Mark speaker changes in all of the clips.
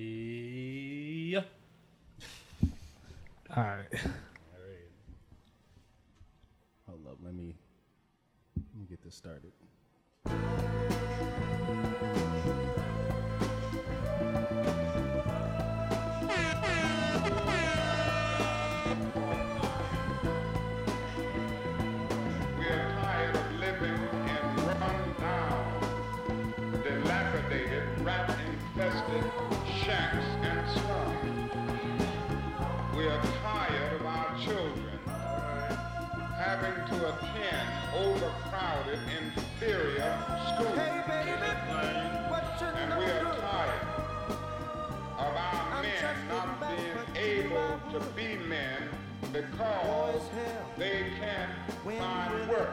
Speaker 1: Hey.
Speaker 2: All right.
Speaker 3: Hold up, let me let me get this started.
Speaker 4: We're tired of living in run down, dilapidated, rat infested shacks and slums. We are tired of our children having to attend overcrowded, inferior schools. and we are tired of our men not being able to be men because they can't find work.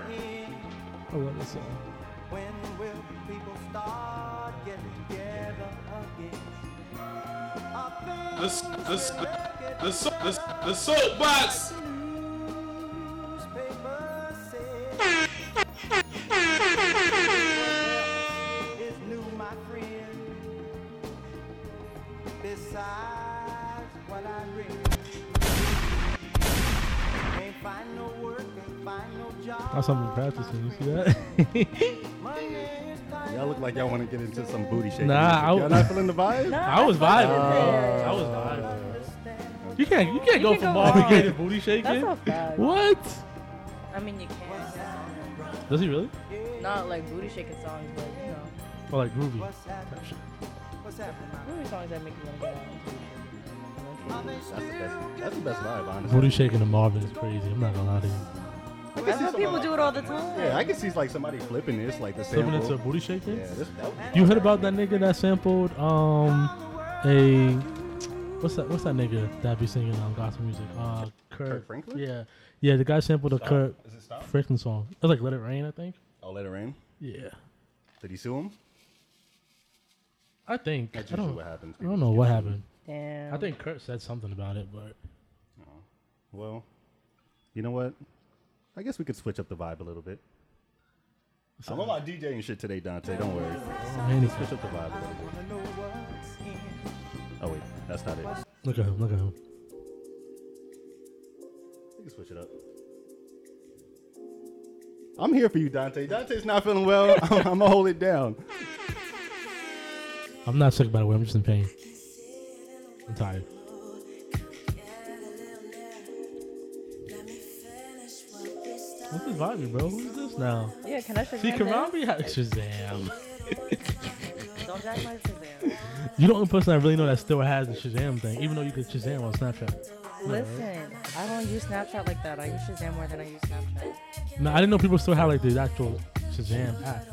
Speaker 2: I love this song.
Speaker 5: When will people start getting together again? I
Speaker 6: The, s- the, s- the, the, so- the, s- the soapbox.
Speaker 5: think newspapers say is new, my friend. Besides what I read, can't find no work, can't find no job.
Speaker 2: That's something practicing. You see that?
Speaker 5: Money is tight.
Speaker 3: Y'all look like y'all want to get into some booty shaking.
Speaker 2: Nah,
Speaker 3: music.
Speaker 2: I w-
Speaker 3: y'all not feeling the vibe.
Speaker 2: I was vibing. I was vibing. You can't. You can't go
Speaker 7: can
Speaker 2: from
Speaker 7: go
Speaker 2: Marvin Gaye
Speaker 7: wrong.
Speaker 2: to booty shaking.
Speaker 7: That's a fact.
Speaker 2: What?
Speaker 7: I mean, you can.
Speaker 2: Does he really?
Speaker 7: Not like booty shaking songs, but you know,
Speaker 2: Or like groovy?
Speaker 5: What's happening? What's happening?
Speaker 7: booty songs that make you want to get out. and booty
Speaker 5: Are they still
Speaker 3: That's the best. That's the best vibe, honestly.
Speaker 2: Booty shaking to Marvin is crazy. I'm not gonna lie to you.
Speaker 3: I
Speaker 7: shaking. That's what people do it all the time.
Speaker 3: Yeah, I can see like somebody flipping this, like the
Speaker 2: Flipping
Speaker 3: sample.
Speaker 2: into a booty shaking.
Speaker 3: yeah, this, that would be-
Speaker 2: You heard about that nigga that sampled um a what's that what's that nigga that be singing um gospel music? Uh Kurt,
Speaker 3: Kirk Franklin?
Speaker 2: Yeah. Yeah, the guy sampled a Kurt
Speaker 3: Is it stop?
Speaker 2: Franklin song. It was like Let It Rain, I think.
Speaker 3: Oh, let it rain.
Speaker 2: Yeah.
Speaker 3: Did he sue him?
Speaker 2: I think
Speaker 3: That's
Speaker 2: I
Speaker 3: usually
Speaker 2: don't,
Speaker 3: what happens.
Speaker 2: I don't know what happened.
Speaker 7: Damn.
Speaker 2: I think Kurt said something about it, but
Speaker 3: Well, you know what? I guess we could switch up the vibe a little bit. I'm on my DJ and shit today, Dante. Don't worry. Switch up the vibe a little bit.
Speaker 5: know what's in.
Speaker 3: Oh wait, that's not it.
Speaker 2: look at him, look at him.
Speaker 3: We can switch it up. I'm here for you, Dante. Dante's not feeling well. I'm, gonna hold it down.
Speaker 2: I'm not sick by the way, I'm just in pain. I'm tired. What's this vibing, bro? Who's this now?
Speaker 7: Yeah, can I shake
Speaker 2: See,
Speaker 7: my dick?
Speaker 2: Karambi had Shazam.
Speaker 7: Don't jack my Shazam.
Speaker 2: You the only person I really know that still has the Shazam thing, even though you could Shazam on Snapchat.
Speaker 7: Listen, I don't use Snapchat like that. I use Shazam more than I use Snapchat.
Speaker 2: No, I didn't know people still had like the actual Shazam app.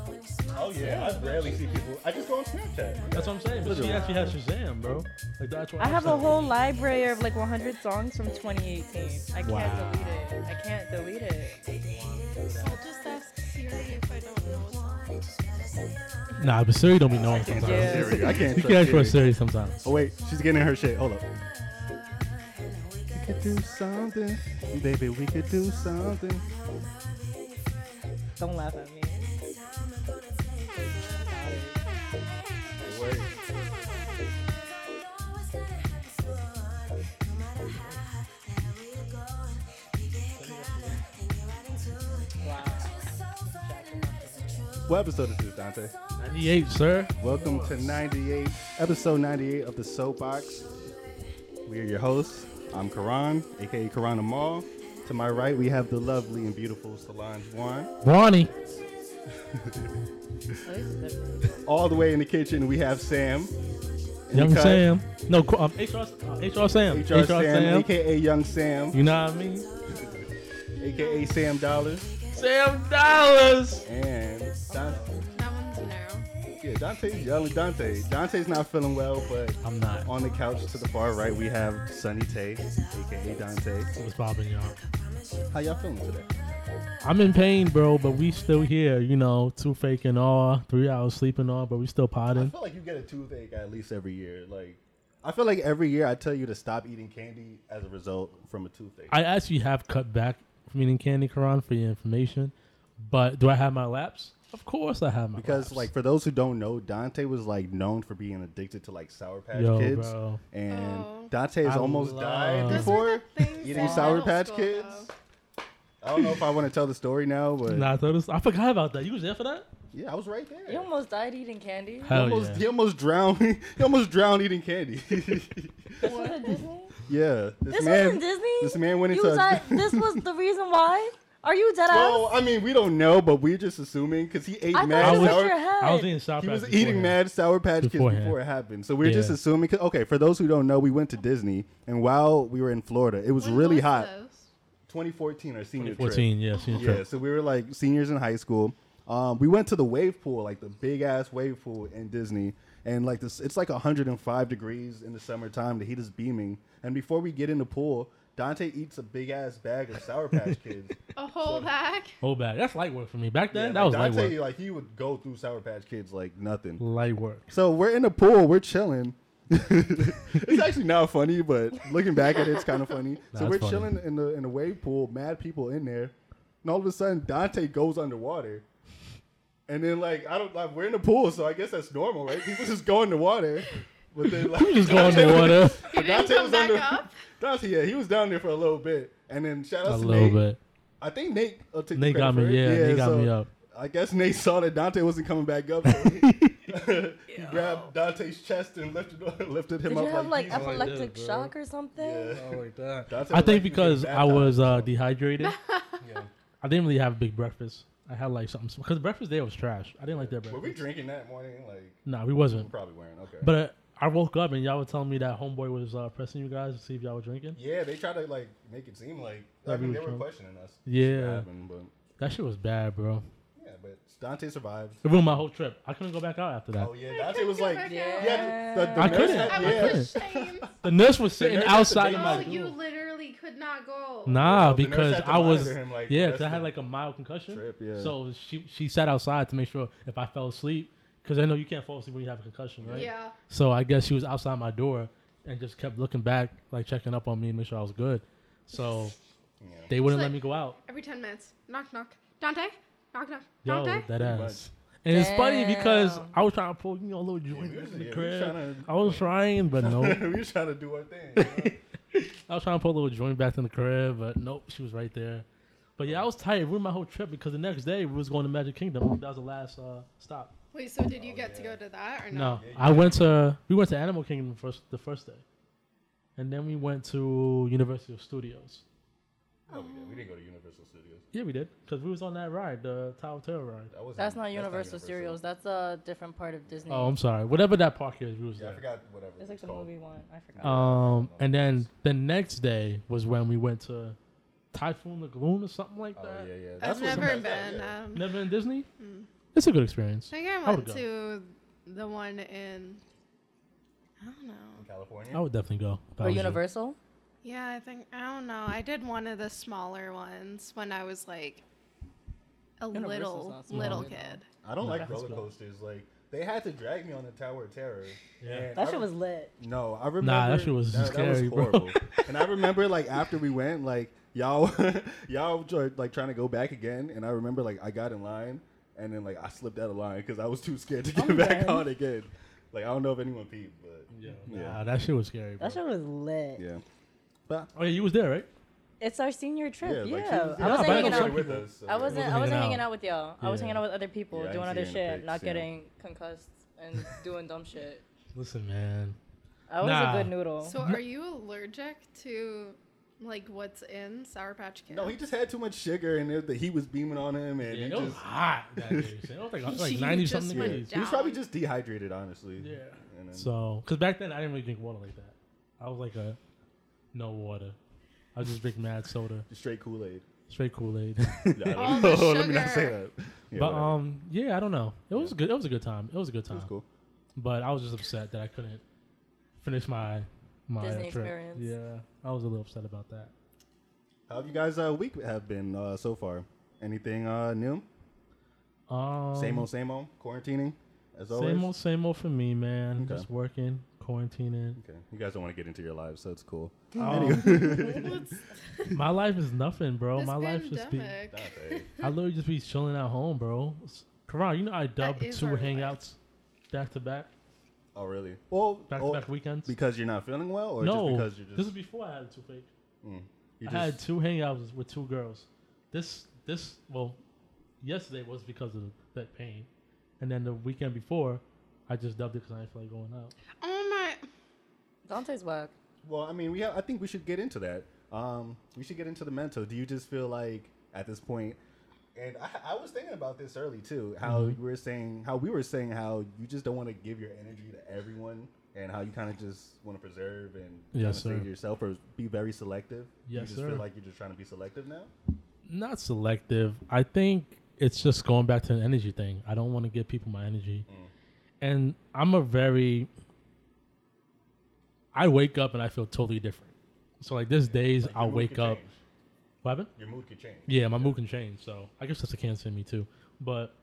Speaker 3: Oh yeah, I rarely see people. I just go on Snapchat.
Speaker 2: That's what I'm saying. But she actually has Shazam, bro. Like the actual.
Speaker 7: I have a
Speaker 2: app.
Speaker 7: whole library of like 100 songs from 2018. I can't
Speaker 2: Wow.
Speaker 7: delete it. I can't delete it.
Speaker 8: I'll just ask Siri if I don't know something.
Speaker 2: Nah, but Siri don't be knowing sometimes.
Speaker 7: Yeah.
Speaker 3: Siri, I can't.
Speaker 2: You can ask for a
Speaker 3: trust
Speaker 2: Siri
Speaker 3: Siri.
Speaker 2: sometimes.
Speaker 3: Oh wait, she's getting her shit. Hold up. We could do something, baby. We could do something.
Speaker 7: Don't laugh at me. Wow.
Speaker 3: What episode is this, Dante?
Speaker 2: 98, sir.
Speaker 3: Welcome to 98, episode 98 of the Soapbox. We are your hosts. I'm Karan, aka Karan Amal. To my right, we have the lovely and beautiful Solange Juan.
Speaker 2: Ronnie.
Speaker 7: At least it's different.
Speaker 3: All the way in the kitchen, we have Sam. In
Speaker 2: Young
Speaker 3: the cut.
Speaker 2: Sam. No, qu- um, HR, HR Sam.
Speaker 3: HR, Sam, aka Young Sam,
Speaker 2: You know what I mean?
Speaker 3: aka Sam Dollar,
Speaker 2: Sam Dollars.
Speaker 3: and Dante.
Speaker 8: That one's narrow.
Speaker 3: Yeah, Dante's yelling. Dante. Dante's not feeling well, but
Speaker 2: I'm not.
Speaker 3: on the couch to the far right, we have Sunny Tay, aka Dante.
Speaker 2: What's poppin', y'all?
Speaker 3: How y'all feeling today?
Speaker 2: I'm in pain, bro, but we still here. You know, two fake and all, three hours sleeping all, but we still
Speaker 3: I
Speaker 2: potting.
Speaker 3: feel like you get a toothache at least every year. Like, I feel like every year I tell you to stop eating candy as a result from a toothache.
Speaker 2: I actually have cut back from eating candy, Karan, for your information. But do I have my laps? Of course I have my
Speaker 3: Because
Speaker 2: raps.
Speaker 3: like for those who don't know, Dante was like known for being addicted to like Sour Patch
Speaker 2: Yo,
Speaker 3: Kids,
Speaker 2: bro.
Speaker 3: and
Speaker 8: Oh.
Speaker 3: Dante has
Speaker 2: I
Speaker 3: almost
Speaker 2: love-
Speaker 3: died
Speaker 2: Those
Speaker 3: before
Speaker 8: things
Speaker 3: eating
Speaker 8: in
Speaker 3: Sour
Speaker 8: middle
Speaker 3: Patch
Speaker 8: school,
Speaker 3: Kids.
Speaker 8: though.
Speaker 3: I don't know if I want to tell the story now, but
Speaker 2: Nah, I, thought this, I forgot about that. You was there for that?
Speaker 3: yeah, I was right there.
Speaker 7: You almost died eating candy.
Speaker 3: He
Speaker 2: Hell
Speaker 3: almost,
Speaker 2: Oh, yeah.
Speaker 3: he almost drowned. he almost drowned eating candy.
Speaker 7: This was at Disney.
Speaker 3: yeah, this,
Speaker 7: This
Speaker 3: man.
Speaker 7: wasn't Disney.
Speaker 3: this man went
Speaker 7: You
Speaker 3: into
Speaker 7: was
Speaker 3: a-
Speaker 7: at- this was the reason why. Are you dead
Speaker 3: Well,
Speaker 7: ass?
Speaker 3: I mean, we don't know, but we're just assuming because he ate
Speaker 7: I
Speaker 3: mad
Speaker 7: thought it was
Speaker 3: sour.
Speaker 7: your head.
Speaker 2: I was eating shop
Speaker 3: He
Speaker 2: rats
Speaker 3: was eating
Speaker 2: beforehand.
Speaker 3: mad Sour Patch Kids
Speaker 2: Beforehand.
Speaker 3: before it happened. So we are just
Speaker 2: Yeah.
Speaker 3: assuming. 'cause- okay, for those who don't know, we went to Disney, and while we were in Florida, it was
Speaker 8: When
Speaker 3: really
Speaker 8: was
Speaker 3: hot.
Speaker 8: this?
Speaker 3: 2014, our senior
Speaker 2: 14, yeah, senior
Speaker 3: trip.
Speaker 2: trip.
Speaker 3: Yeah, so we were like seniors in high school. Um, we went to the wave pool, like the big ass wave pool in Disney, and like this, it's like 105 degrees in the summertime. The heat is beaming, and before we get in the pool, Dante eats a big ass bag of Sour Patch Kids.
Speaker 8: A whole bag?
Speaker 2: Whole bag. Oh, That's light work for me. Back then,
Speaker 3: Yeah,
Speaker 2: that was
Speaker 3: like,
Speaker 2: light
Speaker 3: Dante,
Speaker 2: work.
Speaker 3: like he would go through Sour Patch Kids like nothing.
Speaker 2: Light work.
Speaker 3: So we're in the pool, we're chilling. it's actually not funny, but looking back at it, it's kind of funny. so
Speaker 2: Nah,
Speaker 3: we're
Speaker 2: it's funny.
Speaker 3: chilling in the in the wave pool, mad people in there, and all of a sudden Dante goes underwater. And then like I don't like we're in the pool, so I guess that's normal, right? People just go in the water. But then like
Speaker 2: Just going to water
Speaker 8: He didn't
Speaker 3: Dante
Speaker 8: come
Speaker 3: was
Speaker 8: back
Speaker 3: under-
Speaker 8: up?
Speaker 3: Dante, yeah, he was down there for a little bit. And then shout out
Speaker 2: a
Speaker 3: to
Speaker 2: little
Speaker 3: Nate.
Speaker 2: bit.
Speaker 3: I think Nate will take the
Speaker 2: Nate got
Speaker 3: credit
Speaker 2: me,
Speaker 3: for it.
Speaker 2: yeah, Nate got me up.
Speaker 3: I guess Nate saw that Dante wasn't coming back up. So he, he grabbed Dante's chest and lifted lifted him
Speaker 7: Did
Speaker 3: up.
Speaker 7: you have like
Speaker 3: he's-
Speaker 2: like this,
Speaker 7: epileptic
Speaker 2: bro.
Speaker 7: shock or something?
Speaker 3: Yeah.
Speaker 2: Oh,
Speaker 3: Dante
Speaker 2: I
Speaker 3: was,
Speaker 2: think
Speaker 3: like, he was
Speaker 2: because
Speaker 3: getting
Speaker 2: I was uh,
Speaker 3: baptized.
Speaker 2: dehydrated. I didn't really have a big breakfast. I had like something because breakfast there was trash. I didn't like their
Speaker 3: Were
Speaker 2: breakfast.
Speaker 3: we drinking that morning? Like
Speaker 2: nah, we
Speaker 3: we
Speaker 2: wasn't.
Speaker 3: probably weren't. Okay.
Speaker 2: But uh, I woke up and y'all were telling me that homeboy was uh, pressing you guys to see if y'all were drinking.
Speaker 3: yeah, they tried to like make it seem like I
Speaker 2: Like we were
Speaker 3: mean, they were
Speaker 2: drunk.
Speaker 3: questioning us.
Speaker 2: Yeah.
Speaker 3: Happened, but
Speaker 2: That shit was bad, bro.
Speaker 3: yeah, but Dante survived.
Speaker 2: It ruined my whole trip. I couldn't go back out after that.
Speaker 3: Oh yeah, Dante was like,
Speaker 7: Yeah.
Speaker 3: yeah, the, the
Speaker 2: I
Speaker 3: nurse
Speaker 2: couldn't.
Speaker 3: had-
Speaker 8: I
Speaker 2: Yeah.
Speaker 3: yeah.
Speaker 8: was ashamed.
Speaker 2: The nurse was sitting
Speaker 3: nurse had to
Speaker 2: outside
Speaker 3: be
Speaker 2: of
Speaker 8: Oh,
Speaker 2: my
Speaker 3: like,
Speaker 8: you
Speaker 2: door.
Speaker 8: literally could not go.
Speaker 2: Nah,
Speaker 3: So the nurse
Speaker 2: because
Speaker 3: had to
Speaker 2: I was
Speaker 3: monitor him, like,
Speaker 2: yeah,
Speaker 3: the
Speaker 2: 'cause I
Speaker 3: rest
Speaker 2: had
Speaker 3: of
Speaker 2: like a mild concussion.
Speaker 3: trip, yeah.
Speaker 2: So she she sat outside to make sure if I fell asleep, because I know you can't fall asleep when you have a concussion, right?
Speaker 8: Yeah.
Speaker 2: So I guess she was outside my door and just kept looking back, like checking up on me, make sure I was good. So they wouldn't
Speaker 8: It's
Speaker 2: let me
Speaker 8: like-
Speaker 2: go out.
Speaker 8: Every 10 minutes. Knock, knock. Dante? Knock, knock.
Speaker 2: Yo,
Speaker 8: Dante?
Speaker 2: that
Speaker 3: Pretty
Speaker 2: ass. And it's funny because
Speaker 7: Damn.
Speaker 2: I was trying to pull you know a little joint
Speaker 3: we was-
Speaker 2: in the
Speaker 3: yeah, we was
Speaker 2: crib.
Speaker 3: tryna-
Speaker 2: I was trying, but no.
Speaker 3: we were trying to do our thing. you know?
Speaker 2: I was trying to pull a little joint back in the crib, but nope, she was right there. But yeah, I was tired. It ruined my whole trip because the next day we was going to Magic Kingdom. That was the last uh, stop.
Speaker 8: Wait, so did you get to go to that or
Speaker 2: No,
Speaker 8: no?
Speaker 2: I went to we went to Animal Kingdom first the first day, and then we went to Universal Studios.
Speaker 3: No, we didn't. We didn't go to Universal Studios.
Speaker 2: Yeah, we did because we was on that ride, the Tower of Terror ride.
Speaker 3: That wasn't-
Speaker 7: That's not Universal Studios. That's a different part of Disney.
Speaker 2: Oh, I'm sorry. Whatever that park is, we was
Speaker 3: Yeah, I
Speaker 2: there.
Speaker 3: forgot whatever.
Speaker 7: it's like the
Speaker 3: called.
Speaker 7: movie one. I forgot.
Speaker 2: Um, and then the next day was when we went to Typhoon Lagoon or something like
Speaker 3: Oh
Speaker 2: that.
Speaker 3: yeah, yeah.
Speaker 8: I've
Speaker 3: what
Speaker 8: never
Speaker 3: sometimes- yeah,
Speaker 8: been.
Speaker 3: yeah.
Speaker 8: Um,
Speaker 2: Never in Disney. It's a good experience.
Speaker 8: I think I
Speaker 2: I would
Speaker 8: went
Speaker 2: go.
Speaker 8: to the one in. I don't know.
Speaker 3: California.
Speaker 2: I would definitely go. if I
Speaker 7: For
Speaker 2: was you.
Speaker 7: Universal?
Speaker 8: Yeah, I think I don't know. I did one of the smaller ones when I was like a
Speaker 7: Universal's
Speaker 8: little
Speaker 7: not small,
Speaker 8: little
Speaker 7: you know.
Speaker 8: kid.
Speaker 3: I don't like roller
Speaker 2: cool.
Speaker 3: coasters. Like they had to drag me on the Tower of Terror. and
Speaker 7: That
Speaker 3: I
Speaker 7: shit
Speaker 3: re-
Speaker 7: was lit.
Speaker 3: No, I remember.
Speaker 2: Nah, that shit was scary, bro.
Speaker 3: and I remember like after we went, like y'all, y'all were, like trying to go back again, and I remember like I got in line, and then like I slipped out of line because I was too scared to get
Speaker 7: I'm
Speaker 3: back
Speaker 7: dead.
Speaker 3: on again. Like I don't know if anyone peed, but yeah,
Speaker 2: Nah, that shit was scary. Bro.
Speaker 7: That shit was lit.
Speaker 3: yeah. But
Speaker 2: Oh yeah, you was there, right?
Speaker 7: It's our senior
Speaker 3: yeah,
Speaker 7: trip. Yeah.
Speaker 3: like, she was-
Speaker 7: I wasn't
Speaker 2: but I
Speaker 7: hanging
Speaker 2: know
Speaker 7: out.
Speaker 2: she was-
Speaker 3: with us. so-
Speaker 7: I wasn't. I wasn't hanging out with y'all. I was
Speaker 2: Yeah.
Speaker 7: hanging out with other people,
Speaker 3: Yeah, I
Speaker 7: doing
Speaker 3: can
Speaker 7: other
Speaker 3: see it in the
Speaker 7: shit, not
Speaker 3: pics, yeah.
Speaker 7: getting concussed and doing dumb shit.
Speaker 2: Listen, man.
Speaker 7: I was
Speaker 2: Nah.
Speaker 7: a good noodle.
Speaker 8: So are you allergic to like what's in Sour Patch Kids?
Speaker 3: No, he just had too much sugar, and it, the heat was beaming on him, and
Speaker 2: Yeah,
Speaker 3: he
Speaker 2: it
Speaker 3: just
Speaker 2: was hot that day. It was like, it was like
Speaker 8: You
Speaker 2: ninety
Speaker 8: just
Speaker 2: something
Speaker 8: went
Speaker 2: degrees.
Speaker 3: he
Speaker 8: down.
Speaker 3: was probably just dehydrated, honestly.
Speaker 2: Yeah.
Speaker 3: And then,
Speaker 2: So, cause back then I didn't really drink water like that. I was like a no water. I was just drink mad soda,
Speaker 3: just straight Kool Aid.
Speaker 2: straight Kool Aid.
Speaker 8: All the
Speaker 7: Oh,
Speaker 3: Let me not say
Speaker 8: sugar.
Speaker 3: that. Yeah,
Speaker 2: but
Speaker 3: whatever.
Speaker 2: um, yeah, I don't know. It was good. It was a good time. It was a good
Speaker 3: it
Speaker 2: time.
Speaker 3: was cool.
Speaker 2: But I was just upset that I couldn't finish my my
Speaker 7: Disney
Speaker 2: trip.
Speaker 7: experience.
Speaker 2: Yeah, I was a little upset about that.
Speaker 3: How have you guys' uh, week have been uh, so far? Anything uh, new?
Speaker 2: Um,
Speaker 3: same old, same old. Quarantining, as always.
Speaker 2: Same old, same old for me, man.
Speaker 3: Okay.
Speaker 2: Just working, quarantining.
Speaker 3: Okay, you guys don't want to get into your lives, so it's cool.
Speaker 2: My life is nothing, bro.
Speaker 8: This
Speaker 2: Oh, My life just be.
Speaker 8: pandemic.
Speaker 3: Not bad.
Speaker 2: I literally just be chilling at home, bro. S- Karan, you know I dubbed
Speaker 8: is
Speaker 2: two
Speaker 8: our life.
Speaker 2: hangouts back to back,
Speaker 3: Oh, really? Well,
Speaker 2: back to
Speaker 3: oh,
Speaker 2: back weekends.
Speaker 3: because you're not feeling well, or
Speaker 2: no,
Speaker 3: just because you're just,
Speaker 2: this is before I had a two fake.
Speaker 3: you
Speaker 2: I had
Speaker 3: just
Speaker 2: two hangouts with two girls. This this well, yesterday was because of that pain, and then the weekend before, I just dubbed it because I didn't feel like going out.
Speaker 8: Oh my.
Speaker 7: Dante's work.
Speaker 3: well, I mean, we have, I think we should get into that. Um, we should get into the mental. Do you just feel like at this point, and I, I was thinking about this early too, how
Speaker 2: Mhm.
Speaker 3: you were saying, how we were saying, how you just don't want to give your energy to everyone, and how you kind of just want to preserve and
Speaker 2: Yes,
Speaker 3: kinda save
Speaker 2: sir.
Speaker 3: yourself or be very selective.
Speaker 2: Yes,
Speaker 3: you just
Speaker 2: sir.
Speaker 3: feel like you're just trying to be selective now.
Speaker 2: Not selective. I think it's just going back to an energy thing. I don't want to give people my energy,
Speaker 3: Mm.
Speaker 2: and I'm a very. I wake up and I feel totally different. So like there's days
Speaker 3: Like, your
Speaker 2: I'll
Speaker 3: mood
Speaker 2: wake
Speaker 3: could
Speaker 2: up.
Speaker 3: change.
Speaker 2: What happened?
Speaker 3: Your mood could change.
Speaker 2: Yeah, my mood can change. So I guess that's a cancer in me too. But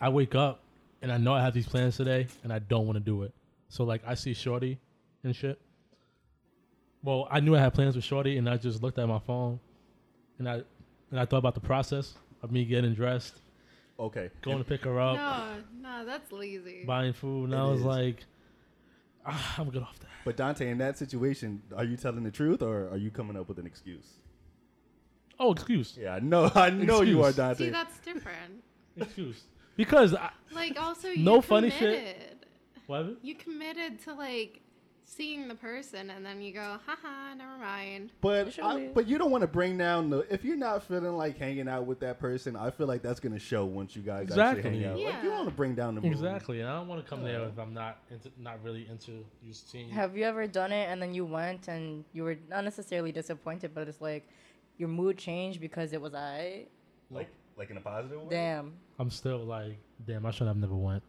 Speaker 2: I wake up and I know I have these plans today and I don't want to do it. So like I see Shorty and shit. Well, I knew I had plans with Shorty and I just looked at my phone and I and I thought about the process of me getting dressed,
Speaker 3: Okay.
Speaker 2: going to pick her up,
Speaker 8: No, no, that's lazy.
Speaker 2: buying food, and I
Speaker 3: It
Speaker 2: was
Speaker 3: is.
Speaker 2: like, ah, I'm good off that.
Speaker 3: But Dante, in that situation, are you telling the truth or are you coming up with an excuse?
Speaker 2: Oh, excuse.
Speaker 3: Yeah, I know, I know you are,
Speaker 2: Excuse.
Speaker 3: Dante.
Speaker 8: See, that's different.
Speaker 2: Excuse. Because I,
Speaker 8: Like, also, you
Speaker 2: No
Speaker 8: no
Speaker 2: funny
Speaker 8: funny
Speaker 2: shit.
Speaker 8: shit.
Speaker 2: what?
Speaker 8: You committed to like seeing the person, and then you go, haha, never mind.
Speaker 3: but
Speaker 7: should
Speaker 3: I-
Speaker 7: leave.
Speaker 3: but you don't want to bring down the. If you're not feeling like hanging out with that person, I feel like that's gonna show once you guys actually hang
Speaker 2: Exactly.
Speaker 3: out. Like, you
Speaker 8: Yeah.
Speaker 3: want to bring down the mood.
Speaker 2: Exactly, and I don't want to come
Speaker 3: Oh.
Speaker 2: there if I'm not into, not really into you seeing.
Speaker 7: Have you ever done it and then you went and you were not necessarily disappointed, but it's like your mood changed because it was I.
Speaker 3: Like like in a positive way.
Speaker 7: Damn.
Speaker 2: I'm still like, damn, I should have never went.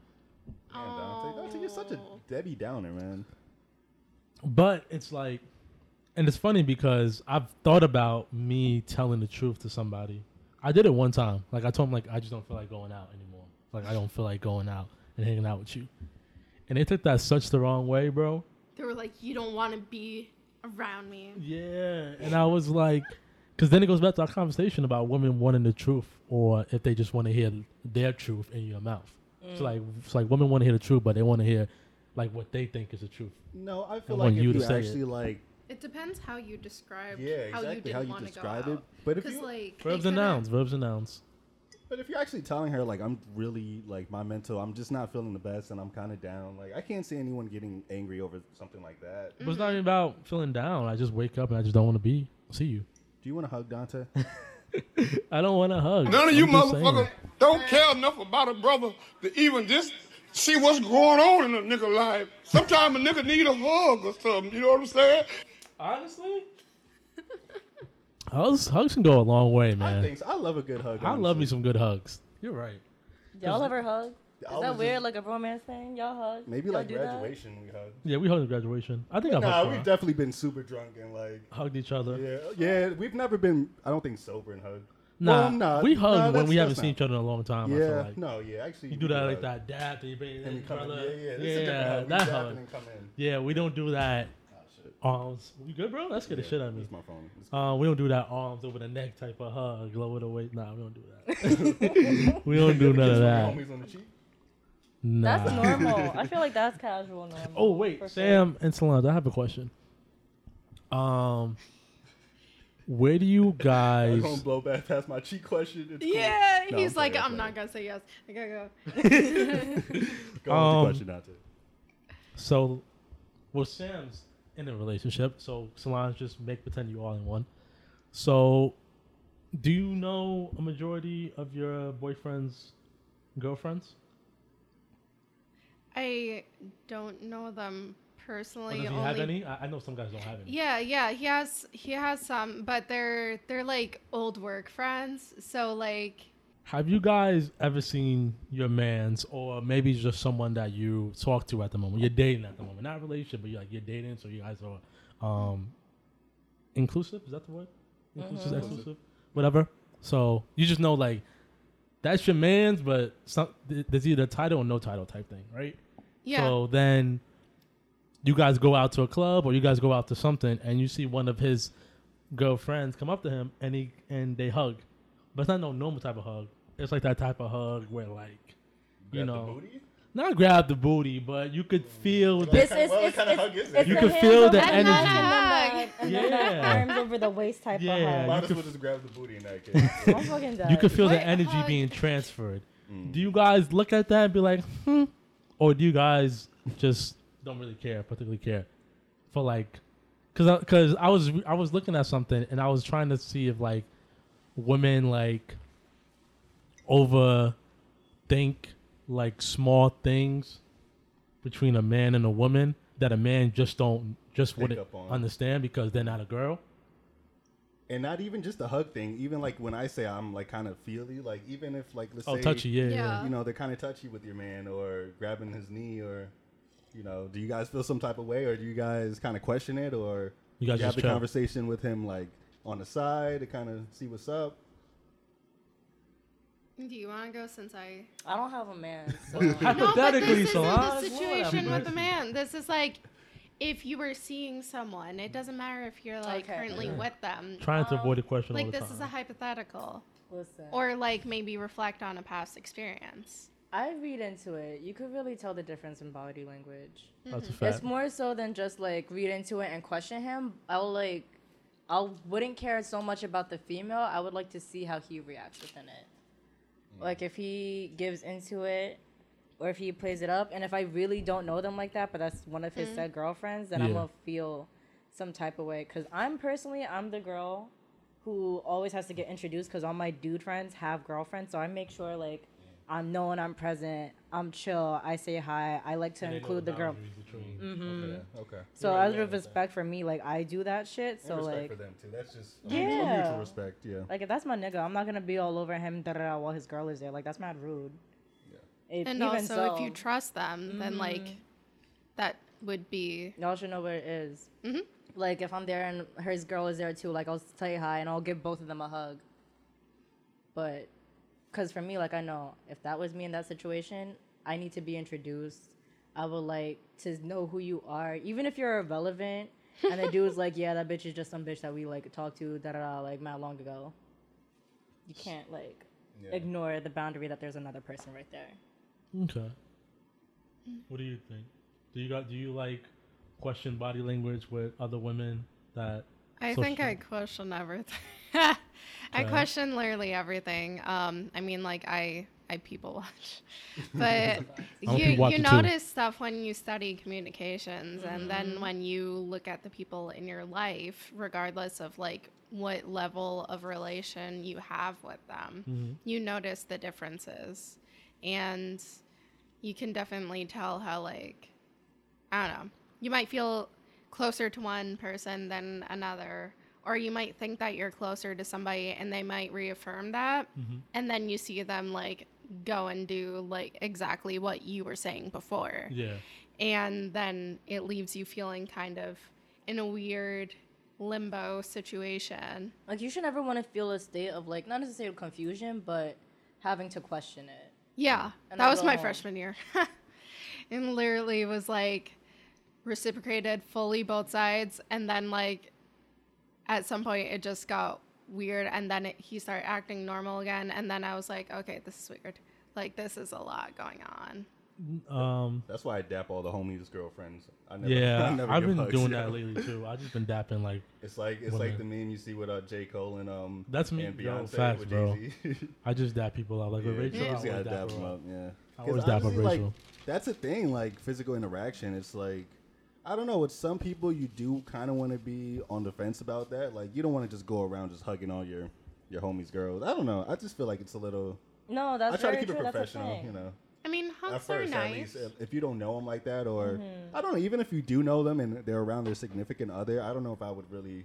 Speaker 3: Man, Dante, Dante, you're such a
Speaker 8: Oh.
Speaker 7: Oh.
Speaker 3: Debbie Downer, man.
Speaker 2: But it's like, and it's funny because I've thought about me telling the truth to somebody. I did it one time. Like I told him, like I just don't feel like going out anymore. Like I don't feel like going out and hanging out with you. And they took that such the wrong way, bro.
Speaker 8: They were like, you don't want to be around me.
Speaker 2: Yeah, and I was like, because then it goes back to our conversation about women wanting the truth, or if they just want to hear their truth in your mouth. So like, it's like women want to hear the truth, but they want to hear like what they think is the truth.
Speaker 3: No, I feel
Speaker 2: I
Speaker 3: like
Speaker 2: want
Speaker 3: if
Speaker 2: you to
Speaker 3: you
Speaker 2: say it.
Speaker 3: actually like,
Speaker 8: It depends how you describe
Speaker 3: yeah,
Speaker 8: how you
Speaker 3: exactly
Speaker 8: didn't
Speaker 3: how you
Speaker 8: want to go
Speaker 3: describe
Speaker 8: out.
Speaker 3: it. But if
Speaker 8: Because
Speaker 3: you
Speaker 8: like they
Speaker 2: Verbs and
Speaker 8: kinda-
Speaker 2: nouns. Verbs and nouns.
Speaker 3: But if you're actually telling her like I'm really like my mental, I'm just not feeling the best, and I'm kind of down. Like I can't see anyone getting angry over something like that.
Speaker 7: Mm.
Speaker 2: But it's not even about feeling down. I just wake up and I just don't want to be see you.
Speaker 3: Do you want to hug Dante?
Speaker 2: I don't want to hug.
Speaker 4: None
Speaker 2: I'm
Speaker 4: of you
Speaker 2: just saying.
Speaker 4: motherfuckers don't care enough about a brother to even just see what's going on in a nigga life. Sometimes a nigga need a hug or something. You know what I'm saying?
Speaker 2: Honestly, hugs, hugs can go a long way,
Speaker 3: I
Speaker 2: man.
Speaker 3: think so. I love a good hug.
Speaker 2: I love me
Speaker 3: honestly.
Speaker 2: some good hugs. You're right.
Speaker 7: Y'all ever hug?
Speaker 3: I
Speaker 7: Is
Speaker 3: was
Speaker 7: that
Speaker 3: just-
Speaker 7: weird? Like a romance thing? Y'all hug?
Speaker 3: Maybe
Speaker 7: Y'all
Speaker 3: like
Speaker 7: do that?
Speaker 3: graduation we hugged.
Speaker 2: Yeah, we hugged at graduation. I think I've
Speaker 3: Nah,
Speaker 2: hugged,
Speaker 3: we've
Speaker 2: Karan.
Speaker 3: definitely been super drunk and like
Speaker 2: hugged each other.
Speaker 3: yeah, yeah. We've never been. I don't think sober and hugged.
Speaker 2: Nah,
Speaker 3: Well, nah,
Speaker 2: we
Speaker 3: nah,
Speaker 2: hug when
Speaker 3: that's-
Speaker 2: we haven't
Speaker 3: that's
Speaker 2: seen
Speaker 3: not-
Speaker 2: each other in a long time. I feel
Speaker 3: Yeah,
Speaker 2: like
Speaker 3: no, yeah. Actually,
Speaker 2: you
Speaker 3: we
Speaker 2: do that like
Speaker 3: hug.
Speaker 2: that dab and you bang
Speaker 3: And we
Speaker 2: each
Speaker 3: come in.
Speaker 2: other.
Speaker 3: Yeah, yeah. This is a different hug. We
Speaker 2: that
Speaker 3: dab
Speaker 2: hug.
Speaker 3: and then come in.
Speaker 2: Yeah, we don't do that.
Speaker 3: shit.
Speaker 2: Arms, you good, bro? That's good the shit out of me.
Speaker 3: That's my phone. It's-
Speaker 2: Uh, we don't do that arms over the neck type of hug, lower the weight. Nah, we don't do that. we don't do none
Speaker 3: Kiss
Speaker 2: of
Speaker 3: my
Speaker 2: that.
Speaker 3: homies on the cheek.
Speaker 2: Nah.
Speaker 7: That's normal. I feel like that's casual normal.
Speaker 2: Oh wait,
Speaker 7: for sure.
Speaker 2: Sam and Solange, I have a question. Um, where do you
Speaker 3: I'm
Speaker 2: guys?
Speaker 3: gonna blow back past my cheek question. It's cool.
Speaker 8: Yeah,
Speaker 3: No,
Speaker 8: he's
Speaker 3: I'm
Speaker 8: like,
Speaker 3: playing,
Speaker 8: I'm
Speaker 3: I'm
Speaker 8: not gonna say yes. I gotta go.
Speaker 3: Go on
Speaker 2: Um,
Speaker 3: with the question, Dante.
Speaker 2: So, well, Sam's in a relationship, so Solange just make pretend you all in one. So, do you know a majority of your boyfriend's girlfriends?
Speaker 8: I don't know them
Speaker 2: Or
Speaker 8: personally.
Speaker 2: Oh, does he
Speaker 8: only
Speaker 2: have any? I, I know some guys don't have any.
Speaker 8: Yeah, yeah, he has he has some, but they're they're like old work friends. So like
Speaker 2: Have you guys ever seen your man's, or maybe just someone that you talk to at the moment? You're dating at the moment, not a relationship, but you're like you're dating, so you guys are um, inclusive. Is that the word? Inclusive, exclusive, whatever. So you just know like that's your man's, but some, th- there's either title or no title type thing, right?
Speaker 8: yeah,
Speaker 2: So then you guys go out to a club or you guys go out to something and you see one of his girlfriends come up to him and he and they hug. But it's not no normal type of hug. It's like that type of hug where like you
Speaker 9: Grab the
Speaker 2: know,
Speaker 9: booty?
Speaker 2: not grab the booty, but you could feel that.
Speaker 7: It's, it's,
Speaker 3: Oh,
Speaker 9: Well, what
Speaker 7: it's,
Speaker 9: kind of
Speaker 7: it's,
Speaker 9: hug is
Speaker 7: it's
Speaker 9: it?
Speaker 2: You
Speaker 7: the
Speaker 2: can
Speaker 7: hands
Speaker 2: feel
Speaker 7: over
Speaker 2: the
Speaker 7: the
Speaker 2: energy.
Speaker 7: neck And then the, and then the
Speaker 2: Yeah.
Speaker 7: arms over the waist type
Speaker 2: Yeah.
Speaker 7: of hug.
Speaker 9: Might as well just grab the booty in that case.
Speaker 7: I'm fucking dead.
Speaker 2: You could feel the
Speaker 8: What?
Speaker 2: energy
Speaker 8: Hug.
Speaker 2: being transferred.
Speaker 9: Mm.
Speaker 2: Do you guys look at that and be like, hmm? Or do you guys just don't really care, particularly care for like, cause I, cause I was I was looking at something and I was trying to see if like women like over think like small things between a man and a woman that a man just don't just
Speaker 9: Pick
Speaker 2: wouldn't
Speaker 9: up on.
Speaker 2: understand because they're not a girl.
Speaker 3: and not even just the hug thing. Even like when I say I'm like kind of feely, like even if like let's
Speaker 2: Oh,
Speaker 3: say
Speaker 2: touchy, yeah, yeah. yeah.
Speaker 8: Yeah.
Speaker 3: you know, they're kind of touchy with your man or grabbing his knee or, you know, do you guys feel some type of way or do you guys kind of question it or
Speaker 2: You guys
Speaker 3: have
Speaker 2: just
Speaker 3: the
Speaker 2: chill.
Speaker 3: conversation with him like on the side to kind of see what's up?
Speaker 8: Do you want to go since I?
Speaker 7: I don't have a man. So.
Speaker 8: No, but this
Speaker 2: Hypothetically,
Speaker 8: isn't the
Speaker 2: Solange.
Speaker 8: situation
Speaker 2: Whatever.
Speaker 8: with a man. This is like if you were seeing someone. It doesn't matter if you're like
Speaker 7: Okay.
Speaker 8: currently with them.
Speaker 2: Trying to avoid the question all
Speaker 8: Like
Speaker 2: the
Speaker 8: this
Speaker 2: time.
Speaker 8: is a hypothetical,
Speaker 7: Listen,
Speaker 8: or like maybe reflect on a past experience.
Speaker 7: I read into it. You could really tell the difference in body language.
Speaker 2: That's a fact.
Speaker 7: It's more so than just like read into it and question him. I'll like, I wouldn't care so much about the female. I would like to see how he reacts within it. Like if he gives into it, or if he plays it up, and if I really don't know them like that, but that's one of his said girlfriends, then I'm
Speaker 2: Yeah.
Speaker 7: gonna feel some type of way. Cause I'm personally, I'm the girl who always has to get introduced because all my dude friends have girlfriends. So I make sure like I'm known, I'm present, I'm chill, I say hi, I like to include the girl.
Speaker 9: Yeah, okay.
Speaker 7: So
Speaker 9: Right,
Speaker 7: out
Speaker 9: yeah,
Speaker 7: of
Speaker 9: okay.
Speaker 7: respect for me, like I do that
Speaker 9: And
Speaker 7: shit. So
Speaker 9: respect
Speaker 7: like,
Speaker 9: for them too. That's just
Speaker 7: yeah,
Speaker 3: Mutual respect, yeah.
Speaker 7: like if that's my nigga, I'm not gonna be all over him da da da while his girl is there. Like that's mad rude. If-
Speaker 8: And
Speaker 7: even
Speaker 8: also, if you
Speaker 7: so, Mm-hmm.
Speaker 8: trust them, then like that would be
Speaker 7: y'all should know where it is. Like if I'm there and his girl is there too, like I'll say hi and I'll give both of them a hug. But, cause for me, like I know if that was me in that situation, I need to be introduced. I would like to know who you are, even if you're irrelevant. and the dude's like, yeah, that bitch is just some bitch that we like talked to da da da like mad long ago. You can't like ignore the boundary that there's another person right there. Mm-hmm.
Speaker 2: Okay. What do you think? Do you got? Do you like question body language with other women that?
Speaker 8: I
Speaker 2: social-
Speaker 8: think I question everything. I question literally everything. Um, I mean, like I I people watch, but
Speaker 2: I'm a
Speaker 8: you
Speaker 2: people
Speaker 8: you
Speaker 2: watcher, too.
Speaker 8: notice stuff when you study communications, and
Speaker 7: Mm-hmm.
Speaker 8: then when you look at the people in your life, regardless of like what level of relation you have with them,
Speaker 2: Mm-hmm.
Speaker 8: you notice the differences, and you can definitely tell how like I don't know. You might feel closer to one person than another, or you might think that you're closer to somebody and they might reaffirm that. And then you see them like go and do like exactly what you were saying before.
Speaker 2: Yeah.
Speaker 8: And then it leaves you feeling kind of in a weird limbo situation.
Speaker 7: Like you should never want to feel a state of like not necessarily confusion, but having to question it.
Speaker 8: Yeah,
Speaker 7: And
Speaker 8: that
Speaker 7: I
Speaker 8: was
Speaker 7: go
Speaker 8: my
Speaker 7: home.
Speaker 8: freshman year. and literally was like reciprocated fully both sides. And then, like, at some point, it just got weird. And then it, he started acting normal again. And then I was like, okay, this is weird. Like, this is a lot going on.
Speaker 2: Um.
Speaker 3: That's why I dap all the homies' girlfriends. I never, I
Speaker 2: Yeah.
Speaker 3: never
Speaker 2: I've
Speaker 3: give
Speaker 2: been
Speaker 3: hugs,
Speaker 2: doing
Speaker 3: yeah.
Speaker 2: that lately too. I've just been dapping like
Speaker 3: It's like it's like the meme you see with uh, J Cole and um
Speaker 2: That's me,
Speaker 3: and
Speaker 2: yo,
Speaker 3: Beyonce
Speaker 2: facts,
Speaker 3: with
Speaker 2: bro.
Speaker 3: Jay Z.
Speaker 2: I just dap people out like with
Speaker 3: Yeah,
Speaker 2: Rachel.
Speaker 3: you just
Speaker 2: I
Speaker 3: gotta
Speaker 2: would dap
Speaker 3: dab
Speaker 2: her
Speaker 3: them
Speaker 2: out.
Speaker 3: up, yeah.
Speaker 2: I
Speaker 3: 'Cause
Speaker 2: always dab up
Speaker 3: honestly, like,
Speaker 2: Rachel.
Speaker 3: That's the thing, like physical interaction. It's like I don't know. With some people, you do kind of want to be on the fence about that. Like you don't want to just go around just hugging all your your homies, girls. I don't know. I just feel like it's a little.
Speaker 7: No, that's
Speaker 3: I try to
Speaker 7: very
Speaker 3: keep
Speaker 7: true.
Speaker 3: it
Speaker 7: That's a
Speaker 3: professional,
Speaker 7: thing.
Speaker 3: you know.
Speaker 8: I mean,
Speaker 3: At
Speaker 8: hugs are
Speaker 3: first, at least,
Speaker 8: nice.
Speaker 3: if- if you don't know them like that, or
Speaker 7: Mm-hmm.
Speaker 3: I don't know. Even if you do know them and they're around their significant other, I don't know if I would really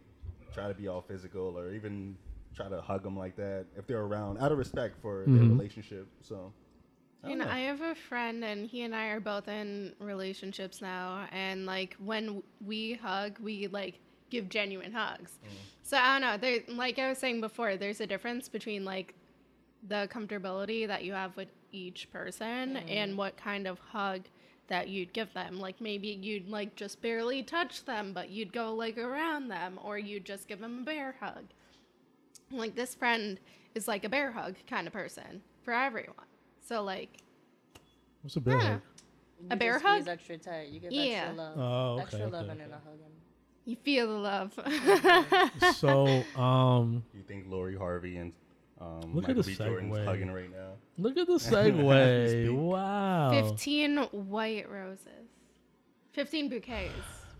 Speaker 3: try to be all physical or even try to hug them like that if they're around out of respect for their
Speaker 2: Mm-hmm.
Speaker 3: relationship. So. I don't
Speaker 8: And
Speaker 3: know.
Speaker 8: I have a friend, and he and I are both in relationships now. And like when w- we hug, we like give genuine hugs. So I don't know. There, like I was saying before, there's a difference between like the comfortability that you have with each person and what kind of hug that you'd give them. Like maybe you'd like just barely touch them, but you'd go like around them, or you'd just give them a bear hug. Like this friend is like a bear hug kind of person for everyone. So like
Speaker 2: What's a bear
Speaker 8: Yeah.
Speaker 2: hug?
Speaker 7: You
Speaker 8: A
Speaker 7: just
Speaker 8: bear
Speaker 7: squeeze
Speaker 8: hug?
Speaker 7: Extra tight. You give
Speaker 8: Yeah.
Speaker 7: extra love.
Speaker 2: Oh, okay,
Speaker 7: extra
Speaker 2: okay,
Speaker 7: love
Speaker 2: okay.
Speaker 7: and then a hug. And
Speaker 8: You feel the love.
Speaker 2: So, um,
Speaker 3: You think Lori Harvey and um,
Speaker 2: Look at
Speaker 3: Michael
Speaker 2: the
Speaker 3: B. Jordan's
Speaker 2: segue.
Speaker 3: hugging right now?
Speaker 2: look at the segue.
Speaker 3: Speak.
Speaker 2: wow.
Speaker 8: 15 white roses. 15 bouquets,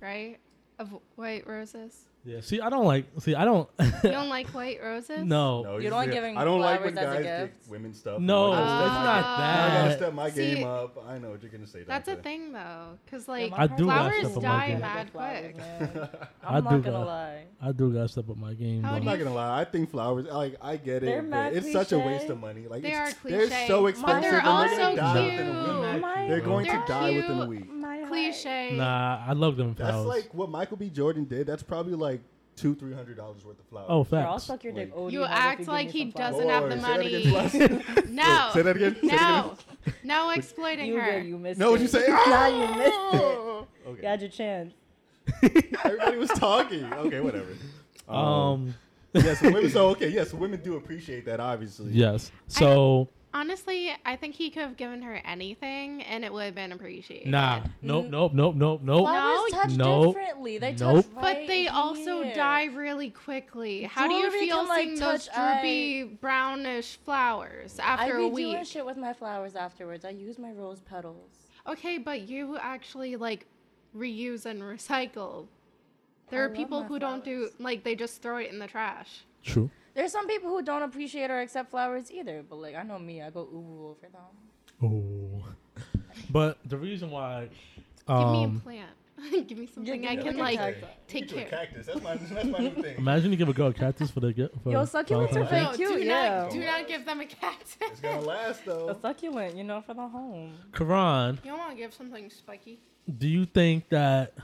Speaker 8: right? Of white roses.
Speaker 2: Yeah. See, I don't like. See, I don't.
Speaker 8: You don't like white roses?
Speaker 2: no.
Speaker 3: No,
Speaker 2: No,
Speaker 3: he's
Speaker 7: don't like
Speaker 3: there.
Speaker 7: giving
Speaker 3: I don't like when
Speaker 7: flowers as
Speaker 3: guys
Speaker 7: a
Speaker 3: get
Speaker 7: gift?
Speaker 3: women stuff.
Speaker 2: it's
Speaker 3: I gotta step my-
Speaker 2: not
Speaker 3: I gotta
Speaker 2: that.
Speaker 3: step my
Speaker 8: See-
Speaker 3: game up. I know what you're gonna say.
Speaker 8: That's a
Speaker 3: Dante.
Speaker 8: thing, though. Because, like,
Speaker 7: I do gotta
Speaker 8: flowers
Speaker 2: step on my
Speaker 8: die
Speaker 2: game.
Speaker 8: mad
Speaker 7: flowers,
Speaker 8: quick.
Speaker 7: man.
Speaker 2: I
Speaker 7: I'm
Speaker 2: do
Speaker 7: not gonna
Speaker 2: gotta-
Speaker 7: lie.
Speaker 2: I do gotta step up my game.
Speaker 8: How
Speaker 2: though.
Speaker 8: do
Speaker 3: I'm not
Speaker 8: you
Speaker 3: gonna lie. I think flowers. Like I get
Speaker 7: They're
Speaker 3: it, but
Speaker 7: mad
Speaker 3: it's such a waste
Speaker 7: cliche.
Speaker 3: of money. Like
Speaker 8: They
Speaker 3: it's,
Speaker 8: are
Speaker 3: They're
Speaker 8: cliche,
Speaker 3: so
Speaker 8: but
Speaker 3: expensive.
Speaker 7: they're
Speaker 3: going to
Speaker 7: also
Speaker 3: die within a
Speaker 8: cute.
Speaker 3: week.
Speaker 7: My-
Speaker 3: They're going
Speaker 8: They're
Speaker 3: to die within a
Speaker 8: cute.
Speaker 3: week.
Speaker 8: Cliche.
Speaker 2: Nah, I love them
Speaker 3: That's
Speaker 2: flowers.
Speaker 3: like what Michael B. Jordan did. That's probably like two, three hundred dollars worth of flowers.
Speaker 2: oh,
Speaker 7: Bro, I'll
Speaker 2: facts.
Speaker 7: suck your dick.
Speaker 3: Wait.
Speaker 7: Odie
Speaker 8: You
Speaker 7: hard if
Speaker 8: act
Speaker 7: give
Speaker 8: like
Speaker 7: me
Speaker 8: he
Speaker 7: some flowers.
Speaker 8: doesn't have the
Speaker 3: Lord, say that again, Plus.
Speaker 8: No.
Speaker 3: Say that again. Say that
Speaker 8: No.
Speaker 3: again.
Speaker 8: No exploiting
Speaker 7: You
Speaker 8: her.
Speaker 7: did. You missed
Speaker 3: No,
Speaker 7: it.
Speaker 3: what'd you say?
Speaker 7: Nah, you missed it.
Speaker 3: Okay.
Speaker 7: You had your chance.
Speaker 3: Everybody was talking. Okay, whatever. Oh.
Speaker 2: um.
Speaker 3: yes, women, so okay, yes, women do appreciate that, obviously.
Speaker 2: Yes. So
Speaker 8: Honestly, I think he could have given her anything and it would have been appreciated.
Speaker 2: nah. Nope. Nope. Nope. Nope. Nope.
Speaker 7: Flowers
Speaker 2: No,
Speaker 7: touch
Speaker 2: no,
Speaker 7: differently. They
Speaker 2: nope.
Speaker 7: touch
Speaker 8: But
Speaker 7: right
Speaker 8: they also
Speaker 7: here.
Speaker 8: die really quickly. How do
Speaker 7: Jewelry
Speaker 8: you feel
Speaker 7: can, like,
Speaker 8: seeing those
Speaker 7: touch eye.
Speaker 8: droopy brownish flowers
Speaker 7: I
Speaker 8: after
Speaker 7: be
Speaker 8: a
Speaker 7: doing
Speaker 8: week?
Speaker 7: shit with my flowers afterwards. I use my rose petals.
Speaker 8: Okay, but you actually like reuse and recycle. There
Speaker 7: I
Speaker 8: are
Speaker 7: love
Speaker 8: people
Speaker 7: my
Speaker 8: who don't do like they just throw it in the trash.
Speaker 2: True.
Speaker 7: There's some people who don't appreciate or accept flowers either, but like I know me, I go ooh over them.
Speaker 2: Oh. But the reason why.
Speaker 8: Give
Speaker 2: Um,
Speaker 8: me a plant. Give me something I
Speaker 7: give
Speaker 8: can
Speaker 7: me a
Speaker 8: like
Speaker 7: cactus.
Speaker 8: take
Speaker 3: To a
Speaker 8: care.
Speaker 3: cactus. That's my, that's my new thing.
Speaker 2: imagine you give a girl a cactus for the gift. For
Speaker 7: Yo, succulents are
Speaker 2: Valentine's Day.
Speaker 7: very
Speaker 8: No,
Speaker 7: cute,
Speaker 8: do
Speaker 7: yeah.
Speaker 8: not do not give them a cactus.
Speaker 3: It's gonna last
Speaker 7: A
Speaker 3: though.
Speaker 7: succulent, you know, for the home.
Speaker 2: Karan,
Speaker 8: You don't want to give something spiky.
Speaker 2: do you think that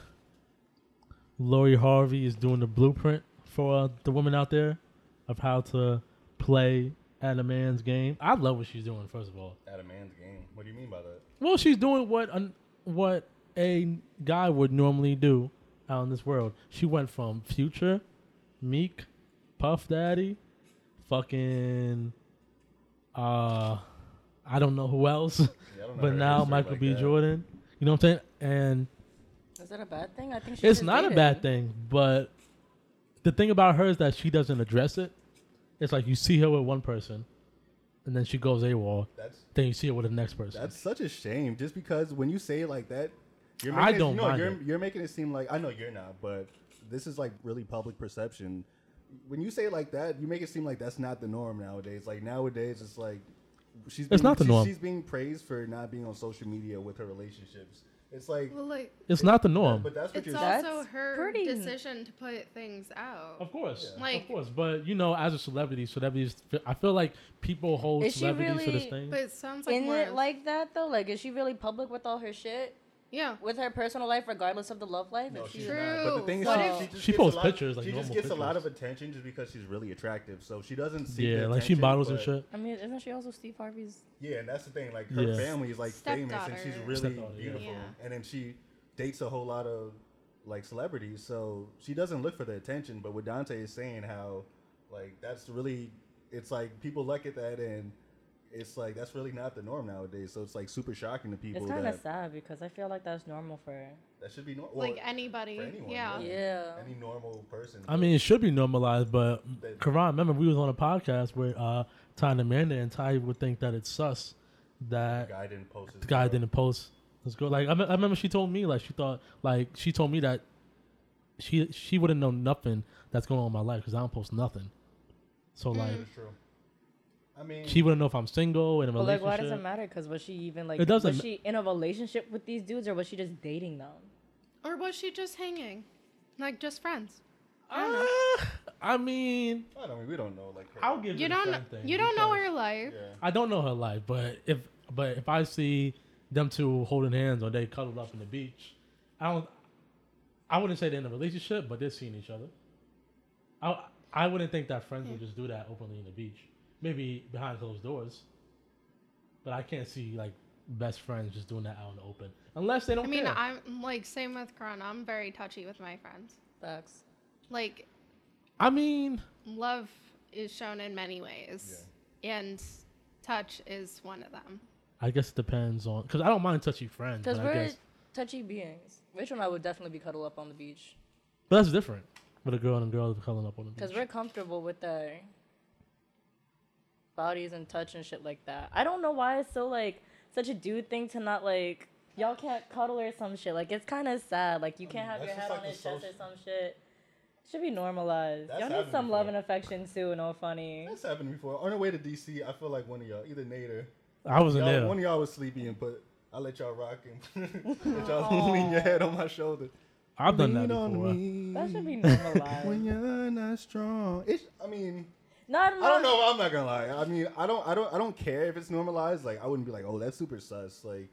Speaker 2: Lori Harvey is doing the blueprint for uh, the women out there of how to play at a man's game? I love what she's doing. First of all,
Speaker 3: At a man's game. What do you mean by that?
Speaker 2: well, she's doing what an, what a guy would normally do out in this world. She went from Future, Meek, Puff Daddy, fucking, uh, I don't know who else,
Speaker 3: Yeah, I don't know
Speaker 2: but
Speaker 3: her
Speaker 2: now
Speaker 3: history
Speaker 2: Michael
Speaker 3: like
Speaker 2: B.
Speaker 3: that.
Speaker 2: Jordan. You know what I'm saying? And
Speaker 7: Is that a bad thing? I think she
Speaker 2: it's
Speaker 7: just
Speaker 2: not a
Speaker 7: dated.
Speaker 2: bad thing, but the thing about her is that she doesn't address it. It's like you see her with one person, and then she goes AWOL.
Speaker 3: That's
Speaker 2: Then you see her with the next person.
Speaker 3: that's such a shame. Just because when you say it like that, you're
Speaker 2: I
Speaker 3: making
Speaker 2: don't
Speaker 3: it, no,
Speaker 2: mind
Speaker 3: you're,
Speaker 2: it.
Speaker 3: you're making it seem like I know you're not, but this is like really public perception. When you say it like that, you make it seem like that's not the norm nowadays. Like nowadays, it's like she's being,
Speaker 2: not the
Speaker 3: she's-
Speaker 2: norm.
Speaker 3: She's being praised for not being on social media with her relationships. It's like,
Speaker 8: Well, like
Speaker 2: it's not the norm.
Speaker 3: but that's what
Speaker 8: it's
Speaker 3: you're.
Speaker 7: That's
Speaker 8: also her
Speaker 7: pretty.
Speaker 8: decision to put things out.
Speaker 2: Of course,
Speaker 8: Like-
Speaker 2: of course, but you know, as a celebrity, celebrities, I feel like people hold
Speaker 7: Is she
Speaker 2: celebrities to this
Speaker 7: really-
Speaker 2: thing.
Speaker 8: But it sounds like
Speaker 7: Isn't
Speaker 8: more
Speaker 7: it
Speaker 8: of-
Speaker 7: like that though? Like, is she really public with all her shit,
Speaker 8: yeah.
Speaker 7: with her personal life, regardless of the love life?
Speaker 3: No,
Speaker 7: If
Speaker 3: she's
Speaker 7: she's-
Speaker 3: not. But the thing is,
Speaker 8: True.
Speaker 3: she- she,
Speaker 7: What if-
Speaker 3: just
Speaker 2: She
Speaker 3: gets
Speaker 2: posts
Speaker 3: a lot,
Speaker 2: pictures, like
Speaker 3: she just
Speaker 2: normal
Speaker 3: gets a lot of
Speaker 2: pictures.
Speaker 3: attention just because she's really attractive. So she doesn't see.
Speaker 2: yeah, like she models and shit.
Speaker 7: I mean, isn't she also Steve Harvey's?
Speaker 3: Yeah, and that's the thing. Like her
Speaker 2: Yeah.
Speaker 3: family is like famous, and she's
Speaker 8: Stepdaughter.
Speaker 3: really
Speaker 2: Stepdaughter, yeah.
Speaker 3: beautiful.
Speaker 8: Yeah.
Speaker 3: And then she dates a whole lot of like celebrities, so she doesn't look for the attention. But what Dante is saying, how like that's really, it's like people look at that and. It's like that's really not the norm nowadays, so it's like super shocking to people
Speaker 7: It's kind of
Speaker 3: that
Speaker 7: sad because I feel like that's normal for her.
Speaker 3: that should be normal.
Speaker 8: like anybody.
Speaker 3: for anyone,
Speaker 8: yeah.
Speaker 3: yeah.
Speaker 7: Yeah.
Speaker 3: any normal person.
Speaker 2: I mean, it should be normalized, but Karan, remember we was on a podcast where uh, Ty and Amanda and Ty would think that it's sus that
Speaker 3: guy didn't post. His
Speaker 2: the guy
Speaker 3: girl.
Speaker 2: didn't post his girl. Like I, me- I remember she told me like she thought like she told me that she she wouldn't know nothing that's going on in my life because I don't post nothing. So like
Speaker 3: That's true. I mean,
Speaker 2: she wouldn't know if I'm single in a
Speaker 7: Mm. But like,
Speaker 2: relationship.
Speaker 7: why does it matter? Because was she even like?
Speaker 2: It doesn't
Speaker 7: Was
Speaker 2: ma-
Speaker 7: she in a relationship with these dudes, or was she just dating them?
Speaker 8: Or was she just hanging? Like just friends?
Speaker 2: Ah, I mean,
Speaker 3: I don't mean we don't know. Like, her-
Speaker 2: I'll give
Speaker 8: You
Speaker 2: it a
Speaker 8: don't
Speaker 2: friend thing
Speaker 8: you don't know
Speaker 2: because-
Speaker 8: her life.
Speaker 2: I don't know her life, but if but if I see them two holding hands or they cuddled up on the beach, I don't. I wouldn't say they're in a relationship, but they're seeing each other. I I wouldn't think that friends would just do that openly in the beach. Maybe behind closed doors, but I can't see like best friends just doing that out in the open unless they don't
Speaker 8: I mean,
Speaker 2: care.
Speaker 8: I'm like same with Karan. I'm very touchy with my friends.
Speaker 7: Facts.
Speaker 8: Like
Speaker 2: I mean,
Speaker 8: love is shown in many ways, and touch is one of them.
Speaker 2: I guess it depends on because I don't mind touchy friends, but
Speaker 7: Because
Speaker 2: I
Speaker 7: we're
Speaker 2: guess
Speaker 7: touchy beings. Rachel and I would definitely be cuddled up on the beach.
Speaker 2: but that's different with a girl and a girl cuddling up on the
Speaker 7: Because
Speaker 2: beach.
Speaker 7: we're comfortable with our bodies and touch and shit like that. I don't know why it's so, like, such a dude thing to not, like, y'all can't cuddle or some shit. Like, it's kind of sad. Like, you can't have
Speaker 3: that's
Speaker 7: your
Speaker 3: just
Speaker 7: head
Speaker 3: like
Speaker 7: on
Speaker 3: the
Speaker 7: his chest or
Speaker 3: social-
Speaker 7: some shit. Should be normalized.
Speaker 3: That's
Speaker 7: y'all need
Speaker 3: happened
Speaker 7: some love
Speaker 3: before.
Speaker 7: and affection too, no funny.
Speaker 3: That's happened before. On the way to DC, I feel like one of y'all, either Nate or
Speaker 2: I wasn't
Speaker 3: y'all,
Speaker 2: there.
Speaker 3: one of y'all was sleepy and put. I let y'all rock and let y'all lean your head on my shoulder.
Speaker 2: I've done that
Speaker 10: Lean on
Speaker 2: before.
Speaker 10: me
Speaker 7: That should be
Speaker 10: when
Speaker 7: normalized.
Speaker 10: you're not strong. It's. I mean,
Speaker 7: not,
Speaker 3: I don't know. I'm not gonna lie. I mean, I don't. I don't. I don't care if it's normalized. Like, I wouldn't be like, oh, that's super sus. Like,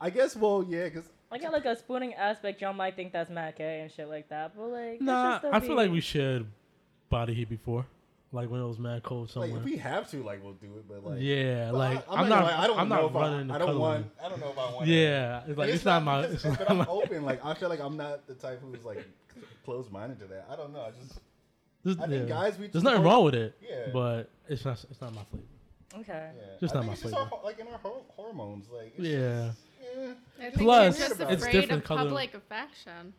Speaker 3: I guess. Well, yeah, because
Speaker 7: I got like a spooning aspect. Y'all might think that's Mac gay and shit like that, but like, that should
Speaker 2: Nah,
Speaker 7: still
Speaker 2: I feel like
Speaker 7: be-
Speaker 2: we shared body heat before, like when it was mad cold
Speaker 3: like
Speaker 2: somewhere.
Speaker 3: if we have to, like, we'll do it. But like,
Speaker 2: yeah,
Speaker 3: but
Speaker 2: like
Speaker 3: I,
Speaker 2: I'm, not.
Speaker 3: gonna lie, I don't
Speaker 2: I'm
Speaker 3: know
Speaker 2: not
Speaker 3: if
Speaker 2: running.
Speaker 3: I,
Speaker 2: the
Speaker 3: I don't
Speaker 2: cuddling.
Speaker 3: want. I don't know if I want.
Speaker 2: Yeah, it's like it's, not, my.
Speaker 3: because-
Speaker 2: It's
Speaker 3: but
Speaker 2: not
Speaker 3: I'm
Speaker 2: my.
Speaker 3: open. Like I feel like I'm not the type who's like closed minded to that. I don't know. I just
Speaker 2: There's,
Speaker 3: I think
Speaker 2: yeah.
Speaker 3: guys, we
Speaker 2: There's
Speaker 3: just
Speaker 2: nothing
Speaker 3: don't-
Speaker 2: wrong with it.
Speaker 3: Yeah.
Speaker 2: But it's not. It's not my flavor.
Speaker 7: Okay.
Speaker 3: yeah.
Speaker 2: Just
Speaker 3: I
Speaker 2: not
Speaker 3: think
Speaker 2: my
Speaker 3: it's just our,
Speaker 2: flavor.
Speaker 3: ho- like in our ho- hormones. Like it's
Speaker 2: Yeah.
Speaker 3: Just, eh.
Speaker 8: I think
Speaker 2: Plus,
Speaker 8: you're just
Speaker 3: it's
Speaker 8: afraid
Speaker 2: different
Speaker 8: of
Speaker 2: color-
Speaker 8: public affection.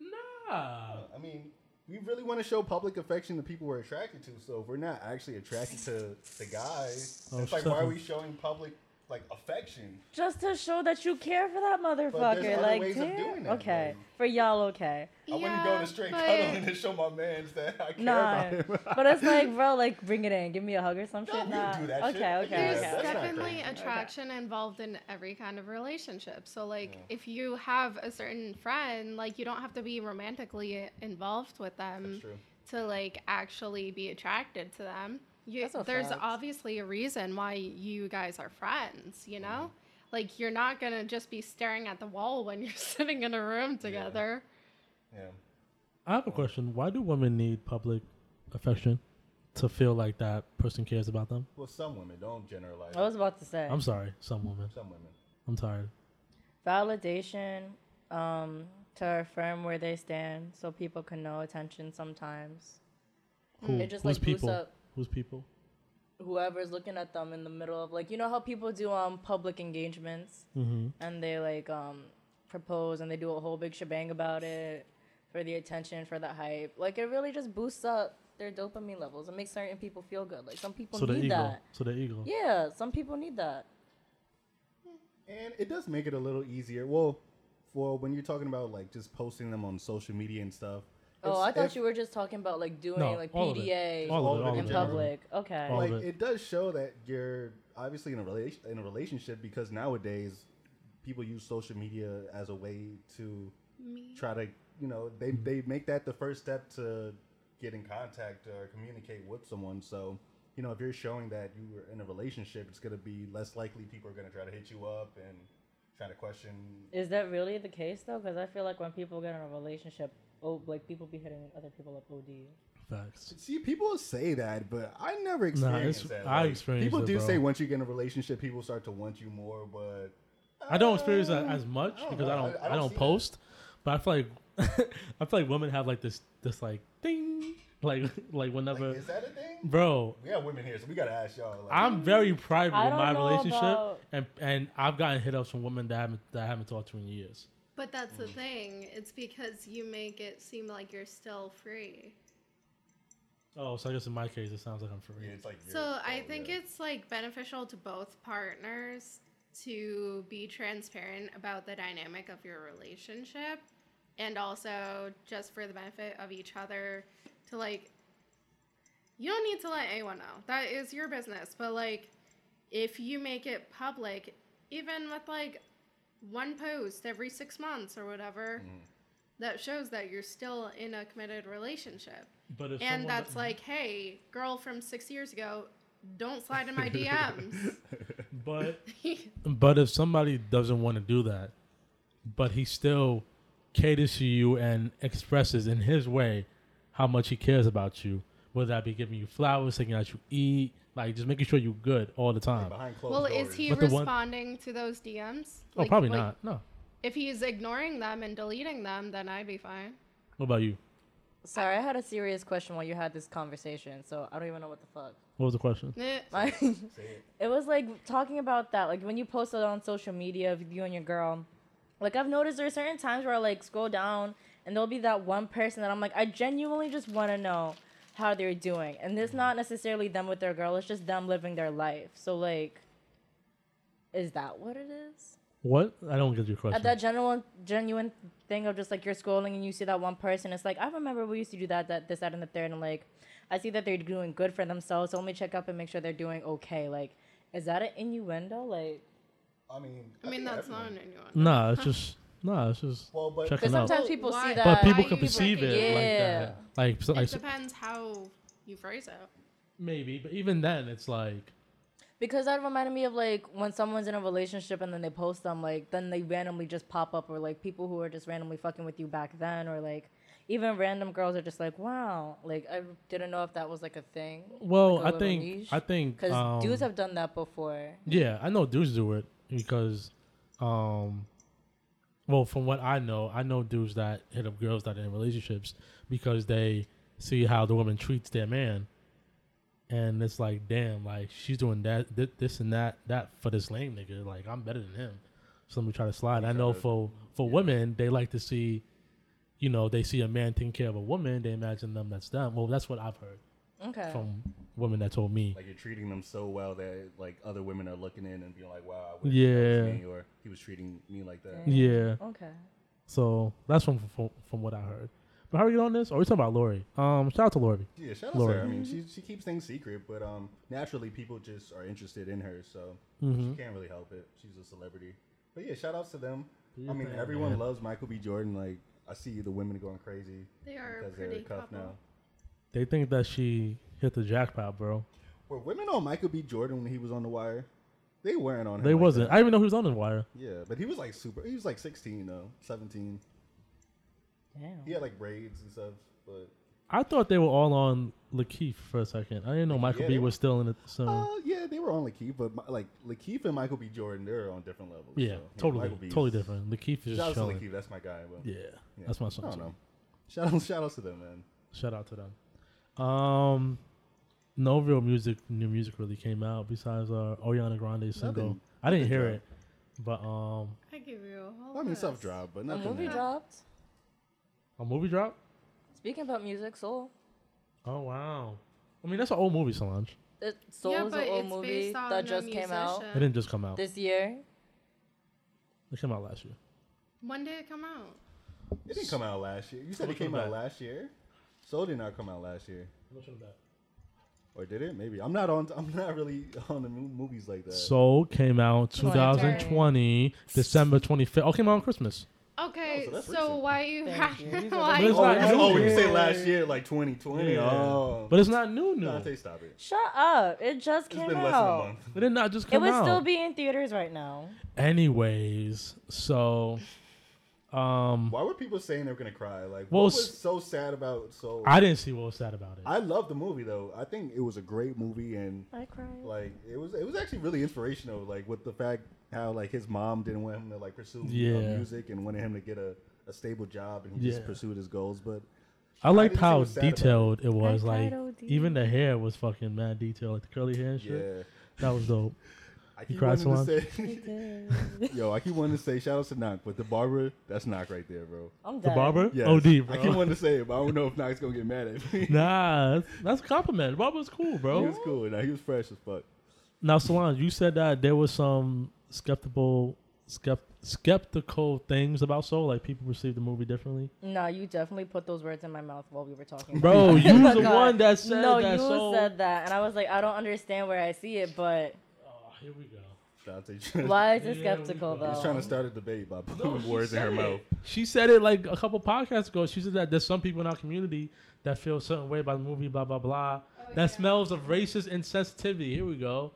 Speaker 2: Nah.
Speaker 3: I mean, we really want to show public affection to people we're attracted to. So if we're not actually attracted to the guy,
Speaker 2: Oh,
Speaker 3: it's like why are
Speaker 2: shut
Speaker 3: we showing public like affection?
Speaker 7: Just to show that you care for that
Speaker 3: other
Speaker 7: motherfucker, like,
Speaker 3: ways of
Speaker 7: damn.
Speaker 3: doing it,
Speaker 7: okay,
Speaker 3: like-
Speaker 7: for y'all, okay.
Speaker 3: I wouldn't go to straight cuddling to show my man's that I care
Speaker 7: Nah,
Speaker 3: about him.
Speaker 7: but it's like, bro, like, bring it in, give me a hug or some
Speaker 3: No,
Speaker 7: shit.
Speaker 3: we
Speaker 7: Nah,
Speaker 3: don't do that
Speaker 7: okay,
Speaker 3: shit. We
Speaker 7: okay,
Speaker 3: do
Speaker 8: There's
Speaker 3: Yeah,
Speaker 7: okay.
Speaker 3: that's not
Speaker 8: definitely
Speaker 3: crazy.
Speaker 8: attraction involved in every kind of relationship. So, like, if you have a certain friend, like, you don't have to be romantically involved with them
Speaker 3: That's true.
Speaker 8: to, like, actually be attracted to them. You,
Speaker 7: That's a
Speaker 8: there's
Speaker 7: fact.
Speaker 8: obviously a reason why you guys are friends, you know? Like, you're not going to just be staring at the wall when you're sitting in a room together.
Speaker 3: Yeah.
Speaker 2: I have a question. Why do women need public affection to feel like that person cares about them?
Speaker 3: Well, some women don't generalize.
Speaker 7: I was about to say
Speaker 2: I'm sorry, some women.
Speaker 3: some women.
Speaker 2: I'm tired.
Speaker 7: validation um, to affirm where they stand, so people can know attention sometimes.
Speaker 2: Who,
Speaker 7: Mm, It just,
Speaker 2: who's
Speaker 7: like, boosts
Speaker 2: people?
Speaker 7: up-
Speaker 2: Who's people?
Speaker 7: whoever's looking at them in the middle of like you know how people do um public engagements
Speaker 2: Mm-hmm.
Speaker 7: and they like um propose and they do a whole big shebang about it for the attention for the hype like it really just boosts up their dopamine levels and makes certain people feel good like some people
Speaker 2: So the
Speaker 7: need
Speaker 2: ego.
Speaker 7: that
Speaker 2: So the ego.
Speaker 7: yeah some people need that
Speaker 3: And it does make it a little easier. Well, for when you're talking about like just posting them on social media and stuff.
Speaker 7: oh i
Speaker 3: it's-
Speaker 7: thought
Speaker 3: if-
Speaker 7: you were just talking about like doing
Speaker 2: No,
Speaker 7: like
Speaker 2: all of it.
Speaker 7: pda
Speaker 2: All of it,
Speaker 3: all of
Speaker 7: in
Speaker 3: it.
Speaker 7: public okay
Speaker 2: All of
Speaker 3: like
Speaker 2: it.
Speaker 3: it. does show that you're obviously in a relation in a relationship because nowadays people use social media as a way to try to you know they
Speaker 7: Mm-hmm.
Speaker 3: they make that the first step to get in contact or communicate with someone so you know if you're showing that you were in a relationship it's going to be less likely people are going to try to hit you up and try to question
Speaker 7: is that really the case though because i feel like when people get in a relationship oh like people be hitting other people up od
Speaker 2: Facts.
Speaker 3: see people say that but i never
Speaker 2: Nah,
Speaker 3: experienced
Speaker 2: it's,
Speaker 3: that
Speaker 2: I
Speaker 3: Like,
Speaker 2: experienced
Speaker 3: people
Speaker 2: it,
Speaker 3: do
Speaker 2: bro.
Speaker 3: say once you get in a relationship people start to want you more but
Speaker 2: I don't experience that as much
Speaker 3: Oh, I don't
Speaker 2: because
Speaker 3: know.
Speaker 2: I don't
Speaker 3: I- I
Speaker 2: I,
Speaker 3: don't
Speaker 2: don't
Speaker 3: see that.
Speaker 2: post, but I feel like I feel like women have like this this like ding like like whenever
Speaker 3: Like, is that a thing?
Speaker 2: bro
Speaker 3: We have women here, so we gotta ask y'all. Like,
Speaker 2: I'm very private
Speaker 7: I
Speaker 2: with
Speaker 7: don't
Speaker 2: my
Speaker 7: know
Speaker 2: relationship
Speaker 7: about-
Speaker 2: and and I've gotten hit ups from women that I haven't that I haven't talked to in years.
Speaker 8: But that's
Speaker 3: Mm.
Speaker 8: the thing. It's because you make it seem like you're still free.
Speaker 2: Oh, so I guess in my case it sounds like I'm free.
Speaker 3: yeah, it's like
Speaker 8: So
Speaker 3: you're-
Speaker 8: I
Speaker 3: oh,
Speaker 8: think
Speaker 3: yeah.
Speaker 8: it's like beneficial to both partners to be transparent about the dynamic of your relationship and also just for the benefit of each other to like you don't need to let anyone know. That is your business. But like if you make it public, even with like one post every 6 months or whatever,
Speaker 3: Mm-hmm.
Speaker 8: that shows that you're still in a committed relationship.
Speaker 2: But if someone
Speaker 8: And that's
Speaker 2: that-
Speaker 8: like, hey, girl from six years ago, don't slide in my
Speaker 3: Oh,
Speaker 8: DMs.
Speaker 2: but but if somebody doesn't want to do that, but he still caters to you and expresses in his way how much he cares about you, whether that be giving you flowers, taking out you eat, like just making sure you're good all the time.
Speaker 3: behind closed
Speaker 8: well,
Speaker 3: doors.
Speaker 8: is he
Speaker 2: But the one-
Speaker 8: responding to those DMs?
Speaker 2: oh,
Speaker 8: Like,
Speaker 2: probably
Speaker 8: like,
Speaker 2: not. No.
Speaker 8: If he's ignoring them and deleting them, then I'd be fine.
Speaker 2: What about you?
Speaker 7: Sorry, I had a serious question while you had this conversation, so I don't even know what the fuck.
Speaker 2: What was the question?
Speaker 8: Eh,
Speaker 7: My- it was like talking about that, like when you post it on social media of you and your girl. Like I've noticed there are certain times where I like scroll down and there'll be that one person that I'm like, I genuinely just want to know how they're doing, and it's not necessarily them with their girl; it's just them living their life. So like, is that what it is?
Speaker 2: What? I don't get your question.
Speaker 7: At uh, that genuine, genuine thing of just like you're scrolling and you see that one person, it's like I remember we used to do that, that this, that, and the third, and like I see that they're doing good for themselves, so let me check up and make sure they're doing okay. Like, is that an innuendo? Like,
Speaker 3: I mean,
Speaker 8: I mean,
Speaker 3: think
Speaker 8: that's not
Speaker 3: everyone-
Speaker 8: an innuendo.
Speaker 2: nah, it's just nah, it's just
Speaker 3: Well, but
Speaker 2: checking
Speaker 7: because
Speaker 2: out.
Speaker 7: sometimes people
Speaker 8: Why-
Speaker 7: see that.
Speaker 2: But people
Speaker 8: Why
Speaker 2: could
Speaker 8: you
Speaker 2: perceive it
Speaker 8: recognize-
Speaker 2: like
Speaker 7: Yeah.
Speaker 2: that. Like, so, like
Speaker 8: It
Speaker 2: so-
Speaker 8: depends how you phrase it.
Speaker 2: maybe, but even then, it's like
Speaker 7: Because that reminded me of like when someone's in a relationship and then they post them, like then they randomly just pop up, or like people who are just randomly fucking with you back then, or like even random girls are just like, wow, like I didn't know if that was like a thing.
Speaker 2: Well,
Speaker 7: like a
Speaker 2: I
Speaker 7: little
Speaker 2: think
Speaker 7: niche.
Speaker 2: I think
Speaker 7: because
Speaker 2: um,
Speaker 7: dudes have done that before.
Speaker 2: yeah, I know dudes do it because, um, well, from what I know, I know dudes that hit up girls that are in relationships because they see how the woman treats their man, and it's like, damn, like she's doing that, thi- this and that, that for this lame nigga. Like I'm better than him, so let me try to slide. I know for for women, they like to see, you know, they see a man taking care of a woman, they imagine them that's them. Well, that's what I've heard
Speaker 7: Okay.
Speaker 2: from women that told me.
Speaker 3: like you're treating them so well that like other women are looking in and being like, wow, I wish
Speaker 2: Yeah.
Speaker 3: that was me, or he was treating me like that.
Speaker 2: yeah.
Speaker 7: okay.
Speaker 2: So that's from from, from what I heard. But how are we getting on this? Oh, we're talking about Lori. Um, shout out to Lori.
Speaker 3: Yeah, shout out to
Speaker 2: Lori.
Speaker 3: her. I mean, she she keeps things secret, but um, naturally people just are interested in her, so
Speaker 2: Mm-hmm.
Speaker 3: she can't really help it. She's a celebrity, but yeah, shout outs to them. I mean,
Speaker 2: Yeah,
Speaker 3: everyone
Speaker 2: man.
Speaker 3: loves Michael B. Jordan. Like, I see the women going crazy
Speaker 8: They are a
Speaker 3: because they're
Speaker 8: pretty
Speaker 3: cuffed
Speaker 8: couple.
Speaker 3: now.
Speaker 2: They think that she hit the jackpot, bro.
Speaker 3: Were women on Michael B. Jordan when he was on The Wire? They weren't on. him
Speaker 2: They
Speaker 3: like
Speaker 2: wasn't.
Speaker 3: that.
Speaker 2: I didn't even know he was on the wire.
Speaker 3: Yeah, but he was like super. He was like sixteen though, seventeen.
Speaker 7: Damn.
Speaker 3: He had like braids and stuff, but
Speaker 2: I thought they were all on Lakeith for a second. I didn't know Michael
Speaker 3: yeah,
Speaker 2: B
Speaker 3: they-
Speaker 2: was still in it. So
Speaker 3: Uh, yeah, they were on Lakeith, but Mi- like Lakeith and Michael B. Jordan, they're on different levels.
Speaker 2: yeah,
Speaker 3: so, yeah,
Speaker 2: totally,
Speaker 3: Michael B's-
Speaker 2: totally different. Lakeith is
Speaker 3: Shout
Speaker 2: just
Speaker 3: out to
Speaker 2: chilling.
Speaker 3: Lakeith, that's my guy. But
Speaker 2: Yeah, that's my song.
Speaker 3: I don't know. Shout out, shout out to them, man.
Speaker 2: Shout out to them. Um, no real music, new music really came out besides uh, Ariana Grande's single.
Speaker 3: Nothing-
Speaker 2: I didn't hear
Speaker 3: dropped.
Speaker 2: it, but um,
Speaker 8: I give you a whole
Speaker 3: I mean,
Speaker 8: list.
Speaker 3: self drive, but
Speaker 7: A
Speaker 3: nothing.
Speaker 7: movie
Speaker 3: that-
Speaker 7: dropped.
Speaker 2: a movie drop.
Speaker 7: Speaking about music, Soul.
Speaker 2: Oh wow! I mean, that's an old movie, Solange.
Speaker 7: It, Soul
Speaker 8: yeah,
Speaker 7: is
Speaker 8: but
Speaker 7: an old
Speaker 8: it's
Speaker 7: movie
Speaker 8: based on
Speaker 7: that
Speaker 8: a
Speaker 7: just came out
Speaker 2: It
Speaker 8: musician.
Speaker 2: didn't just come out.
Speaker 7: this year.
Speaker 2: It came out last year.
Speaker 8: When did it come out?
Speaker 3: It didn't come out last year. You said
Speaker 2: Look
Speaker 3: it came
Speaker 2: at
Speaker 3: out
Speaker 2: that.
Speaker 3: last year. Soul did not come out last year, or did it? Maybe I'm not on. I'm not really on the mo- movies like that.
Speaker 2: Soul came out 2020, December 25th. Oh, it came out on Christmas.
Speaker 8: Okay,
Speaker 3: Oh, so that's
Speaker 8: so,
Speaker 3: recent.
Speaker 8: why you have
Speaker 2: But it's
Speaker 8: why?
Speaker 2: not
Speaker 3: oh,
Speaker 2: new.
Speaker 3: oh, you say last year, like 2020.
Speaker 2: Yeah.
Speaker 3: Oh,
Speaker 2: But it's not new, new.
Speaker 3: Dante, stop it.
Speaker 7: Shut up! It just
Speaker 3: It's
Speaker 7: came
Speaker 3: been less than a
Speaker 7: out.
Speaker 3: month.
Speaker 2: It did not just
Speaker 7: It
Speaker 2: come
Speaker 7: would
Speaker 2: out.
Speaker 7: still be in theaters right now.
Speaker 2: Anyways, so um,
Speaker 3: Why were people saying they were gonna cry? Like,
Speaker 2: Well,
Speaker 3: what
Speaker 2: s-
Speaker 3: was so sad about Soul?
Speaker 2: I didn't see what was sad about it.
Speaker 3: I love the movie though. I think it was a great movie and
Speaker 7: I cried.
Speaker 3: like it was it was actually really inspirational. Like with the fact how like his mom didn't want him to like pursue uh,
Speaker 2: Yeah.
Speaker 3: music and wanted him to get a, a stable job and he
Speaker 2: Yeah.
Speaker 3: just pursued his goals. But
Speaker 2: I liked
Speaker 3: didn't see
Speaker 2: how
Speaker 3: what's sad about it.
Speaker 2: detailed it was.
Speaker 7: I
Speaker 2: Like
Speaker 7: cried OD.
Speaker 2: even the hair was fucking mad detailed, like the curly hair and shit.
Speaker 3: yeah,
Speaker 2: That was dope.
Speaker 3: I keep
Speaker 2: cried so
Speaker 3: wanting to say, yo, I keep wanting to say shout out to Knock, but the barber that's Knock right there, bro.
Speaker 7: I'm
Speaker 2: The
Speaker 7: dead.
Speaker 2: barber,
Speaker 3: Yeah,
Speaker 2: OD,
Speaker 3: I keep
Speaker 2: bro.
Speaker 3: wanting to say it, but I don't know if Knock's gonna get mad at me.
Speaker 2: Nah, that's- that's a compliment. Barber's cool, bro.
Speaker 3: he was cool. Now he was fresh as fuck.
Speaker 2: Now, Solange, you said that there was some skeptical, skept, skeptical things about Soul, like people perceived the movie differently.
Speaker 7: No, you definitely put those words in my mouth while we were talking.
Speaker 2: Bro,
Speaker 7: about it.
Speaker 2: you
Speaker 7: Oh my
Speaker 2: the
Speaker 7: God.
Speaker 2: one that said
Speaker 7: no,
Speaker 2: that
Speaker 7: you
Speaker 2: Soul-
Speaker 7: said that, and I was like, I don't understand where I see it, but
Speaker 2: Oh, here we go.
Speaker 3: Dante, trying-
Speaker 7: why is it
Speaker 2: Yeah, we
Speaker 7: skeptical
Speaker 2: go.
Speaker 7: though?
Speaker 3: he's trying to start a debate by putting words in her mouth.
Speaker 2: She said it like a couple podcasts ago. She said that there's some people in our community that feel a certain way about the movie, blah blah blah.
Speaker 7: Oh,
Speaker 2: that smells of racist insensitivity. Here we go.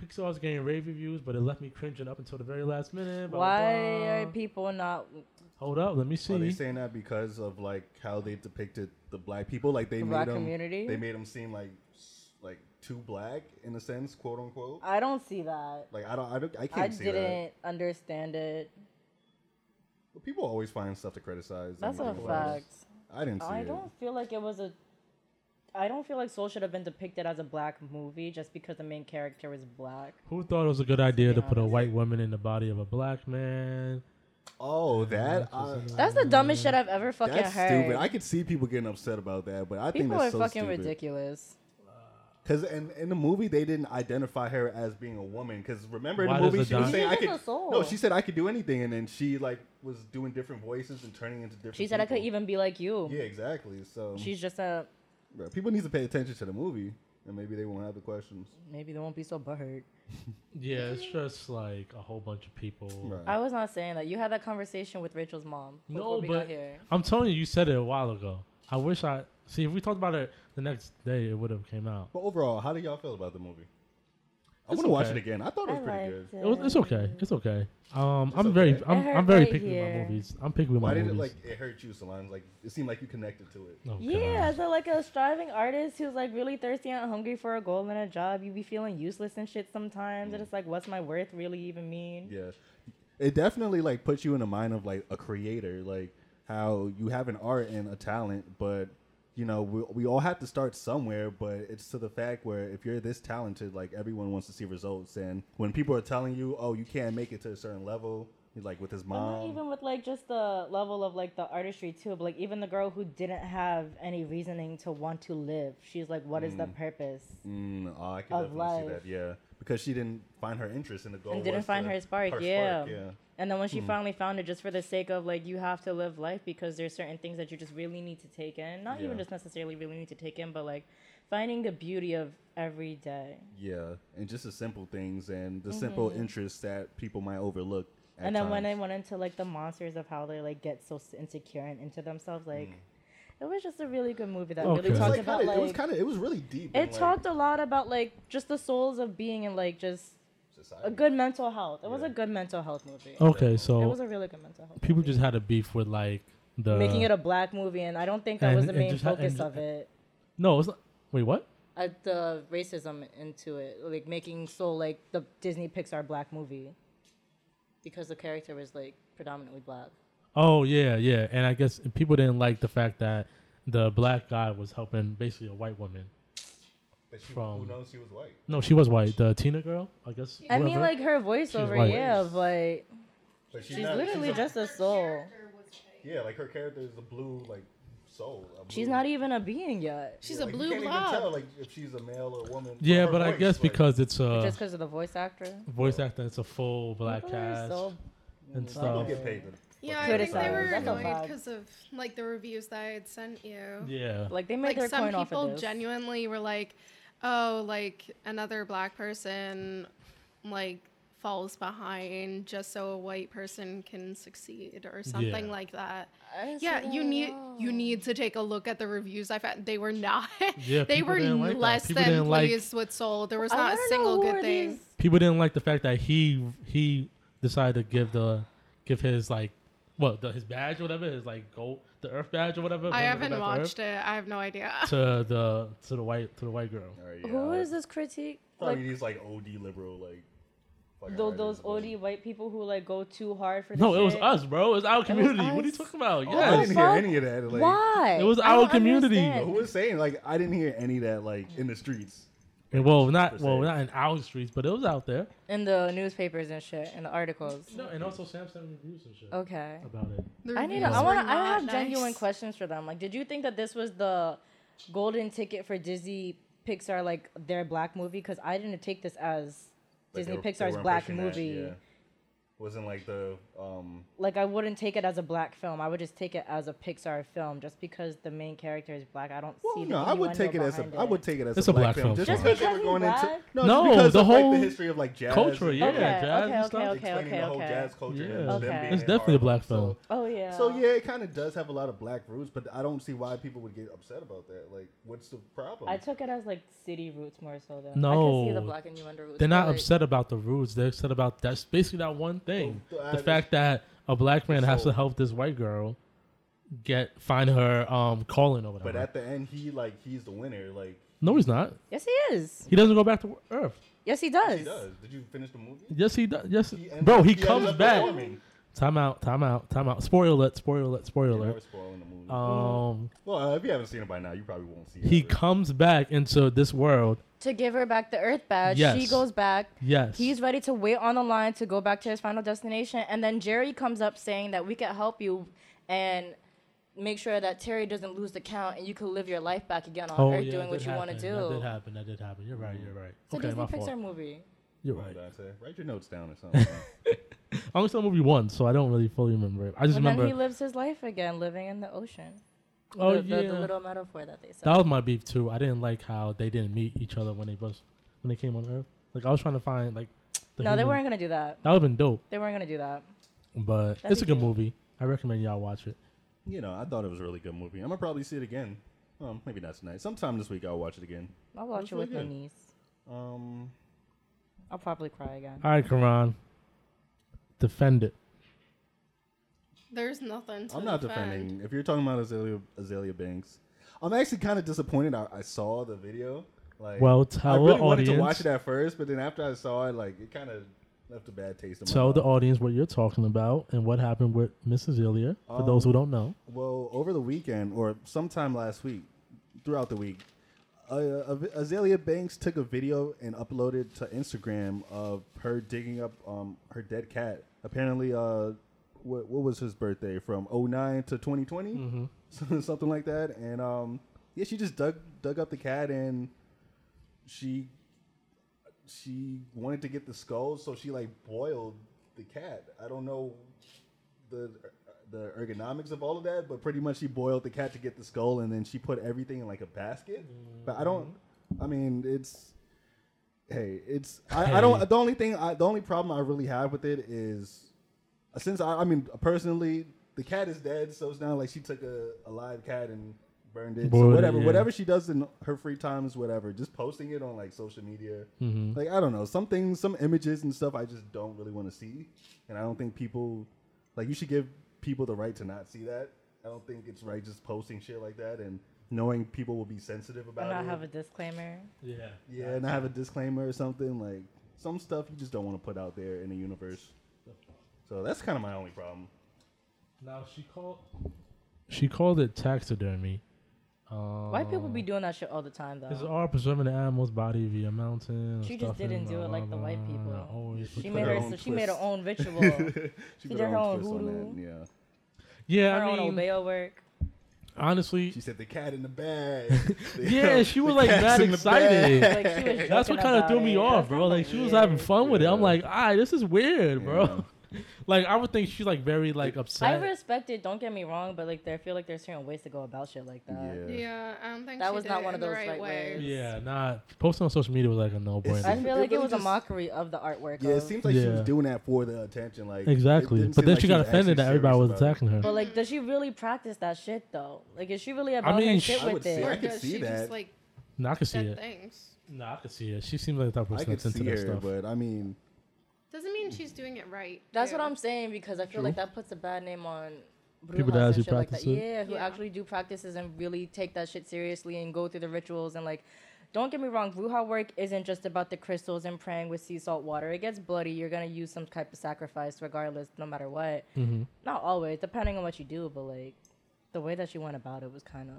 Speaker 2: Pixar's getting rave reviews, but it left me cringing up until the very last minute. Blah,
Speaker 7: why
Speaker 2: blah,
Speaker 7: are
Speaker 2: blah.
Speaker 7: people not?
Speaker 2: Hold up, let me see.
Speaker 3: Are they saying that because of like how they depicted the black people? Like they
Speaker 7: The
Speaker 3: made
Speaker 7: black
Speaker 3: them,
Speaker 7: community?
Speaker 3: they made them seem like s- like too black in a sense, quote unquote.
Speaker 7: I don't see that.
Speaker 3: Like I don't, I, don't, I
Speaker 7: I
Speaker 3: can't see that.
Speaker 7: didn't understand it.
Speaker 3: But people always find stuff to criticize.
Speaker 7: That's a
Speaker 3: anything about.
Speaker 7: fact.
Speaker 3: I didn't see
Speaker 7: I
Speaker 3: it.
Speaker 7: don't feel like it was a. I don't feel like Soul should have been depicted as a black movie just because the main character was black.
Speaker 2: Who thought it was a good idea to put a white woman in the body of a black man?
Speaker 3: Oh, that I,
Speaker 7: That's the dumbest shit I've ever fucking
Speaker 3: that's
Speaker 7: heard.
Speaker 3: stupid. I could see people getting upset about that, but I think
Speaker 7: People
Speaker 3: that's so
Speaker 7: are fucking
Speaker 3: stupid.
Speaker 7: ridiculous.
Speaker 3: Because in, in the movie, they didn't identify her as being a woman. Because remember in
Speaker 2: Why
Speaker 3: the
Speaker 2: does
Speaker 3: movie,
Speaker 2: the
Speaker 3: she was
Speaker 2: doc-
Speaker 3: saying
Speaker 7: She
Speaker 3: I
Speaker 7: said
Speaker 3: could.
Speaker 7: that's a soul.
Speaker 3: No, she said I could do anything, and then she like was doing different voices and turning into different.
Speaker 7: She said I could
Speaker 3: people.
Speaker 7: even be like you.
Speaker 3: Yeah, exactly. So
Speaker 7: She's just a.
Speaker 3: bruh, people need to pay attention to the movie, and maybe they won't have the questions.
Speaker 7: Maybe they won't be so butthurt.
Speaker 2: Yeah, it's just like a whole bunch of people.
Speaker 3: Right.
Speaker 7: I was not saying that. You had that conversation with Rachel's mom. before
Speaker 2: No,
Speaker 7: we got
Speaker 2: but
Speaker 7: here.
Speaker 2: I'm telling you, you said it a while ago. I wish I see if we talked about it the next day, it would have came out.
Speaker 3: But overall, how do y'all feel about the movie? I
Speaker 2: It's
Speaker 3: want to watch it
Speaker 2: okay.
Speaker 3: again. I thought it was pretty good.
Speaker 2: It was, it's okay. It's okay. Um, I'm
Speaker 3: okay.
Speaker 2: very,
Speaker 3: It
Speaker 2: I'm,
Speaker 7: hurt
Speaker 2: I'm very
Speaker 7: right
Speaker 2: picky with
Speaker 7: here.
Speaker 2: my movies. I'm picky with
Speaker 3: Why
Speaker 2: my
Speaker 3: did
Speaker 2: movies.
Speaker 3: it like it hurt you, Solange? Like it seemed like you connected to it.
Speaker 2: Oh,
Speaker 7: Yeah,
Speaker 2: God.
Speaker 7: so like a striving artist who's like really thirsty and hungry for a goal and a job, you be feeling useless and shit sometimes. And it's like, what's my worth really even mean?
Speaker 3: Mm. Yeah. It definitely like puts you in the mind of like a creator, like how you have an art and a talent, but you know, we, we all have to start somewhere, but it's to the fact where if you're this talented, like everyone wants to see results. And when people are telling you, oh, you can't make it to a certain level, like with his
Speaker 7: But not
Speaker 3: mom,
Speaker 7: even with like just the level of like the artistry too, but like even the girl who didn't have any reasoning to want to live, she's like, what is the purpose?
Speaker 3: Mm, oh, I can
Speaker 7: Of
Speaker 3: definitely see
Speaker 7: life.
Speaker 3: that, yeah. Because she didn't find her interest in the goal.
Speaker 7: And didn't
Speaker 3: was
Speaker 7: find
Speaker 3: to-
Speaker 7: her spark,
Speaker 3: her
Speaker 7: yeah.
Speaker 3: yeah. Hmm.
Speaker 7: And then when she finally found it, just for the sake of like, you have to live life because there's certain things that you just really need to take in. Not even
Speaker 3: Yeah.
Speaker 7: just necessarily really need to take in, but like finding the beauty of every day.
Speaker 3: Yeah, and just the simple things and the simple interests that people might overlook. At
Speaker 7: Mm-hmm. and then when they
Speaker 3: times.
Speaker 7: went into like the monsters of how they like get so s- insecure and into themselves, like
Speaker 3: Mm.
Speaker 7: it was just a really good movie that
Speaker 2: Okay. It
Speaker 7: really
Speaker 2: was,
Speaker 7: talked
Speaker 3: Oh, Like,
Speaker 7: about
Speaker 3: kinda-
Speaker 7: like
Speaker 3: it was kind of it was really deep.
Speaker 7: it
Speaker 3: and, like,
Speaker 7: talked a lot about like just the souls of being and like just
Speaker 3: society.
Speaker 7: a good mental health. It was a good mental health movie.
Speaker 2: Okay,
Speaker 7: It
Speaker 2: so
Speaker 7: was a really good mental health.
Speaker 2: people
Speaker 7: movie.
Speaker 2: just had a beef with like the
Speaker 7: making it a black movie, and I don't think that was
Speaker 2: Uh, And-
Speaker 7: the
Speaker 2: and
Speaker 7: main
Speaker 2: just ha-
Speaker 7: focus
Speaker 2: and-
Speaker 7: of it.
Speaker 2: no. It's not, wait, what?
Speaker 7: Uh, the racism into it, like making Soul like the Disney Pixar black movie, because the character was like predominantly black.
Speaker 2: Oh yeah, yeah. And I guess people didn't like the fact that the black guy was helping basically a white woman.
Speaker 3: But she,
Speaker 2: from-
Speaker 3: who knows she was white?
Speaker 2: No, she was white. The Tina girl, I guess.
Speaker 7: I mean,
Speaker 2: whoever.
Speaker 7: like her voiceover,
Speaker 2: white.
Speaker 7: yeah, but
Speaker 3: But she's,
Speaker 7: she's
Speaker 3: not,
Speaker 7: literally
Speaker 3: she's
Speaker 7: just a soul.
Speaker 3: a, yeah, like her character is a blue like soul. a
Speaker 7: She's
Speaker 3: blue-
Speaker 7: not even a being yet,
Speaker 8: She's
Speaker 3: like,
Speaker 8: a
Speaker 3: you
Speaker 8: blue
Speaker 3: can't Even tell,
Speaker 8: blob.
Speaker 3: like if she's a male or a woman. from
Speaker 2: yeah,
Speaker 3: her
Speaker 2: but I
Speaker 3: voice,
Speaker 2: guess
Speaker 3: like-
Speaker 2: because it's a
Speaker 7: just because of the voice actor.
Speaker 2: voice actor, it's a full black
Speaker 7: People are
Speaker 2: cast
Speaker 7: so-
Speaker 2: and
Speaker 3: people
Speaker 2: stuff.
Speaker 3: get paid. To,
Speaker 8: Yeah, I think
Speaker 7: Criticized.
Speaker 8: they were
Speaker 7: That's a
Speaker 8: annoyed
Speaker 7: vibe.
Speaker 8: because of like the reviews that I had sent you.
Speaker 2: Yeah.
Speaker 7: Like they made
Speaker 8: Like
Speaker 7: their
Speaker 8: some
Speaker 7: coin off
Speaker 8: people
Speaker 7: of this.
Speaker 8: genuinely were like, "Oh, like another black person, like." falls behind just so a white person can succeed or something
Speaker 2: Yeah.
Speaker 8: like that.
Speaker 7: I didn't see
Speaker 8: Yeah,
Speaker 7: that
Speaker 8: you
Speaker 7: at
Speaker 8: need
Speaker 7: all.
Speaker 8: you need to take a look at the reviews. I found they were not.
Speaker 2: Yeah,
Speaker 8: they
Speaker 2: people
Speaker 8: were
Speaker 2: didn't like that.
Speaker 8: less
Speaker 2: People
Speaker 8: than
Speaker 2: didn't like-
Speaker 8: pleased with Soul. There was
Speaker 7: I
Speaker 8: not a
Speaker 7: wanna know
Speaker 8: single
Speaker 7: who
Speaker 8: good
Speaker 7: are
Speaker 8: thing.
Speaker 7: these-
Speaker 2: people didn't like the fact that he he decided to give the give his like what the, his badge or whatever his like gold the earth badge or whatever
Speaker 8: I
Speaker 2: remember,
Speaker 8: haven't
Speaker 2: go back to
Speaker 8: watched it. I have no idea.
Speaker 2: Earth, to the to the white to the white girl
Speaker 3: Alright, yeah,
Speaker 7: Who is this critique?
Speaker 3: Probably
Speaker 7: Like
Speaker 3: these like OD liberal like. fucking
Speaker 7: those, those
Speaker 3: writers, but-
Speaker 7: OD white people who like go too hard for. The
Speaker 2: no it was
Speaker 7: shit.
Speaker 2: us bro it was our community what are you
Speaker 7: us.
Speaker 2: talking about
Speaker 3: I
Speaker 2: yes
Speaker 3: didn't
Speaker 7: fuck?
Speaker 3: hear any of that. Like,
Speaker 7: Why?
Speaker 2: It was
Speaker 7: I don't
Speaker 2: our community.
Speaker 3: Who
Speaker 7: understand.
Speaker 3: was saying like I didn't hear any of that like in the streets?
Speaker 2: And, well not
Speaker 3: Per se.
Speaker 2: well not in our streets but it was out there
Speaker 7: in the newspapers and shit, in the articles.
Speaker 2: no and also Samsung reviews and shit
Speaker 7: Okay.
Speaker 2: about it
Speaker 8: The
Speaker 7: I need. To,
Speaker 8: reviews
Speaker 7: I
Speaker 8: were
Speaker 7: want. to I
Speaker 8: not
Speaker 7: have
Speaker 8: nice.
Speaker 7: genuine questions for them. Like, did you think that this was the golden ticket for Disney Pixar, like their black movie? Because I didn't take this as
Speaker 3: Like,
Speaker 7: Disney
Speaker 3: they were- they
Speaker 7: Pixar's
Speaker 3: weren't
Speaker 7: black
Speaker 3: pushing that,
Speaker 7: movie.
Speaker 3: yeah. Wasn't like the um
Speaker 7: Like, I wouldn't take it as a black film. I would just take it as a Pixar film, just because the main character is black. I don't see.
Speaker 3: Well,
Speaker 7: the
Speaker 3: no, I would
Speaker 7: innuendo
Speaker 3: take it as a
Speaker 7: behind
Speaker 3: I would take it as
Speaker 2: It's
Speaker 3: a
Speaker 2: a black
Speaker 3: black, film.
Speaker 2: film,
Speaker 3: Just
Speaker 2: Just
Speaker 3: because they
Speaker 7: because
Speaker 3: were
Speaker 7: he
Speaker 3: going into
Speaker 7: black?
Speaker 3: no,
Speaker 2: No,
Speaker 3: just because
Speaker 2: the
Speaker 3: of, like,
Speaker 2: whole
Speaker 3: the history of like jazz,
Speaker 2: culture,
Speaker 3: and
Speaker 2: yeah,
Speaker 7: Okay,
Speaker 2: jazz and stuff.
Speaker 7: okay, okay, okay,
Speaker 3: explaining
Speaker 7: okay,
Speaker 3: the whole
Speaker 7: okay.
Speaker 3: jazz culture.
Speaker 2: Yeah.
Speaker 3: and
Speaker 7: Okay.
Speaker 3: them being
Speaker 2: It's
Speaker 3: in
Speaker 2: definitely a
Speaker 3: Harlem,
Speaker 2: black film.
Speaker 3: So,
Speaker 7: Oh yeah.
Speaker 3: so yeah, it kind of does have a lot of black roots, but I don't see why people would get upset about that. Like, what's the problem?
Speaker 7: I took it as like city roots more so though. I can see
Speaker 2: No.
Speaker 7: the black innuendo roots.
Speaker 2: they're not
Speaker 7: but, like,
Speaker 2: upset about the rules they're upset about that's basically that one thing
Speaker 3: Well, I
Speaker 2: the
Speaker 3: just-
Speaker 2: fact that a black man has
Speaker 3: So-
Speaker 2: to help this white girl get find her um calling or whatever
Speaker 3: but at the end, he like he's the winner. Like
Speaker 2: no he's not
Speaker 7: Yes, he is.
Speaker 2: He doesn't go back to Earth.
Speaker 7: Yes, he does.
Speaker 3: he does. Did you finish the movie?
Speaker 2: Yes, he does. Yes,
Speaker 3: He ends
Speaker 2: bro,
Speaker 3: up-
Speaker 2: he
Speaker 3: ends
Speaker 2: comes
Speaker 3: up
Speaker 2: back.
Speaker 3: performing.
Speaker 2: Time out. Time out. Time out. Spoiler alert. Spoiler alert. Spoiler
Speaker 3: You're never
Speaker 2: alert.
Speaker 3: spoiling the movie.
Speaker 2: Um,
Speaker 3: well, uh, if you haven't seen it by now, you probably won't see it.
Speaker 2: he
Speaker 3: ever.
Speaker 2: comes back into this world.
Speaker 7: to give her back the Earth badge. She
Speaker 2: Yes.
Speaker 7: goes back.
Speaker 2: Yes.
Speaker 7: He's ready to wait on the line to go back to his final destination. And then Jerry comes up saying that we can help you and make sure that Terry doesn't lose the count and you can live your life back again on Earth
Speaker 2: Oh, yeah,
Speaker 7: doing
Speaker 2: that
Speaker 7: what
Speaker 2: did
Speaker 7: you want to
Speaker 2: happen.
Speaker 7: do.
Speaker 2: That did happen. That did happen. You're right. You're right.
Speaker 7: It's a
Speaker 2: okay,
Speaker 7: Disney
Speaker 2: my
Speaker 7: Pixar
Speaker 2: fault.
Speaker 7: movie.
Speaker 2: You're
Speaker 3: What
Speaker 2: right.
Speaker 3: did I say? Write your notes down or something.
Speaker 2: I only saw the movie once, so I don't really fully remember it. I just
Speaker 7: And then
Speaker 2: remember.
Speaker 7: he lives his life again, living in the ocean.
Speaker 2: oh
Speaker 7: the,
Speaker 2: yeah.
Speaker 7: the, the little metaphor that they said.
Speaker 2: That was my beef too. I didn't like how they didn't meet each other when they was when they came on Earth. Like I was trying to find like. The
Speaker 7: no, they
Speaker 2: human-
Speaker 7: weren't gonna do that.
Speaker 2: That would have been dope,
Speaker 7: They weren't gonna do that.
Speaker 2: but
Speaker 7: That'd
Speaker 2: it's a
Speaker 7: be
Speaker 2: good
Speaker 7: cool.
Speaker 2: movie. I recommend y'all watch it.
Speaker 3: you know, I thought it was a really good movie. I'm gonna probably see it again. Um, maybe not tonight. Sometime this week I'll watch it again.
Speaker 7: I'll watch
Speaker 3: That's
Speaker 7: it with my
Speaker 3: really good.
Speaker 7: niece.
Speaker 3: Um,
Speaker 7: I'll probably cry again.
Speaker 2: All right, Karan, defend it.
Speaker 8: There's nothing. To
Speaker 3: I'm not
Speaker 8: defend.
Speaker 3: defending. If you're talking about Azalea, Azalea Banks, I'm actually kind of disappointed. I, I saw the video. Like,
Speaker 2: Well,
Speaker 3: I
Speaker 2: tell
Speaker 3: really
Speaker 2: the
Speaker 3: wanted
Speaker 2: audience.
Speaker 3: to watch it at first, but then after I saw it, like, it kind of left a bad taste in my
Speaker 2: Tell the
Speaker 3: mouth.
Speaker 2: audience what you're talking about and what happened with Mrs. Ilya. For those who don't know,
Speaker 3: Well, over the weekend or sometime last week, throughout the week, uh, Az- Azalea Banks took a video and uploaded to Instagram of her digging up um, her dead cat. Apparently, uh, what, what was his birthday from 09 to 2020, something like that. And um, yeah, she just dug dug up the cat and she she wanted to get the skull, so she like boiled the cat. I don't know the the ergonomics of all of that, but pretty much she boiled the cat to get the skull, and then she put everything in like a basket. But I don't. I mean, it's hey, it's I, I
Speaker 2: Mm-hmm. Hey.
Speaker 3: don't. The only thing, I, the only problem I really have with it is uh, since I, I mean personally, the cat is dead, so it's not like she took a, a live cat and burned it.
Speaker 2: Boiled
Speaker 3: so
Speaker 2: it,
Speaker 3: whatever,
Speaker 2: yeah.
Speaker 3: whatever she does in her free time is whatever. Just posting it on like social media,
Speaker 2: Mm-hmm.
Speaker 3: like I don't know, some things, some images and stuff. I just don't really want to see, and I don't think people like you should give people the right to not see that. I don't think it's right just posting shit like that and knowing people will be sensitive
Speaker 7: And
Speaker 3: about
Speaker 7: I
Speaker 3: it.
Speaker 7: have a disclaimer.
Speaker 2: yeah,
Speaker 3: yeah, and I have a disclaimer or something like some stuff you just don't want to put out there in the universe. So that's kind of my only problem.
Speaker 2: Now she called. She called it taxidermy.
Speaker 7: White people be doing that shit all the time
Speaker 2: Oh. It's
Speaker 7: though.
Speaker 2: all preserving the animal's body via mountain.
Speaker 7: She just didn't do it like the white people. She made
Speaker 3: her
Speaker 7: her,
Speaker 3: own
Speaker 7: so she made her
Speaker 3: twist.
Speaker 7: own ritual,
Speaker 3: She
Speaker 7: She
Speaker 3: put
Speaker 7: did her
Speaker 3: her own
Speaker 7: own
Speaker 3: twist on that.
Speaker 7: voodoo.
Speaker 3: Yeah.
Speaker 2: Yeah,
Speaker 7: her
Speaker 2: I
Speaker 7: own
Speaker 2: mean,
Speaker 7: Obeah work.
Speaker 2: honestly,
Speaker 3: She said the cat in the bag.
Speaker 2: yeah, she was like
Speaker 3: cat's
Speaker 2: mad
Speaker 3: in the bag.
Speaker 2: excited.
Speaker 7: Like she was.
Speaker 2: That's what kind of threw me off, bro. Like she was having fun with it. I'm
Speaker 3: Yeah.
Speaker 2: like, ah, this is weird, bro. like I would think she's like very like upset.
Speaker 7: I respect it. Don't get me wrong, but like, there I feel like there's certain ways to go about shit like that.
Speaker 3: Yeah.
Speaker 8: Yeah, I don't think
Speaker 7: That
Speaker 8: she
Speaker 7: was
Speaker 8: did
Speaker 7: not
Speaker 8: it
Speaker 7: one
Speaker 8: in
Speaker 7: of
Speaker 8: the
Speaker 7: those
Speaker 8: right
Speaker 7: right
Speaker 8: way.
Speaker 7: ways.
Speaker 2: yeah, nah. Posting on social media was like a no
Speaker 7: I
Speaker 2: brainer.
Speaker 3: It's-
Speaker 7: feel
Speaker 3: It
Speaker 7: like it
Speaker 3: really
Speaker 7: was a
Speaker 3: just-
Speaker 7: mockery of the artwork.
Speaker 3: Yeah,
Speaker 7: of-
Speaker 3: it seems like she was
Speaker 2: Yeah.
Speaker 3: doing that for the attention, like it
Speaker 2: Exactly, but
Speaker 3: didn't seem
Speaker 2: then
Speaker 3: like
Speaker 2: she got
Speaker 3: was
Speaker 2: offended
Speaker 3: actually
Speaker 2: that everybody
Speaker 3: serious
Speaker 2: was
Speaker 3: about it.
Speaker 2: attacking her.
Speaker 7: but like, does she really practice that shit though? Like, is she really about
Speaker 2: mean,
Speaker 7: her
Speaker 2: sh-
Speaker 7: shit
Speaker 3: I
Speaker 7: with
Speaker 3: would
Speaker 7: it?
Speaker 3: say I
Speaker 8: Or
Speaker 3: could
Speaker 8: does
Speaker 3: see
Speaker 8: she
Speaker 3: that.
Speaker 8: just like
Speaker 2: Nah, I could see
Speaker 8: said
Speaker 2: it.
Speaker 8: things?
Speaker 2: Nah, I could see it. She seems like the type of
Speaker 3: I
Speaker 2: person
Speaker 3: could
Speaker 2: that's into
Speaker 3: see
Speaker 2: that
Speaker 3: her,
Speaker 2: stuff.
Speaker 3: but I mean,
Speaker 8: Doesn't mean she's doing it right.
Speaker 7: That's what
Speaker 8: too.
Speaker 7: I'm saying because I feel like that puts a bad name on
Speaker 2: People that
Speaker 7: brujas and
Speaker 2: actually
Speaker 7: shit like
Speaker 2: practice
Speaker 7: that.
Speaker 2: it?
Speaker 7: Yeah, who
Speaker 8: Yeah.
Speaker 7: actually do practices and really take that shit seriously and go through the rituals and like. Don't get me wrong, Bruja work isn't just about the crystals and praying with sea salt water. It gets bloody. You're gonna use some type of sacrifice, regardless, no matter what.
Speaker 2: Mm-hmm.
Speaker 7: Not always, depending on what you do, but like the way that she went about it was kind of.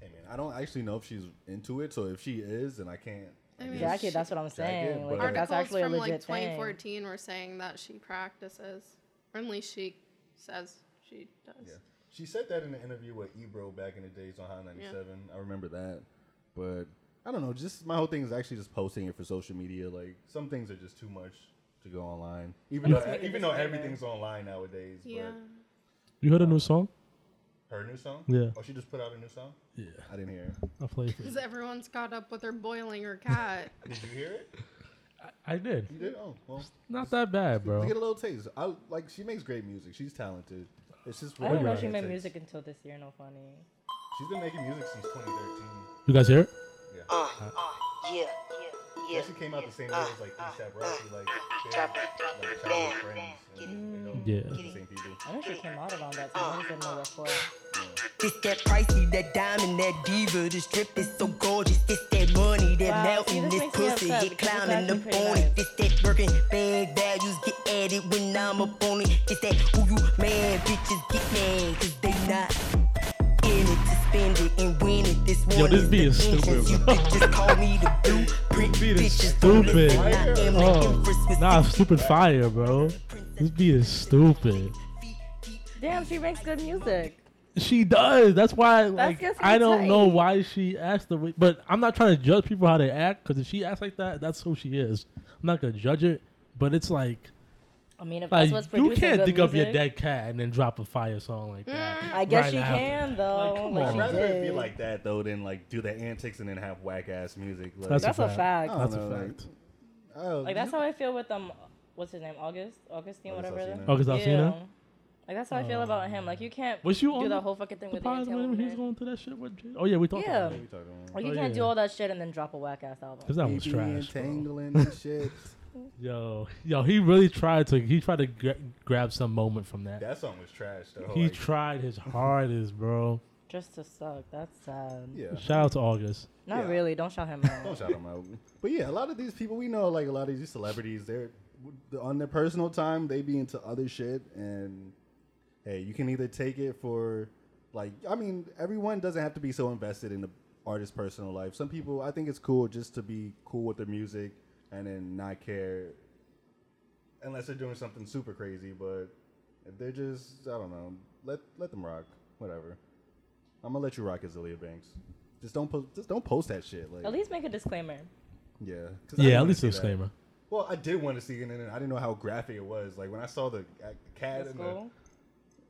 Speaker 3: hey man, I don't actually know if she's into it. So if she is, then I can't. I
Speaker 8: mean,
Speaker 3: guess-
Speaker 7: Exactly, that's what I'm
Speaker 3: it,
Speaker 7: saying. Like
Speaker 3: but-
Speaker 7: that's
Speaker 8: Articles
Speaker 7: actually a
Speaker 8: from
Speaker 7: legit
Speaker 8: like
Speaker 7: thing.
Speaker 8: 2014 were saying that she practices, or at least she says she does.
Speaker 3: Yeah. She said that in an interview with Ebro back in the days on High 97. I remember that. But I don't know. Just my whole thing is actually just posting it for social media. Like some things are just too much to go online. Even though
Speaker 7: make a
Speaker 3: even though
Speaker 7: disclaimer.
Speaker 3: everything's online nowadays.
Speaker 8: Yeah.
Speaker 2: You heard a new song?
Speaker 3: But her new song?
Speaker 2: Yeah.
Speaker 3: Oh, she just put out a new song?
Speaker 2: Yeah,
Speaker 3: I didn't hear it.
Speaker 2: I played it.
Speaker 8: Because everyone's caught up with her boiling her cat.
Speaker 3: Did you hear it?
Speaker 2: I did.
Speaker 3: You did? Oh, well.
Speaker 2: Not that bad,
Speaker 3: To
Speaker 2: bro.
Speaker 3: get a little taste. I like she makes great music. She's talented. It's just
Speaker 7: I didn't
Speaker 3: whatever
Speaker 7: know she
Speaker 3: it
Speaker 7: made
Speaker 3: takes.
Speaker 7: music until this year. No funny.
Speaker 3: She's been making music since 2013.
Speaker 2: You guys hear it?
Speaker 5: Yeah,
Speaker 3: She actually came out the same year as like ASAP Rocky, like they're like childhood friends. And, you know,
Speaker 2: Yeah.
Speaker 3: the same people.
Speaker 7: I know she came out around that time. I just didn't know what for.
Speaker 5: This that pricey, that diamond, that diva. This drip is so gorgeous. This that money, that
Speaker 7: Wow,
Speaker 5: melt
Speaker 7: see,
Speaker 5: in
Speaker 7: this
Speaker 5: this
Speaker 7: makes me
Speaker 5: pussy.
Speaker 7: upset
Speaker 5: Get
Speaker 7: because it's
Speaker 5: climbing
Speaker 7: actually
Speaker 5: up
Speaker 7: pretty
Speaker 5: on it.
Speaker 7: nice.
Speaker 5: This that working bag values. Get at it when I'm up on it. It's that who you mad bitches get mad, cause they not in it to spend it and win it. This one
Speaker 2: Yo, this
Speaker 5: is
Speaker 2: beat
Speaker 5: the
Speaker 2: is
Speaker 5: entrance.
Speaker 2: stupid.
Speaker 5: You bitches call me the blueprint.
Speaker 2: This beat is
Speaker 5: bitches don't
Speaker 2: stupid.
Speaker 5: listen. I am the
Speaker 2: Oh,
Speaker 5: empress with
Speaker 2: nah,
Speaker 5: six
Speaker 2: stupid fire, bro. This beat is stupid.
Speaker 5: feet deep.
Speaker 7: Damn, she makes good music.
Speaker 2: She does. That's why, like,
Speaker 7: gets me
Speaker 2: I don't know
Speaker 7: tight.
Speaker 2: why she acts the way. But I'm not trying to judge people how they act because if she acts like that, that's who she is. I'm not gonna judge it. But it's like,
Speaker 7: I mean, if
Speaker 2: like
Speaker 7: that's what's producing
Speaker 2: you can't
Speaker 7: good
Speaker 2: dig up your
Speaker 7: music- Mm,
Speaker 2: dead cat and then drop a fire song like that.
Speaker 7: I guess
Speaker 2: right
Speaker 7: she
Speaker 2: after.
Speaker 7: can though.
Speaker 2: come
Speaker 7: Like,
Speaker 2: on.
Speaker 3: I'd
Speaker 7: she
Speaker 3: rather it be
Speaker 7: did.
Speaker 3: like that though than like do the antics and then have whack ass music. Like,
Speaker 2: That's
Speaker 7: That's
Speaker 2: a
Speaker 7: a fact.
Speaker 3: I
Speaker 2: That's
Speaker 3: don't
Speaker 2: a
Speaker 3: know, like,
Speaker 2: fact.
Speaker 3: oh,
Speaker 7: Like that's how I feel with um, what's his name, August, Augustine,
Speaker 3: August
Speaker 7: whatever.
Speaker 3: Alsina.
Speaker 2: Oh, August Alsina.
Speaker 7: Yeah. Like that's how I feel about him. Like you can't
Speaker 2: Was you on
Speaker 7: do
Speaker 2: the-
Speaker 7: the whole fucking thing
Speaker 2: The
Speaker 7: with Anya
Speaker 2: pod when he was
Speaker 7: Taylor.
Speaker 2: going through that shit with Jada. Oh yeah, we talked
Speaker 7: Yeah.
Speaker 2: about it.
Speaker 3: you talking about?
Speaker 7: Like you
Speaker 2: Oh,
Speaker 7: can't do
Speaker 2: yeah.
Speaker 7: all that shit and then drop a whack ass
Speaker 2: Cause
Speaker 7: album.
Speaker 2: that was
Speaker 3: Baby
Speaker 2: trash. bro.
Speaker 3: Entangling and shit.
Speaker 2: Yo, yo, he really tried to. He tried to gra- grab some moment from that.
Speaker 3: That song was trash though.
Speaker 2: he
Speaker 3: like,
Speaker 2: tried his hardest, bro.
Speaker 7: Just to suck. That's sad.
Speaker 3: yeah.
Speaker 2: Shout out to August.
Speaker 7: Not
Speaker 3: Yeah.
Speaker 7: really. Don't shout him out.
Speaker 3: Don't shout them out. But yeah, a lot of these people we know, like a lot of these celebrities, they're on their personal time, they be into other shit, and hey, you can either take it for like, I mean, everyone doesn't have to be so invested in the artist's personal life. Some people, I think it's cool just to be cool with their music and then not care, unless they're doing something super crazy. But if they're just, I don't know, let let them rock, whatever. I'm gonna let you rock, Azealia Banks. Just don't post. Just don't post that shit. Like,
Speaker 7: At least make a disclaimer.
Speaker 3: yeah. 'cause I didn't
Speaker 2: Yeah, at
Speaker 3: wanna
Speaker 2: least
Speaker 3: see
Speaker 2: a
Speaker 3: that.
Speaker 2: disclaimer.
Speaker 3: Well, I did want to see it, and then I didn't know how graphic it was. Like when I saw the uh, cat
Speaker 7: That's
Speaker 3: and
Speaker 7: cool.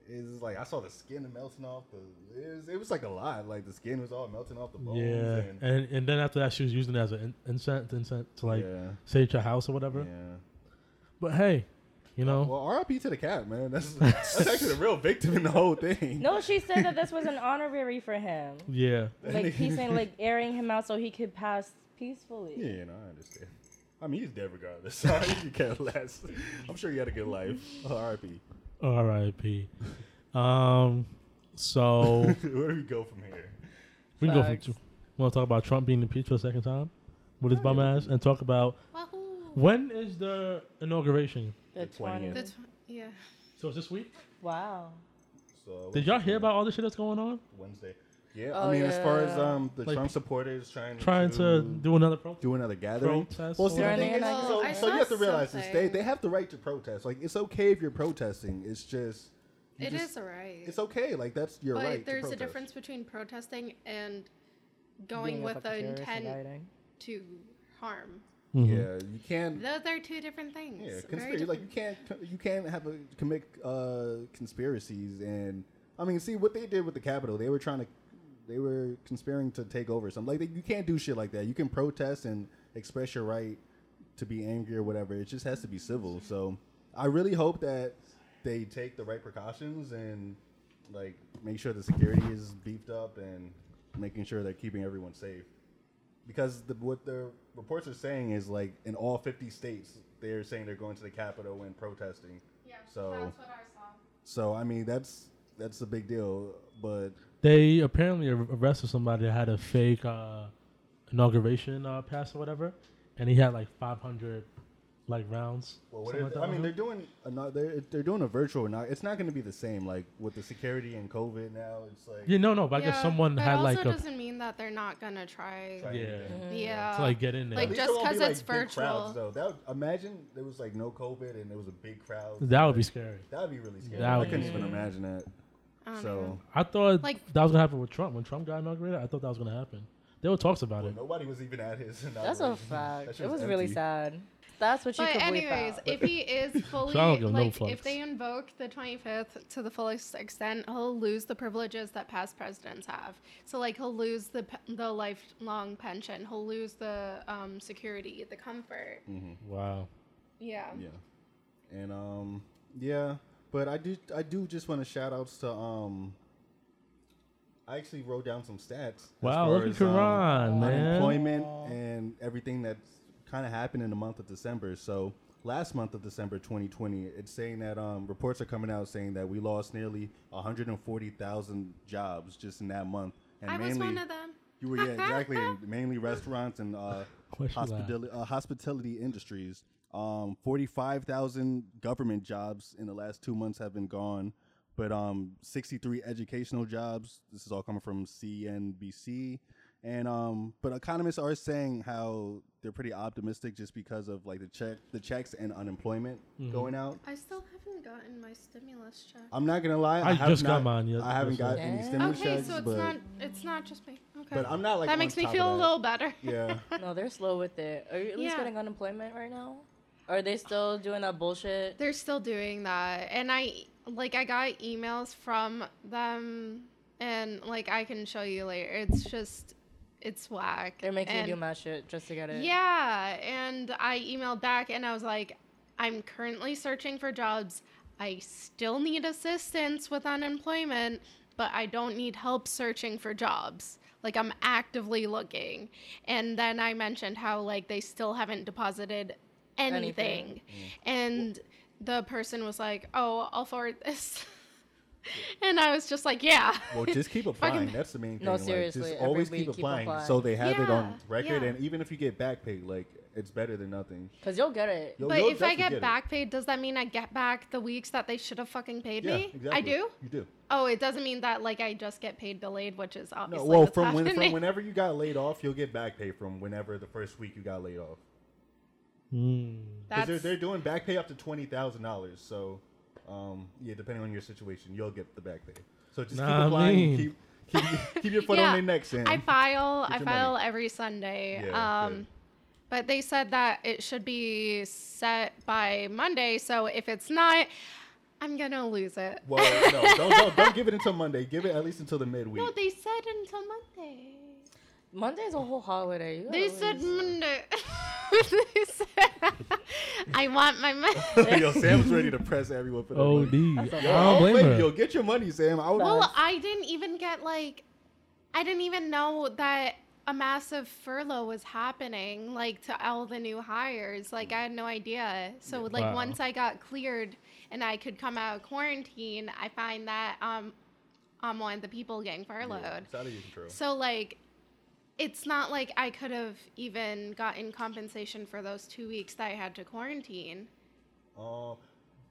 Speaker 3: the, it was like I saw the skin melting off the. It was, it was like a lot. Like the skin was all melting off the bones.
Speaker 2: Yeah,
Speaker 3: And,
Speaker 2: and and then after that, she was using it as an in- incent, incent to like
Speaker 3: Yeah.
Speaker 2: save your house or whatever.
Speaker 3: yeah.
Speaker 2: But hey, you know,
Speaker 3: Well, R.I.P. to the cat, man. That's that's actually the real victim in the whole thing.
Speaker 7: No, she said that this was an honorary for him.
Speaker 2: yeah,
Speaker 7: Like piecing, like airing him out so he could pass peacefully.
Speaker 3: Yeah, you know, I understand. I mean, he's dead regardless. So you can't last. I'm sure he had a good life. R.I.P.
Speaker 2: R.I.P. Um, so
Speaker 3: Where do we go from here?
Speaker 2: we can go from.
Speaker 7: Facts.
Speaker 2: Want to talk about Trump being impeached for the second time with his bum ass, and talk about
Speaker 8: Wahoo.
Speaker 2: when is the inauguration?
Speaker 7: The
Speaker 3: 20th.
Speaker 7: 20th.
Speaker 8: That's, yeah.
Speaker 2: So it's this week.
Speaker 7: Wow.
Speaker 3: So
Speaker 2: Did y'all hear about all the shit that's going on?
Speaker 3: Wednesday? Yeah,
Speaker 7: Oh,
Speaker 3: I mean, as far as
Speaker 7: yeah.
Speaker 3: um the
Speaker 2: Like-
Speaker 3: Trump supporters trying
Speaker 2: Trying to do another protest.
Speaker 3: do another gathering.
Speaker 2: Protest
Speaker 3: well, see,
Speaker 7: or-
Speaker 3: the thing is,
Speaker 7: Well,
Speaker 3: so,
Speaker 8: I
Speaker 3: so you
Speaker 8: saw
Speaker 3: have to realize this. They,
Speaker 8: something.
Speaker 3: they have the right to protest. Like, it's okay if you're protesting. It's just, you
Speaker 8: It
Speaker 3: just-
Speaker 8: is a right.
Speaker 3: It's okay. Like, that's your
Speaker 8: but
Speaker 3: right. to
Speaker 8: there's a
Speaker 3: protest.
Speaker 8: difference between protesting and going
Speaker 7: Being a
Speaker 8: with
Speaker 7: fucking
Speaker 8: the
Speaker 7: terrorist and
Speaker 8: intent
Speaker 7: dieting.
Speaker 8: to harm.
Speaker 3: Yeah, you can't.
Speaker 8: Those are two different things.
Speaker 3: Yeah,
Speaker 8: Very
Speaker 3: conspiracy. Like, you
Speaker 8: different.
Speaker 3: can't. You can't have a commit uh, conspiracies. And I mean, see what they did with the Capitol. They were trying to. They were conspiring to take over something. Like, they, you can't do shit like that. You can protest and express your right to be angry or whatever. It just has to be civil. So I really hope that they take the right precautions and like make sure the security is beefed up and making sure they're keeping everyone safe. Because the, what the reports are saying is like in all 50 states, they're saying they're going to the Capitol and protesting. so so I mean that's that's a big deal. But
Speaker 2: They apparently ar- arrested somebody that had a fake uh, inauguration uh, pass or whatever, and he had like 500 like rounds.
Speaker 3: Well, what
Speaker 2: something
Speaker 3: are
Speaker 2: like that
Speaker 3: they- I
Speaker 2: on
Speaker 3: mean,
Speaker 2: him.
Speaker 3: they're doing a no- they're they're doing a virtual. Not it's not going to be the same. Like with the security and COVID now, it's like
Speaker 2: yeah, no, no, but I guess
Speaker 8: Yeah,
Speaker 2: someone
Speaker 8: but
Speaker 2: had
Speaker 8: also
Speaker 2: like a
Speaker 8: doesn't mean that they're not gonna try.
Speaker 3: Trying to
Speaker 2: yeah
Speaker 3: get in.
Speaker 8: Yeah.
Speaker 2: to like get in there.
Speaker 8: Like,
Speaker 3: At least
Speaker 8: just
Speaker 3: there won't
Speaker 8: 'cause
Speaker 3: be, like,
Speaker 8: it's
Speaker 3: big crowds,
Speaker 8: virtual.
Speaker 3: though. That would- imagine there was like no COVID and there was a big crowd.
Speaker 2: that would be scary.
Speaker 3: That would be really scary.
Speaker 2: That
Speaker 3: I
Speaker 2: would
Speaker 3: couldn't
Speaker 2: be
Speaker 3: even imagine that.
Speaker 8: I don't know.
Speaker 3: So
Speaker 2: I thought
Speaker 8: Like-
Speaker 2: that was gonna happen with Trump when Trump got inaugurated. I thought that was gonna happen. There were talks about it.
Speaker 3: nobody was even at his.
Speaker 7: That's a
Speaker 3: inauguration.
Speaker 7: fact.
Speaker 3: That shit
Speaker 7: it was really
Speaker 3: empty.
Speaker 7: sad. That's what you
Speaker 8: But
Speaker 7: could bleep
Speaker 8: anyways,
Speaker 7: out.
Speaker 8: if he is fully
Speaker 2: So I don't give no
Speaker 8: like,
Speaker 2: fucks.
Speaker 8: if they invoke the 25th to the fullest extent, he'll lose the privileges that past presidents have. So like he'll lose the pe- the lifelong pension, he'll lose the um, security, the comfort.
Speaker 2: Wow.
Speaker 8: Yeah.
Speaker 3: Mm. Yeah, and um, yeah, but I do I do just want to shout outs to um. I actually wrote down some stats. as
Speaker 2: Wow,
Speaker 3: far
Speaker 2: look at
Speaker 3: as, um,
Speaker 2: Karan, man.
Speaker 3: unemployment and everything that's kind of happened in the month of December. So last month of December 2020, it's saying that um, reports are coming out saying that we lost nearly 140,000 jobs just in that month. And
Speaker 8: I was one of them.
Speaker 3: You were yeah exactly, and mainly restaurants and uh,
Speaker 2: Question
Speaker 3: hospitali- uh, hospitality industries. Um, 45,000 government jobs in the last two months have been gone, but um, 63 educational jobs. This is all coming from CNBC. And um, but economists are saying how they're pretty optimistic just because of like the check, the checks and unemployment
Speaker 2: Mm-hmm.
Speaker 3: going out.
Speaker 8: I still haven't gotten my stimulus check.
Speaker 3: I'm not gonna lie, I,
Speaker 2: I
Speaker 3: have
Speaker 2: just got
Speaker 3: not-
Speaker 2: mine yes-
Speaker 3: I haven't got
Speaker 2: yesterday.
Speaker 3: any stimulus
Speaker 8: Okay,
Speaker 3: checks,
Speaker 8: so it's
Speaker 3: but
Speaker 8: not it's not just me. Okay.
Speaker 3: but I'm not like
Speaker 8: that
Speaker 3: on
Speaker 8: makes me
Speaker 3: top of
Speaker 8: feel a
Speaker 3: that.
Speaker 8: little better.
Speaker 3: Yeah.
Speaker 7: No, they're slow with it. Are you at least
Speaker 8: Yeah.
Speaker 7: getting unemployment right now? Are they still doing that bullshit?
Speaker 8: They're still doing that. And I like I got emails from them and like I can show you later. It's just it's whack.
Speaker 7: They're making
Speaker 8: and,
Speaker 7: you do mad shit just to get it.
Speaker 8: Yeah, and I emailed back and I was like, I'm currently searching for jobs. I still need assistance with unemployment, but I don't need help searching for jobs. Like I'm actively looking. And then I mentioned how like they still haven't deposited anything.
Speaker 7: Anything.
Speaker 3: Mm.
Speaker 8: And the person was like, "Oh, I'll forward this." and I was just like, "Yeah."
Speaker 3: Well, just keep
Speaker 8: Fucking-
Speaker 3: applying. That's the main thing.
Speaker 7: No,
Speaker 3: like,
Speaker 7: seriously,
Speaker 3: just
Speaker 7: every
Speaker 3: always
Speaker 7: week
Speaker 3: keep
Speaker 7: keep
Speaker 3: applying,
Speaker 7: applying.
Speaker 3: so they have it on
Speaker 8: Yeah,
Speaker 3: record.
Speaker 8: yeah.
Speaker 3: And even if you get back paid, like it's better than nothing.
Speaker 7: Because you'll get it.
Speaker 3: You'll-
Speaker 8: But
Speaker 3: you'll
Speaker 8: if
Speaker 3: definitely
Speaker 8: I get,
Speaker 3: it.
Speaker 8: back paid, does that mean I get back the weeks that they should have fucking paid
Speaker 3: yeah,
Speaker 8: me?
Speaker 3: exactly.
Speaker 8: I do.
Speaker 3: You do.
Speaker 8: Oh, it doesn't mean that like I just get paid delayed, which is
Speaker 3: No,
Speaker 8: obviously
Speaker 3: well,
Speaker 8: what's
Speaker 3: from when, from
Speaker 8: happening.
Speaker 3: whenever you got laid off, you'll get back pay from whenever the first week you got laid off. Because they're
Speaker 8: That's-
Speaker 3: they're doing back pay up to twenty thousand dollars. So, um, yeah, depending on your situation, you'll get the back pay. So just
Speaker 2: Nah, I
Speaker 3: keep applying.
Speaker 2: mean-
Speaker 3: and Keep keep, keep your foot on their neck, Sam.
Speaker 8: I file.
Speaker 3: Get
Speaker 8: I
Speaker 3: your
Speaker 8: file
Speaker 3: money.
Speaker 8: every Sunday.
Speaker 3: Yeah,
Speaker 8: um,
Speaker 3: good.
Speaker 8: but they said that it should be set by Monday. So if it's not, I'm gonna lose it.
Speaker 3: well, no, don't, don't don't give it until Monday. Give it at least until the midweek.
Speaker 8: No, they said until Monday.
Speaker 7: Monday's a whole holiday. You
Speaker 8: They
Speaker 7: gotta
Speaker 8: said
Speaker 7: always-
Speaker 8: Monday. they said, I want my money.
Speaker 3: Yo, Sam's ready to press everyone for their
Speaker 2: Oh,
Speaker 3: money.
Speaker 2: D. I
Speaker 7: That's a
Speaker 2: don't blame
Speaker 3: Baby,
Speaker 2: her.
Speaker 3: yo, get your money, Sam. I was,
Speaker 8: Well, I didn't even get like, I didn't even know that a massive furlough was happening, like to all the new hires. Like, I had no idea. So, like,
Speaker 2: Wow.
Speaker 8: once I got cleared and I could come out of quarantine, I find that um, I'm one of the people getting furloughed.
Speaker 3: It's out of your control.
Speaker 8: So, like, it's not like I could have even gotten compensation for those two weeks that I had to quarantine.
Speaker 3: Uh,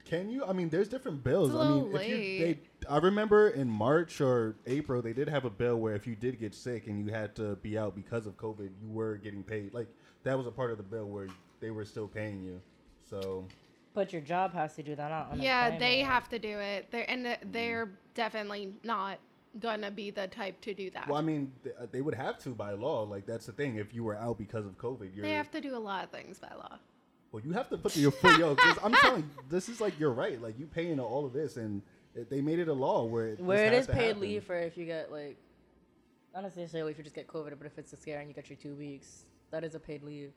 Speaker 3: can you? I mean, there's different bills.
Speaker 8: It's a
Speaker 3: I mean,
Speaker 8: little
Speaker 3: if you, they,
Speaker 8: late.
Speaker 3: I remember in March or April they did have a bill where if you did get sick and you had to be out because of COVID, you were getting paid. Like that was a part of the bill where they were still paying you. So
Speaker 7: But your job has to do that. Not
Speaker 8: Yeah, they
Speaker 7: unemployment.
Speaker 8: have to do it. They're and th- they're
Speaker 3: Mm.
Speaker 8: definitely not gonna be the type to do that.
Speaker 3: well, I mean, th- uh, they would have to by law. Like that's the thing. If you were out because of COVID, you're
Speaker 8: they have to do a lot of things by law.
Speaker 3: Well, you have to put your foot, yo. 'cause I'm telling you, this is like you're right. Like you pay into all of this, and it- they made it a law where it,
Speaker 7: Where it
Speaker 3: this has
Speaker 7: is
Speaker 3: to
Speaker 7: paid
Speaker 3: happen.
Speaker 7: leave for if you get like, not necessarily if you just get COVID, but if it's a scare and you get your two weeks, that is a paid leave.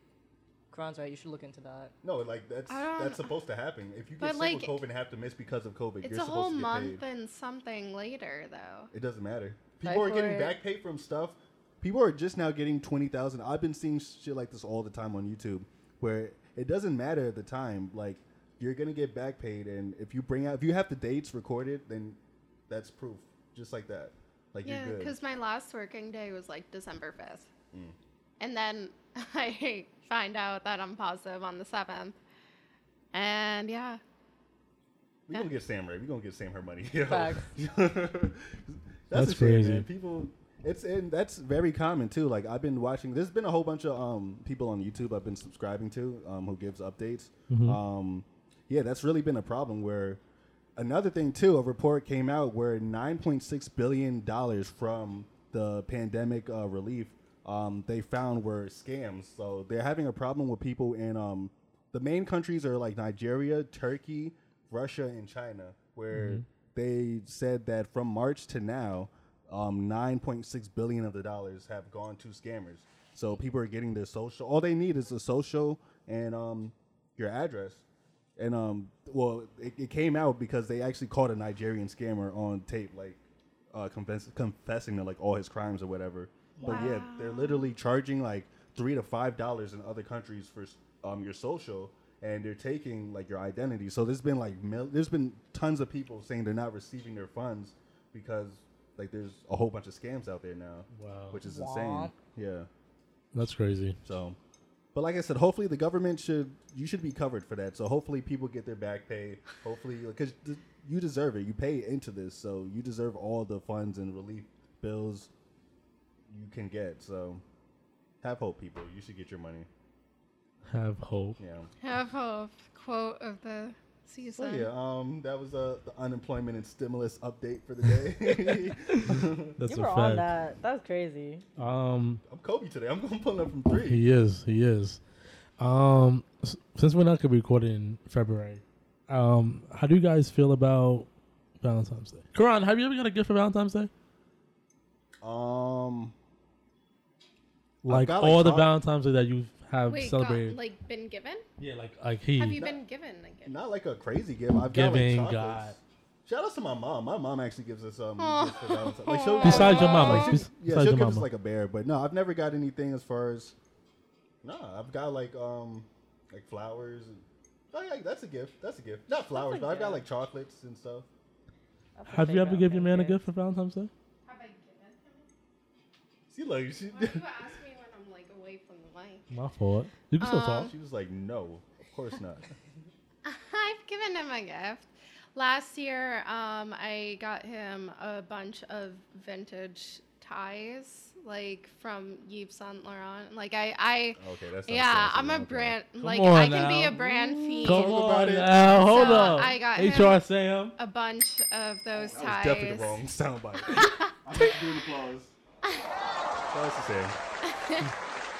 Speaker 7: Kron's right. You should look into that.
Speaker 3: No, like that's
Speaker 8: I don't-
Speaker 3: that's supposed to happen. If you
Speaker 8: But,
Speaker 3: get sick
Speaker 8: like,
Speaker 3: with COVID and have to miss because of COVID,
Speaker 8: It's
Speaker 3: you're
Speaker 8: a
Speaker 3: supposed
Speaker 8: whole
Speaker 3: to get
Speaker 8: month
Speaker 3: paid.
Speaker 8: and something later though.
Speaker 3: It doesn't matter. People are
Speaker 7: for
Speaker 3: getting
Speaker 7: it.
Speaker 3: back pay from stuff. People are just now getting twenty thousand. I've been seeing shit like this all the time on YouTube, where it doesn't matter at the time. Like you're gonna get back paid, and if you bring out, if you have the dates recorded, then that's proof. Just like that, like
Speaker 8: Yeah,
Speaker 3: you're good.
Speaker 8: because my last working day was like December fifth,
Speaker 3: Mm.
Speaker 8: and then I find out that I'm positive on the seventh, and yeah,
Speaker 3: We gonna get Sam right. We gonna get Sam her money. Yo.
Speaker 7: Facts.
Speaker 3: that's
Speaker 2: That's
Speaker 3: a shame,
Speaker 2: crazy.
Speaker 3: man. People, it's and that's very common too. Like I've been watching. There's been a whole bunch of um people on YouTube I've been subscribing to um who gives updates. Um, yeah, that's really been a problem. Where another thing too, a report came out where 9.6 billion dollars from the pandemic uh, relief um, they found were scams. So they're having a problem with people in um, the main countries are like Nigeria, Turkey, Russia, and China, where they said that from March to now, um, 9.6 billion of the dollars have gone to scammers. So people are getting their social. All they need is a social and um, your address and um, well, it, it came out because they actually caught a Nigerian scammer on tape, like uh, confess, confessing to like all his crimes or whatever. But yeah, they're literally charging like three to five dollars in other countries for um your social, and they're taking like your identity. So there's been like mil- there's been tons of people saying they're not receiving their funds because like there's a whole bunch of scams out there now,
Speaker 2: Wow.
Speaker 3: which is insane.
Speaker 7: Womp.
Speaker 3: Yeah,
Speaker 2: That's crazy.
Speaker 3: so But like I said, hopefully the government should you should be covered for that. So hopefully people get their back pay. Hopefully, because you deserve it. You pay into this, so you deserve all the funds and relief bills you can get. So have hope, people. You should get your money.
Speaker 2: Have hope.
Speaker 3: Yeah.
Speaker 8: Have hope. Quote of the season.
Speaker 3: So yeah, um, that was uh, the unemployment and stimulus update for the day.
Speaker 2: That's
Speaker 7: You
Speaker 2: a
Speaker 7: were
Speaker 2: fact.
Speaker 7: on that. That was crazy.
Speaker 2: Um,
Speaker 3: I'm Kobe today. I'm going to pull up from three.
Speaker 2: He is. He is. Um, s- since we're not gonna be recording in February, um, how do you guys feel about Valentine's Day? Karan, have you ever got a gift for Valentine's Day?
Speaker 3: Um,
Speaker 2: Like
Speaker 3: got, like,
Speaker 2: all the
Speaker 3: card-
Speaker 2: Valentine's Day that you have
Speaker 8: Wait, got,
Speaker 2: celebrated?
Speaker 8: like been given?
Speaker 2: yeah, like like he.
Speaker 8: Have you been given a gift?
Speaker 3: not like a crazy gift. I've
Speaker 2: Giving
Speaker 3: got like
Speaker 2: God.
Speaker 3: chocolates. Shout out to my mom. My mom actually gives us um
Speaker 8: Oh.
Speaker 3: gifts for Valentine's. Like she'll
Speaker 2: Besides your mama,
Speaker 3: like, she-
Speaker 2: bes-
Speaker 3: yeah,
Speaker 2: besides
Speaker 3: she'll
Speaker 2: your
Speaker 3: give us
Speaker 2: mama,
Speaker 3: like a bear, but no, I've never got anything as far as. No, I've got like um like flowers. And, oh yeah, that's a gift. That's a gift. Not flowers,
Speaker 7: a
Speaker 3: but I've got
Speaker 7: gift.
Speaker 3: like chocolates and stuff.
Speaker 7: That's a
Speaker 2: have
Speaker 7: big
Speaker 2: you ever given your
Speaker 7: Valentine's
Speaker 2: man a
Speaker 7: gift.
Speaker 2: gift for Valentine's Day?
Speaker 8: Have I given
Speaker 3: She like she,
Speaker 8: him? Why do you ask me when I'm like away from the mic?
Speaker 2: My fault. You can
Speaker 8: Um,
Speaker 2: still talk.
Speaker 3: she was like, no, of course not.
Speaker 8: I've given him a gift. Last year, um, I got him a bunch of vintage ties, like from Yves Saint Laurent. Like I, I,
Speaker 3: Okay, that's not
Speaker 8: yeah,
Speaker 3: fair, Oh, so
Speaker 8: I'm a
Speaker 3: okay.
Speaker 8: brand.
Speaker 2: Come
Speaker 8: like
Speaker 2: on
Speaker 8: I can
Speaker 2: now.
Speaker 8: be a brand fiend.
Speaker 2: Come
Speaker 3: about
Speaker 2: on
Speaker 3: it.
Speaker 2: now, hold
Speaker 8: So,
Speaker 2: up.
Speaker 8: I got him-
Speaker 2: HR Sam.
Speaker 8: A bunch of
Speaker 3: Oh,
Speaker 8: those
Speaker 3: That was
Speaker 8: ties.
Speaker 3: definitely the wrong soundbite. I'm just doing applause. That's the same.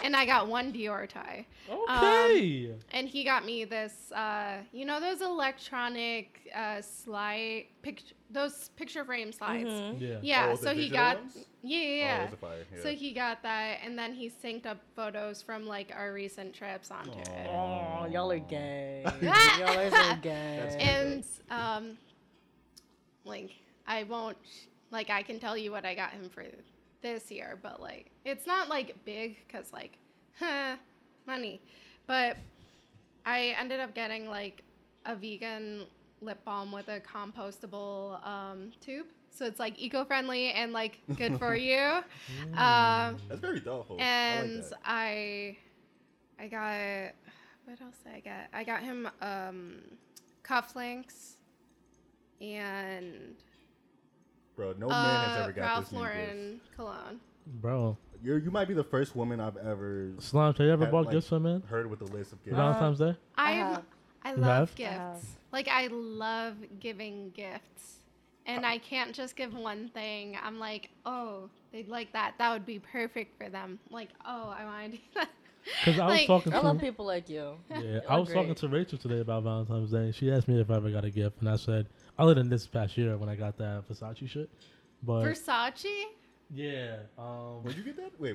Speaker 8: And I got one Dior tie.
Speaker 2: Okay.
Speaker 8: And he got me this, uh, you know, those electronic uh, slide, pic- those picture frame slides.
Speaker 2: yeah.
Speaker 8: Yeah,
Speaker 3: Oh, the
Speaker 8: so he
Speaker 3: digital
Speaker 8: got,
Speaker 3: ones?
Speaker 8: yeah, yeah,
Speaker 3: Oh,
Speaker 8: yeah.
Speaker 3: those are fire,
Speaker 8: So
Speaker 3: yeah.
Speaker 8: he got that, and then he synced up photos from like our recent trips onto it.
Speaker 7: Oh, y'all are gay. y'all are so gay.
Speaker 8: And um, like I won't, like I can tell you what I got him for this year, but like it's not like big because like, huh, money. But I ended up getting like a vegan lip balm with a compostable um, tube. So it's like eco-friendly and like good for you. Um,
Speaker 3: That's very thoughtful. I
Speaker 8: and
Speaker 3: like that.
Speaker 8: I, I got what else did I get? I got him um, cufflinks and
Speaker 3: Bro, no man has
Speaker 8: uh,
Speaker 3: ever got
Speaker 8: Ralph
Speaker 3: this many gifts.
Speaker 8: Lauren cologne.
Speaker 2: Bro,
Speaker 3: You're, you might be the first woman I've ever
Speaker 2: Slime, have you ever
Speaker 3: had,
Speaker 2: bought
Speaker 3: like,
Speaker 2: gifts for a man?
Speaker 3: heard with a list of
Speaker 2: For
Speaker 3: gifts.
Speaker 2: Valentine's Day?
Speaker 8: I
Speaker 7: have.
Speaker 8: I
Speaker 2: You
Speaker 8: love
Speaker 2: have?
Speaker 8: gifts.
Speaker 7: Uh, I have.
Speaker 8: Like I love giving gifts.
Speaker 3: Uh,
Speaker 8: And I can't just give one thing. I'm like, oh, they'd like that. That would be perfect for them. Like, oh, I want to do that.
Speaker 2: Because I was
Speaker 8: Like,
Speaker 2: talking
Speaker 7: I
Speaker 2: to
Speaker 7: love people like you.
Speaker 2: Yeah,
Speaker 7: Y'all
Speaker 2: I
Speaker 7: are
Speaker 2: was talking
Speaker 7: great.
Speaker 2: to Rachel today about Valentine's Day. She asked me if I ever got a gift, and I said, other than this past year when I got that Versace shit. But
Speaker 8: Versace?
Speaker 2: yeah, um,
Speaker 3: Would you get that? Wait,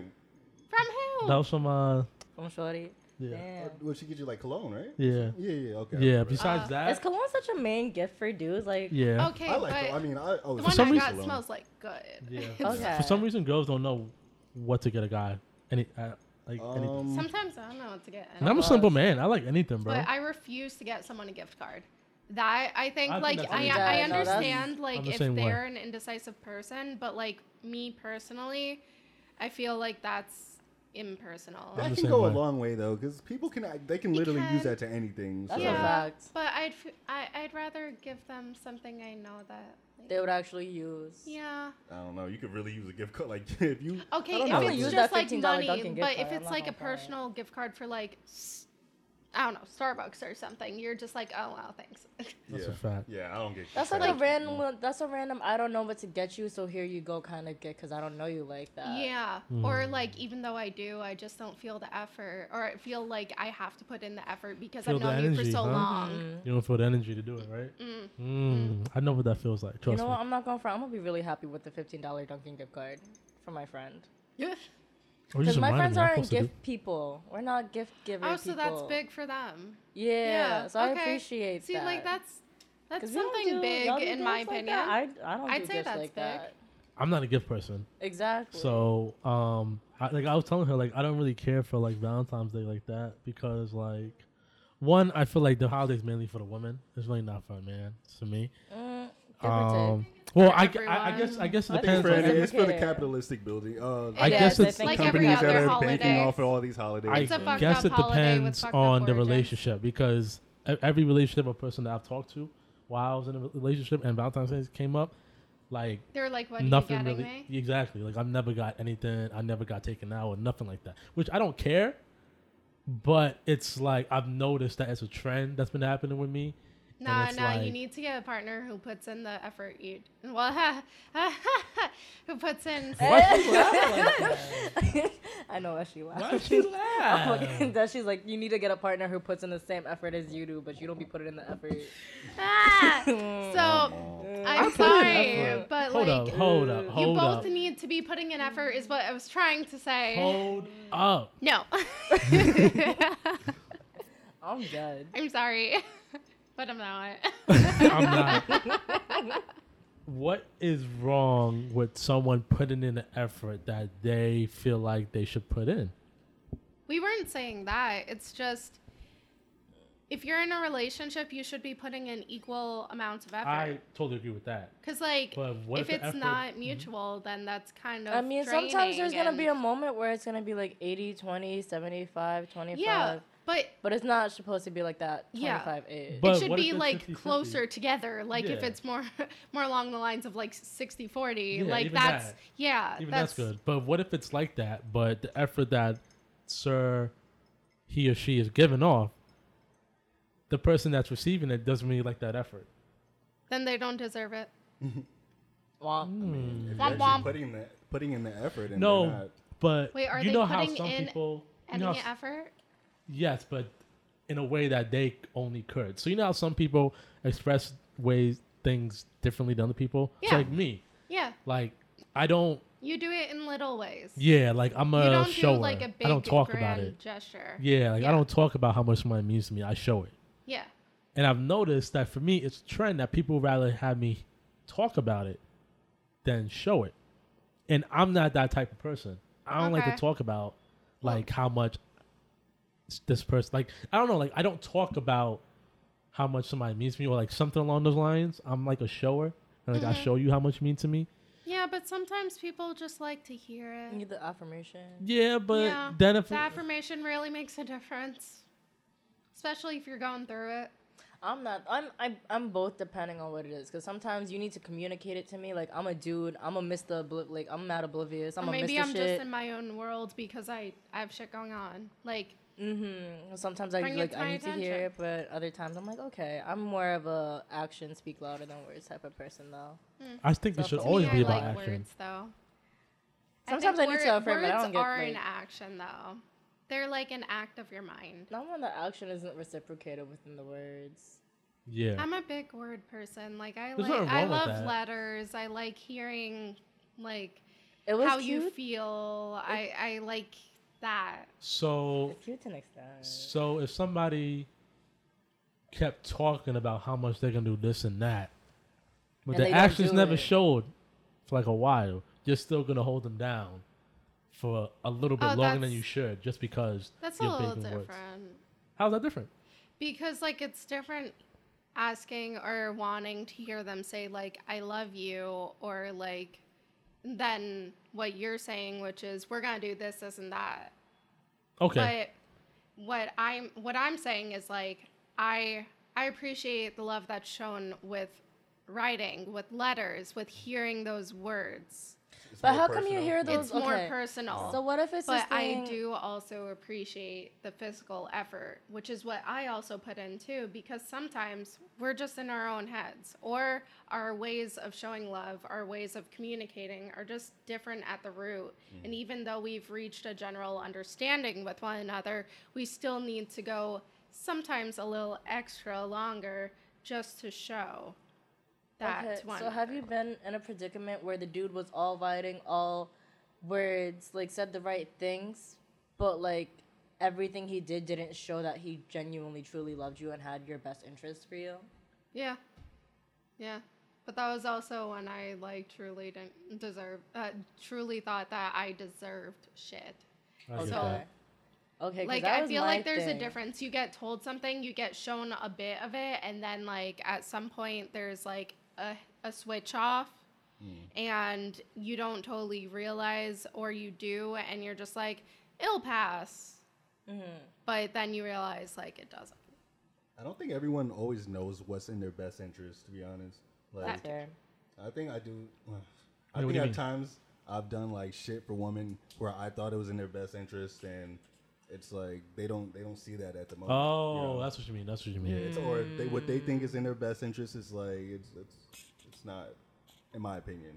Speaker 8: From who?
Speaker 2: that was from uh,
Speaker 7: From Shorty.
Speaker 2: yeah,
Speaker 7: Damn.
Speaker 3: would she get you like cologne, right?
Speaker 2: yeah,
Speaker 3: Yeah, yeah, okay.
Speaker 2: yeah.
Speaker 3: Right.
Speaker 2: Besides
Speaker 8: Uh,
Speaker 2: that,
Speaker 7: Is cologne such a main gift for dudes? Like,
Speaker 2: yeah,
Speaker 8: Okay,
Speaker 3: I like
Speaker 8: but
Speaker 3: it. I mean, I oh,
Speaker 8: the
Speaker 3: it's
Speaker 8: one
Speaker 2: some
Speaker 8: I
Speaker 2: reason-
Speaker 8: got smells like good.
Speaker 2: yeah.
Speaker 7: Okay.
Speaker 2: For some reason, girls don't know what to get a guy. Any uh, like anything.
Speaker 3: Um, uh,
Speaker 8: Sometimes I don't know what to get.
Speaker 2: And I'm a simple man. I like anything, bro.
Speaker 8: But I refuse to get someone a gift card. That I think
Speaker 2: I think
Speaker 8: like
Speaker 2: that's
Speaker 8: I,
Speaker 2: amazing.
Speaker 8: I
Speaker 7: Yeah, no, that's-
Speaker 8: understand like
Speaker 2: I'm the
Speaker 8: if
Speaker 2: same way.
Speaker 8: they're an indecisive person, but like me personally, I feel like that's impersonal.
Speaker 2: I'm
Speaker 3: that
Speaker 2: the
Speaker 3: can
Speaker 2: same
Speaker 3: go
Speaker 2: way.
Speaker 3: a long way though, because people can they can
Speaker 8: They
Speaker 3: literally
Speaker 8: can.
Speaker 3: use that to anything. So.
Speaker 7: That's a
Speaker 8: yeah,
Speaker 7: fact.
Speaker 8: but I'd f- I, would i would rather give them something I know that. Like,
Speaker 7: they would actually use.
Speaker 8: yeah.
Speaker 3: I don't know. You could really use a gift card, like if you.
Speaker 8: Okay,
Speaker 3: don't
Speaker 8: if
Speaker 3: know.
Speaker 8: it's
Speaker 7: Use that
Speaker 8: just like
Speaker 7: $15
Speaker 8: money,
Speaker 7: Dunkin' gift
Speaker 8: but if
Speaker 7: card, I'm
Speaker 8: it's
Speaker 7: not
Speaker 8: like a
Speaker 7: gonna buy it.
Speaker 8: personal gift card for like, s- I don't know, Starbucks or something, you're just like, oh wow, thanks.
Speaker 2: That's
Speaker 3: yeah.
Speaker 2: a fact.
Speaker 3: Yeah, I don't get.
Speaker 7: That's
Speaker 3: that.
Speaker 7: like, a random. one- That's a random. I don't know what to get you, so here you go, kind of get because I don't know you like that.
Speaker 8: yeah,
Speaker 2: Mm.
Speaker 8: or like even though I do, I just don't feel the effort, or I feel like I have to put in the effort because
Speaker 2: Feel
Speaker 8: I've
Speaker 2: the
Speaker 8: known you for
Speaker 2: energy,
Speaker 8: so
Speaker 2: huh?
Speaker 8: long.
Speaker 7: Mm-hmm.
Speaker 2: You don't feel the energy to do it, right? Mm. I know what that feels like. Trust
Speaker 7: You know
Speaker 2: me.
Speaker 7: what? I'm not going for. I'm gonna be really happy with the fifteen dollar Dunkin' gift card for my friend.
Speaker 2: Or you
Speaker 7: Because
Speaker 2: just
Speaker 7: my
Speaker 2: reminded
Speaker 7: friends
Speaker 2: me, I'm
Speaker 7: aren't
Speaker 2: supposed to do-
Speaker 7: gift people. We're not gift giving.
Speaker 8: Oh, so that's big for them.
Speaker 7: Yeah. so I
Speaker 8: okay.
Speaker 7: appreciate
Speaker 8: See,
Speaker 7: that.
Speaker 8: like that's that's
Speaker 7: 'Cause we don't
Speaker 8: something
Speaker 7: do-
Speaker 8: big
Speaker 7: y'all do
Speaker 8: in my
Speaker 7: gifts like
Speaker 8: opinion.
Speaker 7: that? I, I don't.
Speaker 8: I'd
Speaker 7: do
Speaker 8: say
Speaker 7: gifts
Speaker 8: that's
Speaker 7: like
Speaker 8: big.
Speaker 7: That.
Speaker 2: I'm not a gift person.
Speaker 7: Exactly.
Speaker 2: So, um, I, like I was telling her, like I don't really care for like Valentine's Day like that because like, one, I feel like the holiday's mainly for the woman. It's really not for a man to me.
Speaker 7: Give or take.
Speaker 2: Um, Well,
Speaker 8: for
Speaker 2: I, gu- I, I
Speaker 8: everyone.
Speaker 2: guess I guess it
Speaker 7: I think
Speaker 2: depends.
Speaker 3: For
Speaker 2: on
Speaker 7: Friday.
Speaker 3: any-
Speaker 2: every-
Speaker 3: it's for the
Speaker 7: Yeah.
Speaker 3: capitalistic building. Uh,
Speaker 2: I
Speaker 7: It
Speaker 2: guess
Speaker 7: does, I
Speaker 2: it's
Speaker 7: think
Speaker 8: like
Speaker 7: it
Speaker 8: every
Speaker 3: companies
Speaker 7: does.
Speaker 3: that
Speaker 8: other
Speaker 3: are banking
Speaker 8: holiday.
Speaker 3: off all these holidays.
Speaker 2: I
Speaker 8: It's a fucked
Speaker 2: guess
Speaker 8: up
Speaker 2: it
Speaker 8: holiday with
Speaker 2: depends
Speaker 8: fucked up
Speaker 2: on the
Speaker 8: origins.
Speaker 2: relationship because e- every relationship or person that I've talked to while I was in a relationship and Valentine's Day came up, like
Speaker 8: They're like, what
Speaker 2: nothing
Speaker 8: are you
Speaker 2: really
Speaker 8: getting me?
Speaker 2: exactly like I've never got anything. I never got taken out or nothing like that, which I don't care. But it's like I've noticed that it's a trend that's been happening with me. and
Speaker 8: Nah,
Speaker 2: it's
Speaker 8: nah, you
Speaker 2: like-
Speaker 8: need to get a partner who puts in the effort you well who puts in
Speaker 2: Why she laugh like that? um,
Speaker 7: I know that she laughed.
Speaker 2: Why she laugh?
Speaker 7: Okay, that she's like, you need to get a partner who puts in the same effort as you do, but you don't be putting in the effort.
Speaker 8: ah! So I'm sorry,
Speaker 2: effort.
Speaker 8: but
Speaker 2: Hold up,
Speaker 8: like
Speaker 2: hold up,
Speaker 8: you
Speaker 2: hold
Speaker 8: both
Speaker 2: up,
Speaker 8: need to be putting in effort is what I was trying to say.
Speaker 2: hold up.
Speaker 8: No.
Speaker 7: I'm dead.
Speaker 8: I'm sorry. But I'm not.
Speaker 2: I'm not. What is wrong with someone putting in the effort that they feel like they should put in?
Speaker 8: we weren't saying that. It's just if you're in a relationship, you should be putting in equal amounts of effort.
Speaker 2: I totally agree with that.
Speaker 8: Cause like,
Speaker 2: But what
Speaker 8: if
Speaker 2: if the
Speaker 8: it's
Speaker 2: effort- Mm-hmm.
Speaker 8: not mutual, then that's kind of.
Speaker 7: I mean, sometimes there's
Speaker 8: draining
Speaker 7: gonna be a
Speaker 8: and-
Speaker 7: moment where it's gonna be like 80, 20, 75, 25.
Speaker 8: Yeah, but
Speaker 7: But it's not supposed to be like that
Speaker 8: Yeah.
Speaker 7: 25 age.
Speaker 2: But
Speaker 8: it should
Speaker 2: what if
Speaker 8: be
Speaker 2: it's
Speaker 8: like
Speaker 2: 50-50?
Speaker 8: closer together. Like if
Speaker 2: Yeah.
Speaker 8: it's more more along the lines of like 60-40.
Speaker 2: Yeah,
Speaker 8: like
Speaker 2: even
Speaker 8: that's
Speaker 2: that.
Speaker 8: yeah,
Speaker 2: Even
Speaker 8: that's,
Speaker 2: that's, good. But what if it's like that, but the effort that sir he or she is giving off, the person that's receiving it doesn't really like that effort.
Speaker 8: Then they don't deserve it.
Speaker 7: Womp.
Speaker 3: If you're
Speaker 8: Womp womp.
Speaker 3: actually putting the putting in the effort and
Speaker 2: No,
Speaker 3: they're not,
Speaker 2: but
Speaker 8: Wait, are
Speaker 2: you
Speaker 8: they
Speaker 2: know how
Speaker 8: putting
Speaker 2: some
Speaker 8: in
Speaker 2: people you
Speaker 8: Any
Speaker 2: know how s-
Speaker 8: effort?
Speaker 2: Yes, but in a way that they only could. So you know how some people express ways things differently than other people. It's
Speaker 8: Yeah.
Speaker 2: like me,
Speaker 8: Yeah,
Speaker 2: like I don't.
Speaker 8: you do it in little ways.
Speaker 2: Yeah, like I'm a
Speaker 8: you don't
Speaker 2: shower.
Speaker 8: do like a big
Speaker 2: I don't talk
Speaker 8: grand
Speaker 2: about it.
Speaker 8: gesture.
Speaker 2: Yeah, like
Speaker 8: Yeah.
Speaker 2: I don't talk about how much money means to me. I show it,
Speaker 8: Yeah.
Speaker 2: and I've noticed that for me, it's a trend that people rather have me talk about it than show it. And I'm not that type of person. I don't like
Speaker 8: Okay.
Speaker 2: to talk about like how much s- this person like I don't know like I don't talk about how much somebody means to me or like something along those lines. I'm like a shower and like
Speaker 8: Mm-hmm.
Speaker 2: I show you how much you mean to me.
Speaker 8: Yeah, but sometimes people just like to hear it.
Speaker 7: You need the affirmation.
Speaker 2: Yeah, but
Speaker 8: yeah,
Speaker 2: then if
Speaker 8: the affirmation really makes a difference, especially if you're going through it.
Speaker 7: I'm not. I'm. I'm. I'm both depending on what it is. Cause sometimes you need to communicate it to me. Like I'm a dude. I'm a Mr. Obliv- like I'm not oblivious. I'm
Speaker 8: Or
Speaker 7: a
Speaker 8: maybe
Speaker 7: Mr.
Speaker 8: I'm
Speaker 7: shit.
Speaker 8: just in my own world because I, I have shit going on. Like,
Speaker 7: Sometimes I
Speaker 8: Bring it
Speaker 7: like
Speaker 8: to
Speaker 7: I
Speaker 8: my
Speaker 7: need to hear it,
Speaker 8: attention.
Speaker 7: but other times I'm like, okay, I'm more of a action speak louder than words type of person though.
Speaker 2: I think it should
Speaker 7: to
Speaker 8: to
Speaker 2: always be
Speaker 8: me, I
Speaker 2: about
Speaker 8: like
Speaker 2: action.
Speaker 8: words though.
Speaker 7: Sometimes I need to
Speaker 8: wor-
Speaker 7: affirm it. I
Speaker 8: Words
Speaker 7: don't get,
Speaker 8: are
Speaker 7: like-
Speaker 8: an action though. They're like an act of your mind.
Speaker 7: Not when the action isn't reciprocated within the words.
Speaker 2: Yeah,
Speaker 8: I'm a big word person. Like I
Speaker 2: There's
Speaker 8: like
Speaker 2: nothing
Speaker 8: I
Speaker 2: wrong with
Speaker 8: love
Speaker 2: that.
Speaker 8: letters. I like hearing like
Speaker 7: It was
Speaker 8: how
Speaker 7: cute.
Speaker 8: you feel. I I like that.
Speaker 2: so
Speaker 7: it's cute to an extent.
Speaker 2: So if somebody kept talking about how much they're gonna do this and that, but
Speaker 7: And
Speaker 2: the
Speaker 7: they don't
Speaker 2: actions
Speaker 7: do
Speaker 2: never
Speaker 7: it.
Speaker 2: showed for like a while, you're still gonna hold them down for a little bit
Speaker 8: Oh,
Speaker 2: longer than
Speaker 8: that's-
Speaker 2: you should, just because
Speaker 8: That's a
Speaker 2: you're
Speaker 8: little
Speaker 2: big in
Speaker 8: different.
Speaker 2: words. How's that different?
Speaker 8: Because like it's different asking or wanting to hear them say like I love you or like than what you're saying, which is we're gonna do this, this and that.
Speaker 2: Okay,
Speaker 8: But what I'm what I'm saying is like I I appreciate the love that's shown with writing, with letters, with hearing those words.
Speaker 3: it's
Speaker 7: But
Speaker 3: more
Speaker 7: how come you
Speaker 3: personal.
Speaker 7: hear those?
Speaker 8: It's more
Speaker 7: okay.
Speaker 8: personal.
Speaker 7: So what if it's
Speaker 8: but
Speaker 7: this
Speaker 8: I
Speaker 7: thing-
Speaker 8: do also appreciate the physical effort, which is what I also put in too, because sometimes we're just in our own heads, or our ways of showing love, our ways of communicating are just different at the root. And even though we've reached a general understanding with one another, we still need to go sometimes a little extra longer just to show that
Speaker 7: Okay,
Speaker 8: to one
Speaker 7: so have
Speaker 8: another.
Speaker 7: you been in a predicament where the dude was all writing all words, like said the right things, but like everything he did didn't show that he genuinely truly loved you and had your best interest for you?
Speaker 8: Yeah. Yeah. But that was also when I like truly didn't deserve uh, truly thought that I deserved shit.
Speaker 2: I get
Speaker 8: So
Speaker 2: that.
Speaker 7: Okay, 'cause
Speaker 8: like
Speaker 7: that
Speaker 8: I
Speaker 7: was
Speaker 8: feel
Speaker 7: my
Speaker 8: like there's
Speaker 7: thing.
Speaker 8: a difference. You get told something, you get shown a bit of it, and then like at some point there's like a, a switch off and you don't totally realize, or you do, and you're just like, it'll pass.
Speaker 7: Mm-hmm.
Speaker 8: But then you realize, like, it doesn't.
Speaker 3: I don't think everyone always knows what's in their best interest. To be honest, like
Speaker 7: Fair.
Speaker 3: I think I do.
Speaker 2: Yeah,
Speaker 3: I
Speaker 2: what do
Speaker 3: think
Speaker 2: you
Speaker 3: at
Speaker 2: mean?
Speaker 3: times I've done like shit for women where I thought it was in their best interest, and it's like they don't they don't see that at the moment. you
Speaker 2: Oh,
Speaker 3: know?
Speaker 2: that's what you mean. That's what you mean.
Speaker 3: It's- or they, what they think is in their best interest is like it's it's it's not, in my opinion.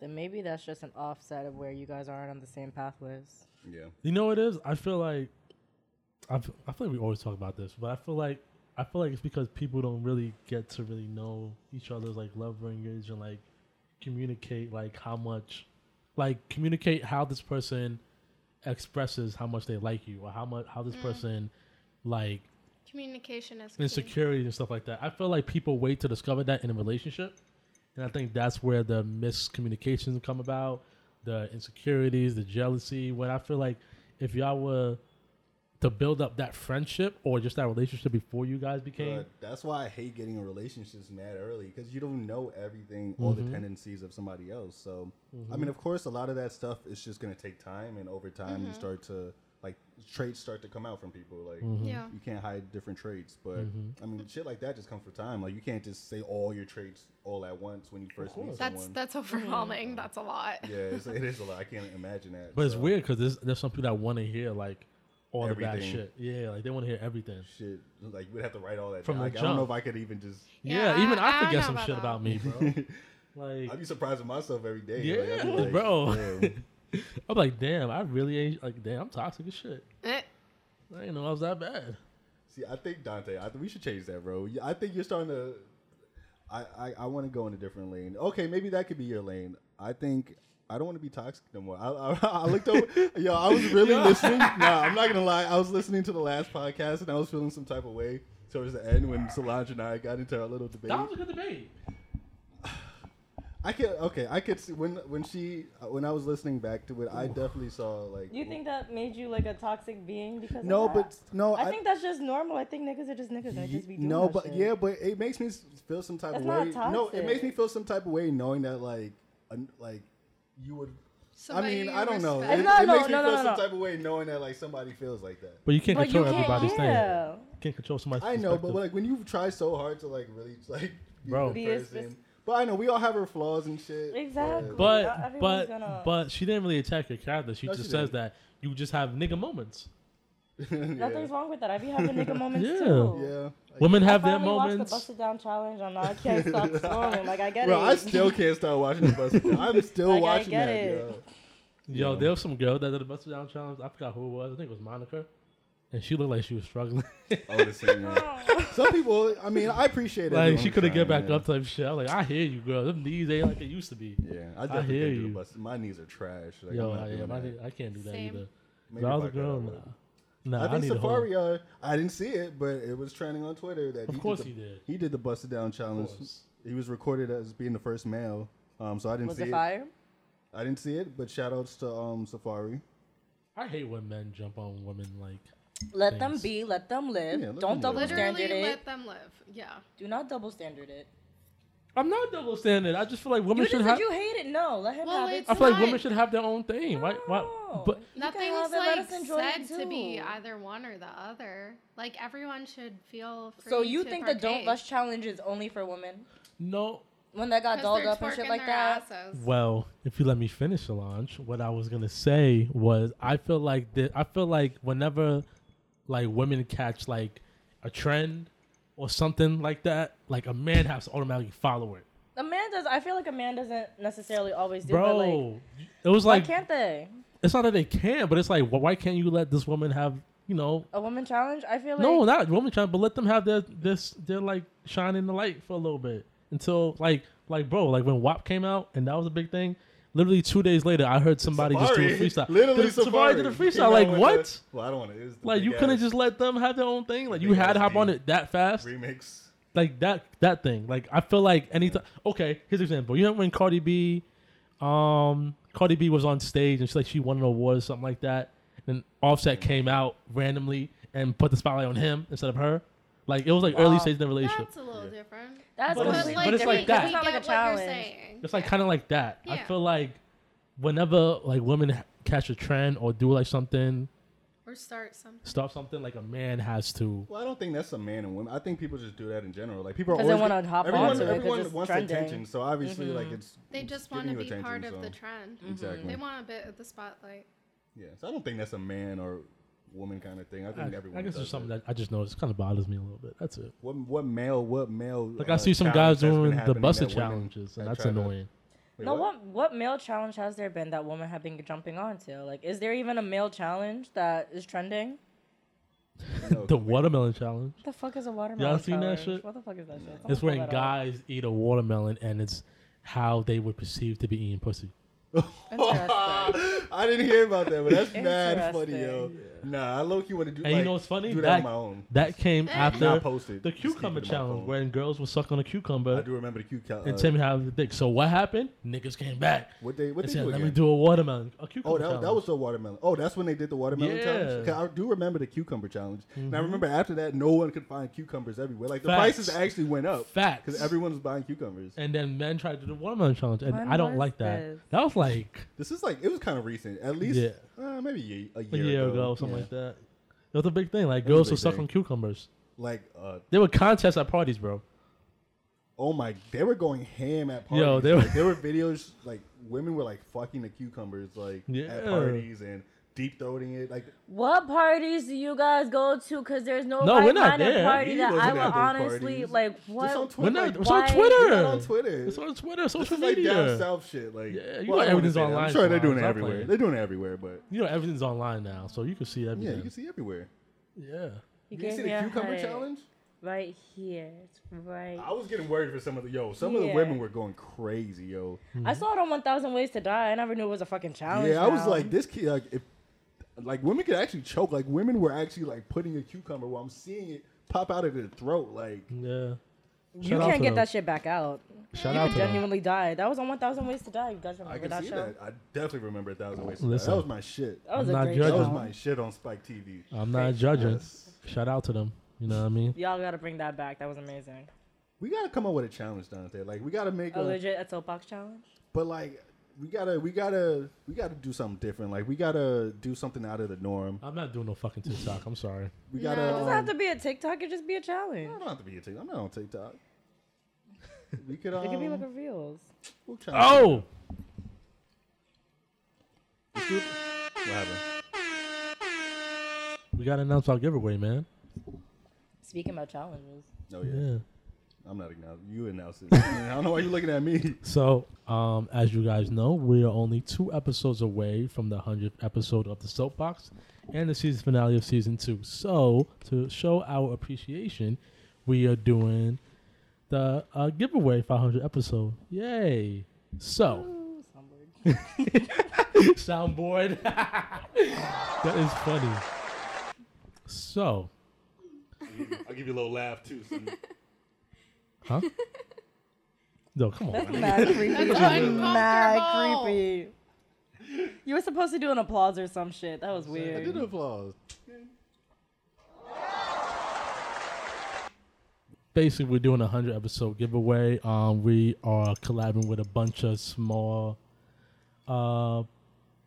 Speaker 7: Then maybe that's just an offset of where you guys aren't on the same pathways.
Speaker 3: Yeah,
Speaker 2: You know what it is? I feel like I f- I feel like we always talk about this, but I feel like I feel like it's because people don't really get to really know each other's like love language and like communicate like how much like communicate how this person expresses how much they like you or how much how this person like
Speaker 8: Communication is key.
Speaker 2: insecurity and stuff like that. I feel like people wait to discover that in a relationship, and I think that's where the miscommunications come about, the insecurities, the jealousy. What I feel like if y'all were to build up that friendship or just that relationship before you guys became,
Speaker 3: but that's why I hate getting in relationships mad early because you don't know everything, all
Speaker 2: Mm-hmm.
Speaker 3: the tendencies of somebody else. So, I mean, of course, a lot of that stuff is just gonna take time, and over time,
Speaker 8: Mm-hmm.
Speaker 3: you start to like traits start to come out from people. Like,
Speaker 2: Mm-hmm.
Speaker 8: Yeah.
Speaker 3: you can't hide different traits, but I mean, shit like that just comes with time. Like, you can't just say all your traits all at once when you first meet someone.
Speaker 8: That's that's
Speaker 7: Mm-hmm.
Speaker 8: overwhelming. That's a lot.
Speaker 3: yeah, it's, it is a lot. I can't imagine that.
Speaker 2: but it's
Speaker 3: so,
Speaker 2: weird because there's, there's some people that want to hear like all the bad
Speaker 3: Everything.
Speaker 2: shit. Yeah, like they want to hear everything.
Speaker 3: Shit, like we'd have to write all that.
Speaker 2: From
Speaker 3: From
Speaker 2: the
Speaker 3: down. Like, I don't know
Speaker 2: jump.
Speaker 3: if I could even just.
Speaker 2: Yeah,
Speaker 8: Yeah,
Speaker 2: even
Speaker 8: I- I
Speaker 2: I,
Speaker 8: don't
Speaker 2: forget
Speaker 8: know
Speaker 2: some
Speaker 8: about
Speaker 2: shit
Speaker 8: that.
Speaker 2: about me, bro. like
Speaker 3: I'd be surprised with myself every day.
Speaker 2: Yeah,
Speaker 3: Like, I'd be like,
Speaker 2: bro.
Speaker 3: damn.
Speaker 2: I'm like, damn, I really ain't like, damn, I'm toxic as shit.
Speaker 8: Eh,
Speaker 2: I didn't know I was that bad.
Speaker 3: See, I think Dante, I think we should change that, bro. Yeah, I think you're starting to. I I, I want to go in a different lane. Okay, maybe that could be your lane. I think I don't want to be toxic no more. I, I, I looked over, yo. I was really listening. Nah, I'm not gonna lie. I was listening to the last podcast and I was feeling some type of way towards the end when Solange and I got into our little debate.
Speaker 2: That was a good debate.
Speaker 3: I could okay. I could see when when she uh, when I was listening back to it, I definitely saw like
Speaker 7: You think that made you like a toxic being because
Speaker 3: no,
Speaker 7: of that?
Speaker 3: but no.
Speaker 7: I, think that's just normal. I think niggas are just niggas. and They just be doing
Speaker 3: no,
Speaker 7: that
Speaker 3: but
Speaker 7: shit.
Speaker 3: yeah, but it makes me s- feel some type
Speaker 7: That's
Speaker 3: of
Speaker 7: not
Speaker 3: way. No, it makes
Speaker 7: toxic.
Speaker 3: me feel some type of way knowing that like, un- like you would.
Speaker 8: somebody
Speaker 3: I mean,
Speaker 8: you
Speaker 3: I don't know.
Speaker 8: respect.
Speaker 3: It,
Speaker 7: No,
Speaker 3: it
Speaker 7: no,
Speaker 3: makes me
Speaker 7: no,
Speaker 3: feel
Speaker 7: no,
Speaker 3: some
Speaker 7: no.
Speaker 3: type of way knowing that like somebody feels like that.
Speaker 2: But you can't
Speaker 7: But you
Speaker 2: control
Speaker 7: can't.
Speaker 2: everybody's thing.
Speaker 7: Yeah.
Speaker 2: Can't control somebody's
Speaker 3: I know, but
Speaker 2: perspective.
Speaker 3: like when you try so hard to like really like be
Speaker 2: Bro.
Speaker 3: a
Speaker 2: Be
Speaker 3: good
Speaker 7: a spec-
Speaker 3: person. But I know we all have our flaws and shit.
Speaker 7: Exactly.
Speaker 3: but-
Speaker 2: But
Speaker 7: Not everyone's
Speaker 2: but
Speaker 7: gonna-
Speaker 2: but she didn't really attack your character. She
Speaker 3: No,
Speaker 2: just
Speaker 3: she
Speaker 2: says
Speaker 3: didn't.
Speaker 2: that you just have nigga moments.
Speaker 7: nothing's wrong with that. I be having nigga moments
Speaker 2: Yeah.
Speaker 7: too.
Speaker 3: yeah.
Speaker 2: Women
Speaker 7: I
Speaker 2: have their
Speaker 7: finally watched the
Speaker 2: moments.
Speaker 7: busted down challenge on. I can't stop snoring. Like I get
Speaker 3: Bro,
Speaker 7: it.
Speaker 3: I still can't stop watching the bus. I'm still
Speaker 7: Like, I
Speaker 3: watching
Speaker 7: get
Speaker 3: that.
Speaker 7: it.
Speaker 3: yo.
Speaker 2: Yo, there was some girl that did the busted down challenge. I forgot who it was. I think it was Monica, and she looked like she was struggling.
Speaker 3: Some people, I mean, I appreciate it.
Speaker 2: like she couldn't get back up type shit. I'm like, I hear you, girl. Them knees ain't like they used to be.
Speaker 3: Yeah, I definitely
Speaker 2: hear
Speaker 3: can't do
Speaker 2: you.
Speaker 3: the bus. My knees are trash. Like,
Speaker 2: Yo,
Speaker 3: I'm not
Speaker 2: I, yeah,
Speaker 3: doing
Speaker 2: my
Speaker 3: that.
Speaker 2: knee- I can't do that
Speaker 8: Same.
Speaker 2: either. If
Speaker 3: Maybe
Speaker 2: I was a
Speaker 3: if I could, I
Speaker 2: girl, nah.
Speaker 3: would.
Speaker 2: Nah,
Speaker 3: I think
Speaker 2: need a whole-
Speaker 3: Safari. Uh, I didn't see it, but it was trending on Twitter that
Speaker 2: Of
Speaker 3: he
Speaker 2: course
Speaker 3: did the,
Speaker 2: he did.
Speaker 3: He did the busted down challenge.
Speaker 2: course.
Speaker 3: He was recorded as being the first male. Um, so I didn't
Speaker 7: Was
Speaker 3: see
Speaker 7: it
Speaker 3: it.
Speaker 7: fire?
Speaker 3: I didn't see it, but shout outs to um Safari.
Speaker 2: I hate when men jump on women like.
Speaker 7: Let them
Speaker 2: Thanks.
Speaker 7: be. Let them live.
Speaker 3: Yeah, let
Speaker 7: Don't
Speaker 3: them live.
Speaker 7: double
Speaker 8: Literally
Speaker 7: standard it.
Speaker 8: let them live. Yeah.
Speaker 7: Do not double standard it.
Speaker 2: I'm not double standard. I just feel like women
Speaker 7: You
Speaker 2: should
Speaker 7: just
Speaker 2: have.
Speaker 7: said you hate it. No, let him
Speaker 8: Well,
Speaker 7: have it.
Speaker 8: it's-
Speaker 2: I feel like
Speaker 8: not-
Speaker 2: women should have their own thing. Why? Why?
Speaker 7: No.
Speaker 2: But
Speaker 7: You can
Speaker 8: Nothing
Speaker 7: have
Speaker 8: is
Speaker 7: it, let
Speaker 8: like
Speaker 7: us enjoy it
Speaker 8: said to be
Speaker 7: too.
Speaker 8: either one or the other. Like everyone should feel free
Speaker 7: So you
Speaker 8: to
Speaker 7: think the don't
Speaker 8: partake.
Speaker 7: rush challenge is only for women?
Speaker 2: no.
Speaker 7: When that got
Speaker 8: 'Cause
Speaker 7: dolled
Speaker 8: they're
Speaker 7: up and shit
Speaker 8: twerking
Speaker 7: like
Speaker 8: their
Speaker 7: that.
Speaker 8: asses.
Speaker 2: Well, if you let me finish, Solange, what I was gonna say was I feel like that. I feel like whenever like women catch like a trend or something like that, like a man has to automatically follow it,
Speaker 7: A man does. I feel like a man doesn't necessarily always do.
Speaker 2: bro.
Speaker 7: But like,
Speaker 2: it was
Speaker 7: why
Speaker 2: like
Speaker 7: can't they?
Speaker 2: it's not that they can, but it's like wh- why can't you let this woman have you know?
Speaker 7: A woman challenge? I feel like
Speaker 2: no, not woman trying, but let them have their this. They're like shining the light for a little bit until like like bro, like when WAP came out and that was a big thing. Literally two days later, I heard somebody just do a freestyle.
Speaker 3: Literally,
Speaker 2: Did-
Speaker 3: Safari
Speaker 2: did a
Speaker 3: Came
Speaker 2: freestyle.
Speaker 3: out
Speaker 2: Like
Speaker 3: with
Speaker 2: what?
Speaker 3: the- well, I don't want to.
Speaker 2: like you couldn't just let them have their own thing. Like you
Speaker 3: big
Speaker 2: had to
Speaker 3: ass
Speaker 2: hop on
Speaker 3: D.
Speaker 2: it that fast.
Speaker 3: remix.
Speaker 2: Like that that thing. Like I feel like anything. Okay, here's an example. You know when Cardi B, um, Cardi B was on stage and she like she won an award or something
Speaker 3: Mm-hmm.
Speaker 2: like that. And Offset came out randomly and put the spotlight on him instead of her. Like it was like early stage in the relationship.
Speaker 8: That's a little different.
Speaker 7: That's
Speaker 2: But it's-
Speaker 7: completely
Speaker 2: but it's like
Speaker 7: different.
Speaker 2: that.
Speaker 7: It's not like a
Speaker 8: get what you're
Speaker 7: challenge.
Speaker 8: saying.
Speaker 2: It's like kind of like that. I
Speaker 8: Yeah.
Speaker 2: feel like whenever like women h- catch a trend or do like something,
Speaker 8: Or start something.
Speaker 2: stop something, like a man has to.
Speaker 3: Well, I don't think that's a man and women. I think people just do that in general. Like people are
Speaker 7: 'Cause they
Speaker 3: always
Speaker 7: wanna
Speaker 3: get-
Speaker 7: hop
Speaker 3: everyone,
Speaker 7: onto it 'cause
Speaker 3: everyone
Speaker 7: it's
Speaker 3: wants
Speaker 7: trending. Mm-hmm.
Speaker 3: attention, so obviously like it's
Speaker 8: They
Speaker 3: it's
Speaker 8: just want to
Speaker 3: giving you
Speaker 8: be part of
Speaker 3: attention,
Speaker 8: the
Speaker 3: so-
Speaker 8: trend.
Speaker 3: Exactly.
Speaker 8: They want a bit of the spotlight.
Speaker 7: Mm-hmm.
Speaker 3: Yeah, so I don't think that's a man or woman kind of thing. I
Speaker 2: I,
Speaker 3: think everyone.
Speaker 2: I guess
Speaker 3: does
Speaker 2: there's something
Speaker 3: that.
Speaker 2: that I just noticed kind of bothers me a little bit. That's it.
Speaker 3: What what male? What male?
Speaker 2: Like I
Speaker 3: uh,
Speaker 2: see some guys
Speaker 3: challenge has been
Speaker 2: doing the
Speaker 3: happening
Speaker 2: buster
Speaker 3: that women-
Speaker 2: challenges, and
Speaker 3: that
Speaker 2: that's
Speaker 3: try to-
Speaker 2: annoying.
Speaker 3: Wait,
Speaker 7: No, what what male challenge has there been that women have been jumping onto? Like, is there even a male challenge that is trending?
Speaker 3: No,
Speaker 2: The watermelon challenge.
Speaker 7: What the fuck is a watermelon?
Speaker 2: seen that
Speaker 7: challenge?
Speaker 2: shit?
Speaker 7: What the fuck is that shit? Someone
Speaker 2: It's
Speaker 7: pull
Speaker 2: when
Speaker 7: that up.
Speaker 2: guys eat a watermelon, and it's how they would perceive to be eating pussy.
Speaker 7: Interesting.
Speaker 3: I didn't hear about that, but that's mad funny, yo.
Speaker 7: Interesting.
Speaker 3: Nah, I low key want to do.
Speaker 2: And
Speaker 3: like,
Speaker 2: you know what's funny?
Speaker 3: Do that, on
Speaker 2: That,
Speaker 3: my own.
Speaker 2: that
Speaker 7: Eh.
Speaker 2: came after
Speaker 3: Not posted.
Speaker 2: the
Speaker 3: Just keep it
Speaker 2: cucumber
Speaker 3: in my
Speaker 2: challenge,
Speaker 3: phone.
Speaker 2: when girls would suck on a
Speaker 3: I
Speaker 2: cucumber
Speaker 3: do remember the cute cal-
Speaker 2: Oh. and
Speaker 3: uh,
Speaker 2: tell me how the dick. So what happened? Niggas came back.
Speaker 3: What they what
Speaker 2: and
Speaker 3: they
Speaker 2: said,
Speaker 3: do
Speaker 2: "Let
Speaker 3: again?
Speaker 2: me do a watermelon, a cucumber."
Speaker 3: Oh, that, that
Speaker 2: challenge."
Speaker 3: was the watermelon. Oh, that's when they did the watermelon
Speaker 2: Yeah. Mm-hmm.
Speaker 3: challenge. 'Cause I do remember the cucumber challenge. And I remember after that, no one could find cucumbers everywhere. Like the
Speaker 2: Facts.
Speaker 3: prices actually went up.
Speaker 2: Facts.
Speaker 3: Because everyone was buying cucumbers.
Speaker 2: and then men tried to do the watermelon challenge, and
Speaker 7: When
Speaker 2: I don't
Speaker 7: was
Speaker 2: like that.
Speaker 7: this?
Speaker 2: That was like
Speaker 3: This is like, it was kind of recent. At least
Speaker 2: Yeah.
Speaker 3: uh, maybe ye- a year,
Speaker 2: a year ago, or something like that. That was a big thing. Like
Speaker 3: was a
Speaker 2: girls
Speaker 3: big
Speaker 2: would suck
Speaker 3: thing.
Speaker 2: on cucumbers.
Speaker 3: Like, uh,
Speaker 2: There were contests at parties, bro.
Speaker 3: oh my, they were going ham at parties.
Speaker 2: Yo, they were-
Speaker 3: Like, there were videos, like, women were like fucking the cucumbers, like,
Speaker 2: Yeah.
Speaker 3: at parties and deep throating it. Like,
Speaker 7: What parties do you guys go to? Because there's no,
Speaker 2: No, we're not
Speaker 7: like-minded
Speaker 2: there.
Speaker 7: party
Speaker 3: He
Speaker 7: that
Speaker 3: wasn't
Speaker 7: I
Speaker 3: at
Speaker 7: will
Speaker 3: those
Speaker 7: honestly
Speaker 3: parties.
Speaker 7: like.
Speaker 3: just on Twitter.
Speaker 7: What?
Speaker 2: We're not.
Speaker 3: like,
Speaker 2: it's on
Speaker 7: why-
Speaker 3: we're
Speaker 2: Twitter.
Speaker 3: not on Twitter.
Speaker 2: It's on Twitter.
Speaker 3: This
Speaker 2: Social
Speaker 3: is like
Speaker 2: media.
Speaker 3: down south shit.
Speaker 2: Yeah,
Speaker 3: Like,
Speaker 2: you
Speaker 3: well,
Speaker 2: know
Speaker 3: I don't wanna
Speaker 2: everything's
Speaker 3: say that.
Speaker 2: online,
Speaker 3: I'm sure
Speaker 2: so
Speaker 3: they're doing it
Speaker 2: I'm
Speaker 3: everywhere.
Speaker 2: playing.
Speaker 3: They're doing it everywhere, but
Speaker 2: you know everything's online now, so you can see
Speaker 3: yeah,
Speaker 2: everything.
Speaker 3: you can see everywhere.
Speaker 2: yeah.
Speaker 7: You
Speaker 3: You
Speaker 7: gave
Speaker 3: see
Speaker 7: me
Speaker 3: the
Speaker 7: a
Speaker 3: cucumber
Speaker 7: heart
Speaker 3: challenge?
Speaker 7: right here. It's right.
Speaker 3: I was getting worried for some of the yo. Some of the
Speaker 7: Yeah.
Speaker 3: women were going crazy, yo.
Speaker 7: I saw it on 1,000 Ways to Die. I never knew it was a fucking challenge.
Speaker 3: Yeah, I was
Speaker 7: now.
Speaker 3: like, this kid, like, if like women could actually choke. Like women were actually like putting a cucumber while I'm seeing it pop out of their throat. Like
Speaker 2: Yeah.
Speaker 7: you
Speaker 2: Shout out
Speaker 7: can't
Speaker 2: to
Speaker 7: get
Speaker 2: them.
Speaker 7: that shit back out.
Speaker 2: Shout
Speaker 7: You
Speaker 2: out
Speaker 7: could
Speaker 2: to them.
Speaker 7: genuinely die. That was on 1,000 Ways to Die. You guys
Speaker 3: I
Speaker 7: remember
Speaker 3: can
Speaker 7: that
Speaker 3: see
Speaker 7: Oh, show? Oh,
Speaker 3: that. I definitely remember a thousand ways. To Die.
Speaker 2: Listen.
Speaker 3: That was my shit.
Speaker 7: That was
Speaker 2: I'm
Speaker 7: a
Speaker 2: not
Speaker 7: great
Speaker 2: judging.
Speaker 3: That
Speaker 7: show.
Speaker 3: was my shit on Spike TV.
Speaker 2: I'm not judging. Shout out to them. You know what I mean?
Speaker 7: Y'all gotta bring that back. That was amazing.
Speaker 3: We gotta come up with a challenge, Dante. Like we gotta make
Speaker 7: A
Speaker 3: a
Speaker 7: legit Etzel box challenge.
Speaker 3: But like we gotta we gotta we gotta do something different. Like we gotta do something out of the norm.
Speaker 2: I'm not doing no fucking TikTok. I'm sorry.
Speaker 3: We gotta
Speaker 7: It
Speaker 8: No.
Speaker 3: um,
Speaker 7: doesn't have to be a TikTok. It just be a challenge.
Speaker 3: I don't have to be a TikTok. I'm not on TikTok. We could um,
Speaker 7: It could be like a reels.
Speaker 3: we'll try and-
Speaker 2: Oh,
Speaker 3: what happened?
Speaker 2: we got to announce our giveaway, man.
Speaker 7: Speaking about challenges,
Speaker 3: No Oh, yeah.
Speaker 2: Yeah.
Speaker 3: I'm not announcing you announce it. I don't know why you're looking at me.
Speaker 2: So, um, as you guys know, we are only two episodes away from the 100th episode of The Soapbox and the season finale of season two. So, to show our appreciation, we are doing the uh, giveaway 500 episode. Yay! So, soundboard. that is funny. So,
Speaker 3: I'll give you a little laugh too. So
Speaker 2: huh? No, come on. man.
Speaker 7: mad creepy. mad
Speaker 8: Uncomfortable.
Speaker 7: creepy. You were supposed to do an applause or some shit. That was
Speaker 3: I did
Speaker 7: weird.
Speaker 3: an applause.
Speaker 2: basically we're doing a hundred episode giveaway. Um, we are collabing with a bunch of small uh,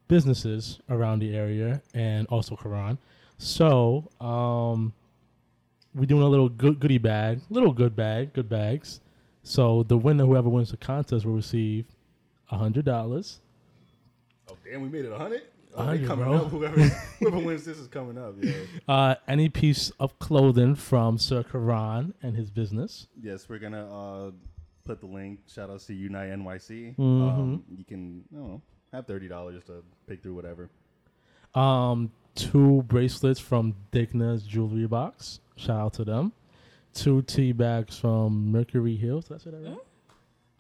Speaker 2: businesses around the area and also Quran. So um, we're doing a little good goodie bag, little good bag, good bags. So the winner, whoever wins the contest, will receive a hundred dollars.
Speaker 3: Oh damn, we made it hundred.
Speaker 2: A
Speaker 3: Oh, they
Speaker 2: hundred,
Speaker 3: coming
Speaker 2: bro.
Speaker 3: up. Whoever whoever wins this is coming up. Yeah.
Speaker 2: Uh, any piece of clothing from Sir Quran and his business.
Speaker 3: Yes, we're gonna uh, put the link. Shout outs to Unite NYC.
Speaker 2: Mm-hmm.
Speaker 3: Um, you can I don't know, have thirty dollars to pick through whatever.
Speaker 2: Um, two bracelets from Digna's jewelry box. Shout out to them. Two tea bags from Mercury Hills. Did I say that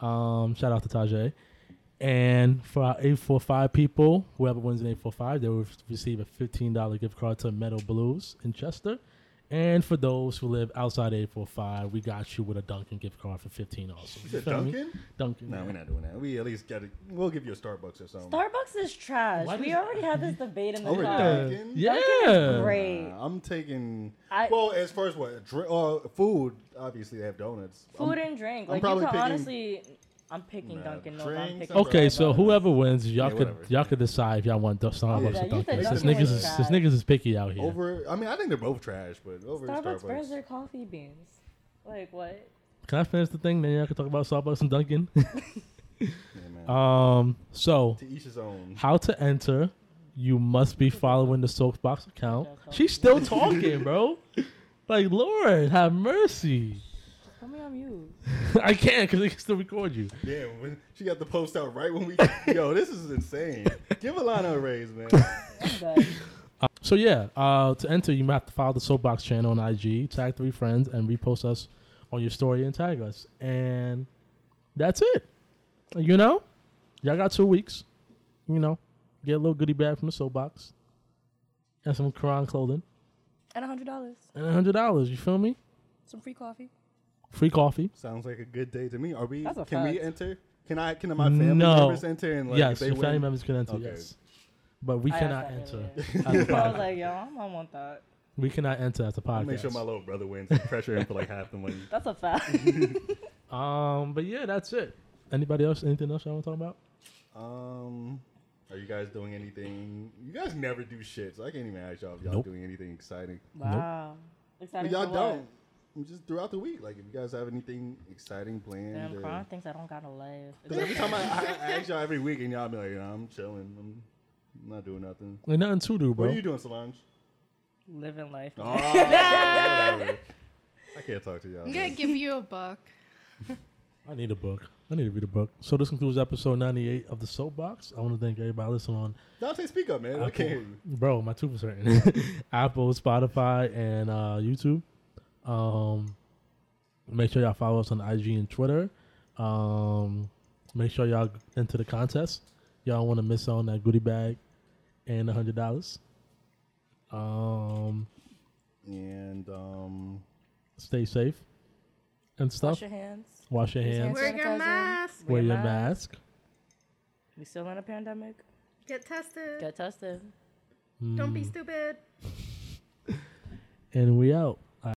Speaker 2: right? Um, shout out to Tajay. And for our 845 people, whoever wins an 845, they will receive a $15 gift card to Meadow Blues in Chester And for those who live outside 845, we got you with a Dunkin' gift card for 15 also. You
Speaker 3: said
Speaker 2: feel me?
Speaker 3: Dunkin'?
Speaker 2: Dunkin'.
Speaker 3: No,
Speaker 2: yeah.
Speaker 3: we're not doing that. We at least got to. We'll give you a Starbucks or something.
Speaker 7: Starbucks is trash.
Speaker 2: Why
Speaker 7: we
Speaker 2: does-
Speaker 7: already had this debate in the
Speaker 3: Over
Speaker 7: car.
Speaker 3: Dunkin'?
Speaker 2: Yeah.
Speaker 7: Great.
Speaker 3: Nah, I'm taking.
Speaker 7: I-
Speaker 3: well, as far as what dri uh, food, obviously they have donuts.
Speaker 7: Food
Speaker 3: I'm-
Speaker 7: and drink.
Speaker 3: I'm
Speaker 7: Like you
Speaker 3: probably
Speaker 7: can
Speaker 3: picking-
Speaker 7: honestly, I'm picking
Speaker 3: Nah,
Speaker 7: Dunkin' Donuts. I'm
Speaker 3: drinks
Speaker 7: picking
Speaker 3: and
Speaker 2: Okay,
Speaker 3: Right,
Speaker 2: so
Speaker 3: right.
Speaker 2: whoever wins, y'all
Speaker 3: Yeah,
Speaker 2: could
Speaker 3: whatever.
Speaker 2: y'all could decide if y'all want Dun- Starbucks
Speaker 3: Yeah,
Speaker 2: or
Speaker 3: you
Speaker 2: Dunkin'.
Speaker 7: said
Speaker 2: Since
Speaker 3: Dunkin'
Speaker 2: niggas, is,
Speaker 7: was
Speaker 2: since
Speaker 7: trash.
Speaker 2: niggas is picky out here.
Speaker 3: Over, I mean, I think they're both trash, but over
Speaker 7: Starbucks.
Speaker 3: Starbucks.
Speaker 7: Where's their coffee beans? Like what?
Speaker 2: Can I finish the thing? Then y'all can talk about Starbucks and Dunkin'.
Speaker 3: Yeah, man.
Speaker 2: um, so
Speaker 3: to each his own.
Speaker 2: how to enter? You must be following the Soapbox account. She's still talking, bro. Like Lord, have mercy.
Speaker 7: Put me on mute.
Speaker 2: I can't because they can still record you.
Speaker 3: Damn, when, she got the post out right when we. yo, this is insane. Give Alana a raise, man.
Speaker 7: I'm good.
Speaker 2: So yeah, uh, to enter, you might have to follow the Soapbox channel on IG, tag three friends, and repost us on your story and tag us, and that's it. You know, y'all got two weeks. You know, get a little goodie bag from the Soapbox, and some Quran clothing,
Speaker 7: At hundred dollars,
Speaker 2: and a hundred dollars. You feel me?
Speaker 7: some free coffee.
Speaker 2: Free coffee.
Speaker 3: Sounds like a good day to me. Are we?
Speaker 7: That's a
Speaker 3: Can we
Speaker 7: fact.
Speaker 3: enter? Can I? Can my family
Speaker 2: No.
Speaker 3: members enter? And like,
Speaker 2: yes,
Speaker 3: they
Speaker 2: your family
Speaker 3: win?
Speaker 2: members can enter.
Speaker 3: Okay.
Speaker 2: Yes, but we
Speaker 7: I
Speaker 2: cannot
Speaker 7: asked
Speaker 2: enter.
Speaker 7: that
Speaker 2: as a
Speaker 7: So I was
Speaker 2: pod-
Speaker 7: like, yo, I don't want that.
Speaker 2: we cannot enter as a
Speaker 3: I'll
Speaker 2: podcast.
Speaker 3: Make sure my little brother wins. and Pressure him for like half the money.
Speaker 7: That's a fact.
Speaker 2: um, but yeah, that's it. Anybody else? Anything else y'all want to talk about?
Speaker 3: Um, are you guys doing anything? You guys never do shit, so I can't even ask y'all if y'all
Speaker 2: Nope.
Speaker 3: doing anything exciting.
Speaker 7: wow.
Speaker 3: But
Speaker 7: Exciting
Speaker 3: y'all
Speaker 7: for what?
Speaker 3: don't. Just throughout the week, like if you guys have anything exciting planned.
Speaker 7: Damn, Kron thinks I don't gotta laugh.
Speaker 3: Because every time I, I I ask y'all every week, and y'all be like, nah, "I'm chilling. I'm not doing nothing."
Speaker 2: Ain't nothing to do, bro.
Speaker 3: What are you doing, Solange?
Speaker 7: Living life.
Speaker 3: Oh, whatever. I can't talk to y'all.
Speaker 8: I'm gonna
Speaker 3: man.
Speaker 8: give you a book.
Speaker 2: I need a book. I need to read a book. So this concludes episode 98 of the Soapbox. I want to thank everybody listening on,
Speaker 3: Dante, speak up, man. I can't hear you.
Speaker 2: bro, my tooth is hurting. Apple, Spotify, and uh, YouTube. Um, make sure y'all follow us on IG and Twitter. Um, make sure y'all enter the contest. Y'all don't want to miss out on that goodie bag and a hundred dollars. Um,
Speaker 3: And um,
Speaker 2: stay safe and stuff.
Speaker 7: Wash your hands.
Speaker 2: Wash your hands.
Speaker 8: Wear your
Speaker 7: sanitizer.
Speaker 8: mask.
Speaker 2: Wear your mask.
Speaker 7: We still in a pandemic.
Speaker 8: Get tested.
Speaker 7: Get tested.
Speaker 2: Mm.
Speaker 8: Don't be stupid.
Speaker 2: And we out.